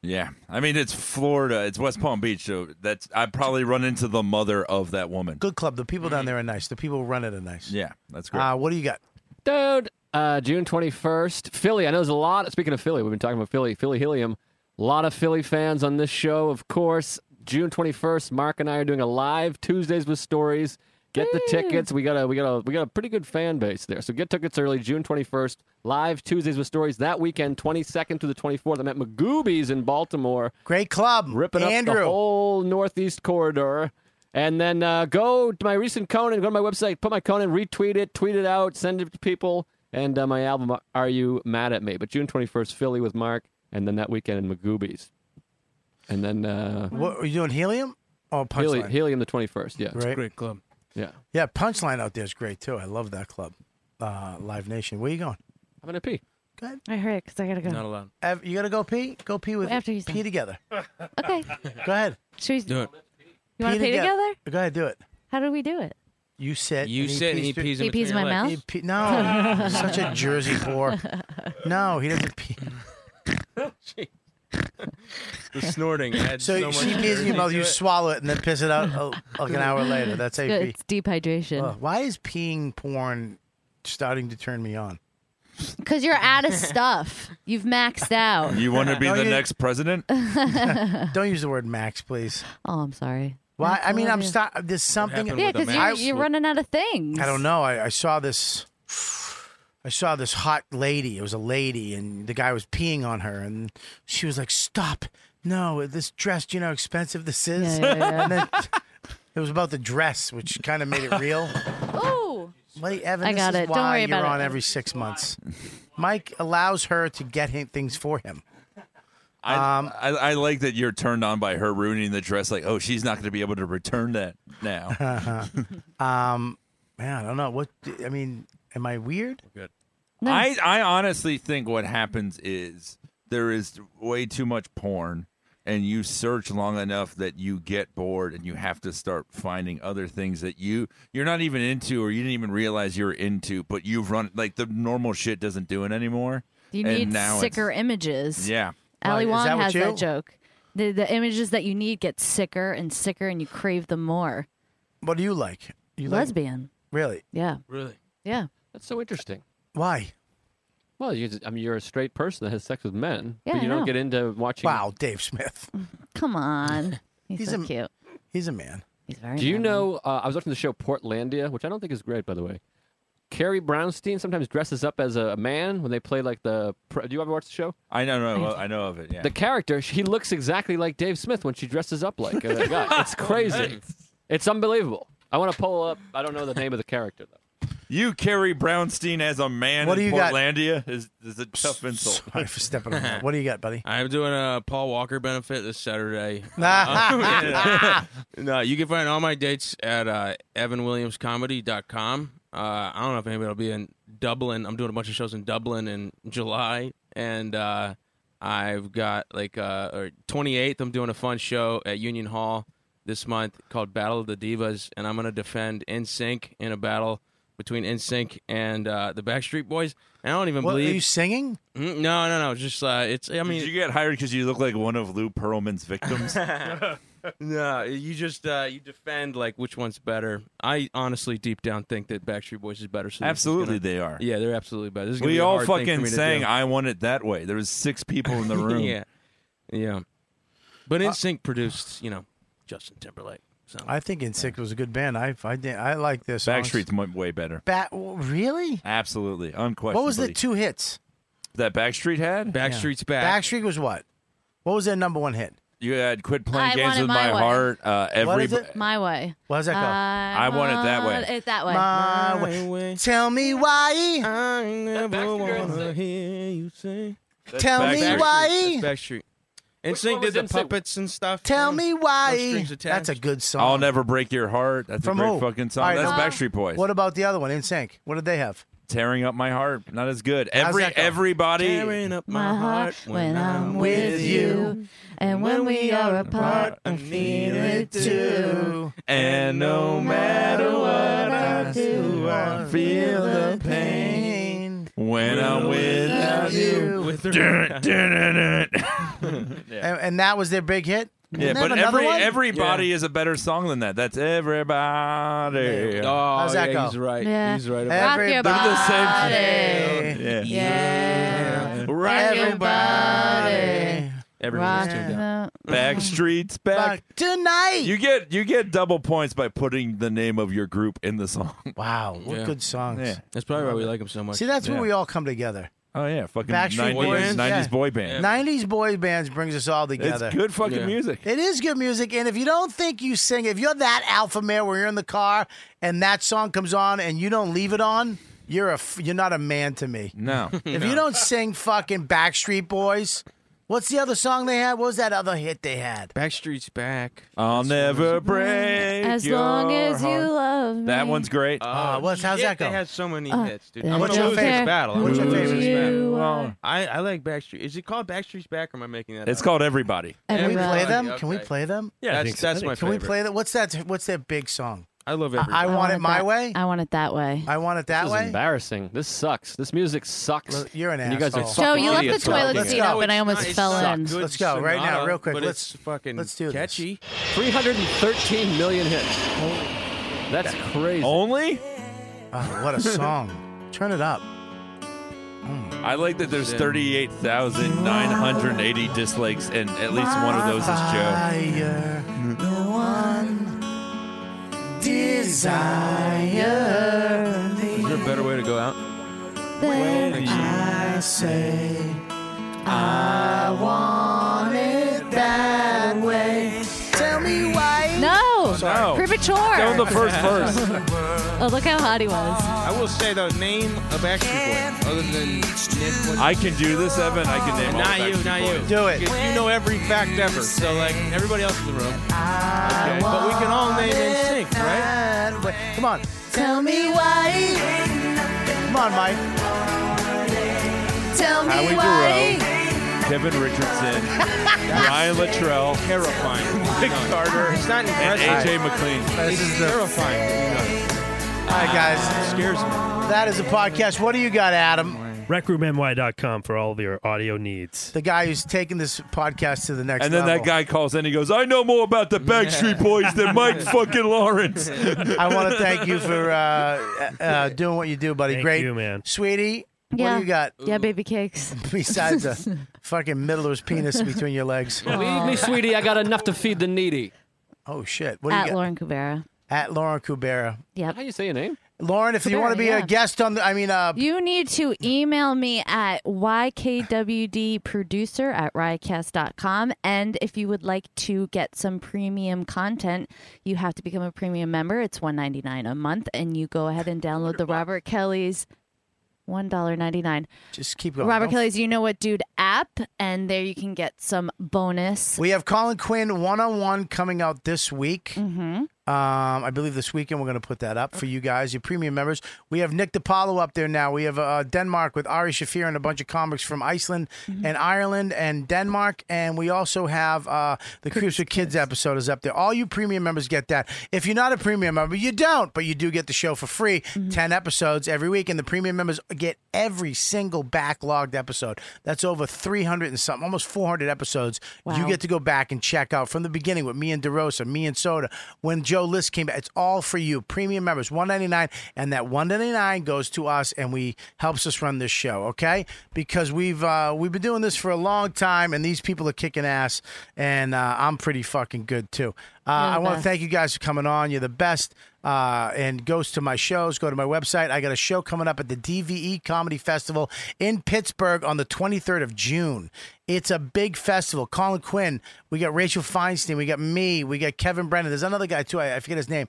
yeah, I mean it's Florida, it's West Palm Beach, so that's I probably run into the mother of that woman. Good club. The people Mm-hmm. down there are nice. The people who run it are nice. Yeah, that's great. Uh, what do you got? dude. Uh, June twenty first, Philly. I know there's a lot. Speaking of Philly, we've been talking about Philly, Philly Helium. A lot of Philly fans on this show, of course. June twenty first, Mark and I are doing a live Tuesdays with stories. Get the tickets. We got a we got a we got a pretty good fan base there. So get tickets early, June twenty first. Live Tuesdays with stories that weekend, twenty second through the twenty fourth. I'm at Magoobies in Baltimore. Great club, ripping up Andrew. the whole northeast corridor. And then uh, go to my recent Conan. Go to my website, put my Conan, retweet it, tweet it out, send it to people. And uh, my album, Are You Mad at Me? But June twenty first, Philly with Mark, and then that weekend in Magoobies. And then uh, What are you doing? Helium? Oh, punchline. Heli- Helium the twenty first. Yeah, Right. Great club. yeah. Yeah, punchline out there is great too. I love that club. Uh, Live Nation. Where you going? I'm gonna pee. Good. I heard it because I gotta go. Not allowed. Ev, you gotta go pee. Go pee with After he's pee done. together. Okay. Go ahead. Should we, Do it. you want to pay toge- together? Go ahead, do it. How do we do it? You sit. You sit and he through- pees in He pees in between my your mouth? legs. He pe- no, such a Jersey poor. No, he doesn't pee. The snorting adds so, So, much. she pees in energy your mouth. to You it. swallow it and then piss it out oh, like an hour later. That's how it's, you good. pee. it's dehydration. Ugh, why is peeing porn starting to turn me on? Because you're out of stuff. You've maxed out. You want to be No, the you- next president? Don't use the word Max, please. Oh, I'm sorry. Why? I mean, I'm Absolutely. stop. There's something. happened Yeah, with the because you're, Max. you're running out of things. I don't know. I, I saw this. I saw this hot lady. It was a lady, and the guy was peeing on her, and she was like, "Stop! No, this dress. Do you know how expensive this is?" Yeah, yeah, yeah. And then it was about the dress, which kind of made it real. Ooh. Wait, Evan, I this got is it. why Don't worry you're about it, on Evan. every six months. Mike allows her to get him things for him. I, Um, I I like that you're turned on by her ruining the dress. Like, oh, she's not going to be able to return that now. Um, man, I don't know what. I mean, am I weird? No. I, I honestly think what happens is there is way too much porn, and you search long enough that you get bored, and you have to start finding other things that you you're not even into, or you didn't even realize you were into, but you've run like the normal shit doesn't do it anymore. You and need now it's- sicker images. Yeah, Right, Ali is Wong that what has you- that joke. The, the images that you need get sicker and sicker, and you crave them more. What do you like? You like Lesbian. really? Yeah. Really? Yeah. That's so interesting. Why? Well, you, I mean, you're a straight person that has sex with men, Yeah, but you I don't know. get into watching. Wow, Dave Smith. Come on. He's, He's so a- cute. He's a man. He's very Do you manly. know? Uh, I was watching the show Portlandia, which I don't think is great, by the way. Carrie Brownstein sometimes dresses up as a man when they play like the. Pre- Do you ever watch the show? I know, no, I know of it. Yeah, The character, she looks exactly like Dave Smith when she dresses up like a guy. It's crazy. It's unbelievable. I want to pull up. I don't know the name of the character though. you carry Brownstein as a man What in do you got? Portlandia is is a tough insult. Sorry for stepping on that. What do you got, buddy? I'm doing a Paul Walker benefit this Saturday. Uh, yeah. no, you can find all my dates at uh, evanwilliamscomedy.com. Uh, I don't know if anybody will be in Dublin. I'm doing a bunch of shows in Dublin in July, and uh, I've got like uh, or 28th. I'm doing a fun show at Union Hall this month called Battle of the Divas, and I'm going to defend NSYNC in a battle between NSYNC and uh, the Backstreet Boys. And I don't even What, are you believe. singing? Mm, no, no, no. Just uh, it's. I mean, Did you get hired because you look like one of Lou Pearlman's victims? No, you just uh, you defend like which one's better. I honestly, deep down, think that Backstreet Boys is better. So this is Absolutely, gonna- they are. yeah, they're absolutely better. This is gonna be We a all hard thing for fucking me to sang do. "I Want It That Way." There was six people in the room. yeah, yeah. But uh, NSYNC produced, you know, Justin Timberlake. So I think Insect was a good band. I I, did- I like this. Backstreet's mu- way better. Bat. Really? Absolutely, unquestionably. What was the two hits? that Backstreet had? Backstreet's Yeah. back. Backstreet was what? What was their number one hit? You had quit playing I games wanted with my my, way. heart. Uh, every My way. What does that go? I want it that way. want It that way. My way. Tell me why. I never wanna hear you sing. Tell me why. That's Backstreet. And Sync did the puppets and stuff. Tell you know, me no why. strings attached. That's a good song. I'll never break your heart. That's From a great who? fucking song. All right, That's now- Backstreet Boys. What about the other one, NSYNC? What did they have? Tearing up my heart. Not as good. How's Every that go? everybody. Tearing up My heart when I'm with you. And when we are apart, I feel it too. And no matter what I do, I feel the pain when I'm without you. Dun, dun, dun, dun. Yeah. And, and that was their big hit. Yeah, Didn't they have but another every one? everybody is a better song than that. That's everybody. Oh, How's that yeah, go? He's right. Yeah. He's right. about They're that. the Rock same. your Yeah. body. yeah. Everybody. Everyone's Rock tuned out. Backstreet's back. tonight. You get you get double points by putting the name of your group in the song. Wow, what Yeah. good songs. Yeah. That's probably why we like him so much. See, that's yeah. where we all come together. Oh yeah, fucking Backstreet 90s, Boys, 90s yeah. boy band. 90s boy bands brings us all together. good fucking Yeah. music. It is good music. And if you don't think you sing, if you're that alpha male where you're in the car and that song comes on and you don't leave it on, you're a f- you're not a man to me. No. If you don't sing fucking Backstreet Boys, what's the other song they had? What was that other hit they had? Backstreet's back. I'll never break As your long as you heart. love me. That one's great. Oh, what's- how's shit, that go? They had so many Uh, hits, dude. that I'm gonna I don't lose this care battle. I'm What's gonna your lose this favorite? battle. You are- I, I like Backstreet. Is it called Backstreet's Back or am I making that It's up? called Everybody. Uh, Can we play Everybody, them? Can we okay. play them? Yeah, I That's- think so. that's I think my Can we favorite. play that? What's that? What's that big song? I love I, I want it my that- way. I want it that way. I want it This that is way. embarrassing. This sucks. This music sucks. Look, you're an and you guys are asshole. Joe, you left the idiots for toilet liking it. seat up, and I almost It's fell not in. good Let's go right now, sonata, real quick. but Let's- it's fucking let's do this. catchy. 313 million hits. That's crazy. Only? Oh, what a song. Turn it up. I like that there's 38,980 dislikes, and at least one of those is Joe. Fire, the one desire. Is there a better way to go out? When I say I want it that way, tell me why. No, Sorry. premature. That was the first verse. oh, look how hot he was. I will say the name of Backstreet Boys, other than Nick. what's- I can do this, Evan. I can name all Not the you, Backstreet not you. Boys. Do it. Because you know every fact ever. So like everybody else in the room. Okay. But we can all name in sync, right? That way. Come on. Tell me why. Come on, Mike. Tell Howie Duro, Kevin Richardson, Ryan Luttrell, Terrifying. Nick No, Carter, It's not and impressive. AJ McLean. This is the. Terrifying. All right, guys. Scares me. That is a podcast. What do you got, Adam? RecRoomNY.com for all of your audio needs. The guy who's taking this podcast to the next And then that level. guy calls in. He goes, "I know more about the Backstreet Boys than Mike fucking Lawrence." I want to thank you for uh, uh, uh, doing what you do, buddy. Thank Great, you, man. sweetie. What Yeah. do you got Yeah, baby cakes. besides a fucking middler's penis between your legs? Leave me, sweetie. I got enough to feed the needy. Oh shit! What do you At got? Lauren Kubera. At Lauren Kubera. Yep. How you say your name? Lauren, if you Kubera, want to be a yeah. guest on the, I mean, uh, You need to email me at ykwdproducer at riotcast.com. And if you would like to get some premium content, you have to become a premium member. It's one ninety nine a month. And you go ahead and download the Robert Kelly's $1.99. just keep going. Robert Don't- Kelly's You Know What Dude app. And there you can get some bonus. We have Colin Quinn one on one coming out this week. hmm Um, I believe this weekend we're going to put that up for you guys, your premium members. We have Nick DiPaolo up there now. We have uh, Denmark with Ari Shafir and a bunch of comics from Iceland and Ireland and Denmark. And we also have uh, the Cruise with Kids episode is up there. All you premium members get that. If you're not a premium member, you don't, but you do get the show for free 10 episodes every week. And the premium members get every single backlogged episode. That's over 300 and something, almost 400 episodes. You Wow. get to go back and check out from the beginning with me and DeRosa, me and Soda. When Joe List came back, it's all for you. Premium members, one ninety nine, and that one ninety nine goes to us and we helps us run this show. Okay, because we've uh, we've been doing this for a long time, and these people are kicking ass, and uh, I'm pretty fucking good too. Uh, I want to best. thank you guys for coming on. You're the best. Uh, and goes to my shows. Go to my website. I got a show coming up at the DVE Comedy Festival in Pittsburgh on the 23rd of June. It's a big festival. Colin Quinn. We got Rachel Feinstein. We got me. We got Kevin Brennan. There's another guy too. I, I forget his name.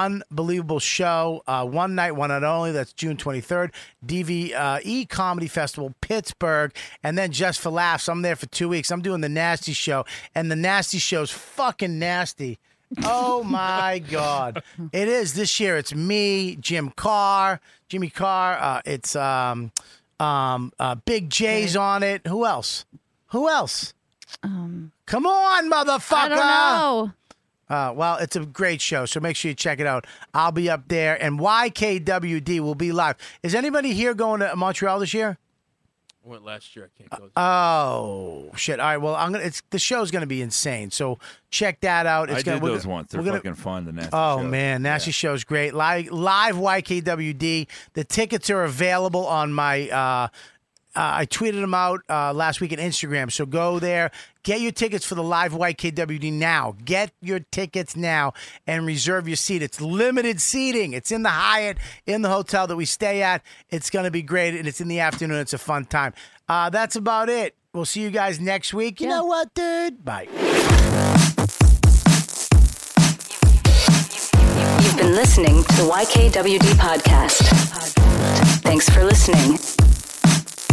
Unbelievable show. Uh, one night, one night only. That's June 23rd. DVE E Comedy Festival, Pittsburgh. And then Just for Laughs. I'm there for two weeks. I'm doing the Nasty Show. And the Nasty Show's fucking nasty. Oh my God. It is this year. It's me, Jim Carr, Jimmy Carr. Uh, it's um, um, uh, Big J's on it. Who else? Who else? Um, Come on, motherfucker. I don't know. Uh, well, it's a great show, so make sure you check it out. I'll be up there, and YKWD will be live. Is anybody here going to Montreal this year? Went last year. I can't go. Oh shit! All right, well, I'm gonna. It's the show's gonna be insane, so check that out. It's I gonna, did we're those gonna- once. They're we're gonna- fucking fun. The nasty Oh show. man, Nasty Show's great. Live, live YKWd. The tickets are available on my. Uh, uh, I tweeted them out uh, last week on Instagram. So go there, get your tickets for the live YKWd now. Get your tickets now and reserve your seat. It's limited seating. It's in the Hyatt, in the hotel that we stay at. It's going to be great, and it's in the afternoon. It's a fun time. Uh, that's about it. We'll see you guys next week. You know what, dude? Bye. You've been listening to the YKWD podcast. Thanks for listening.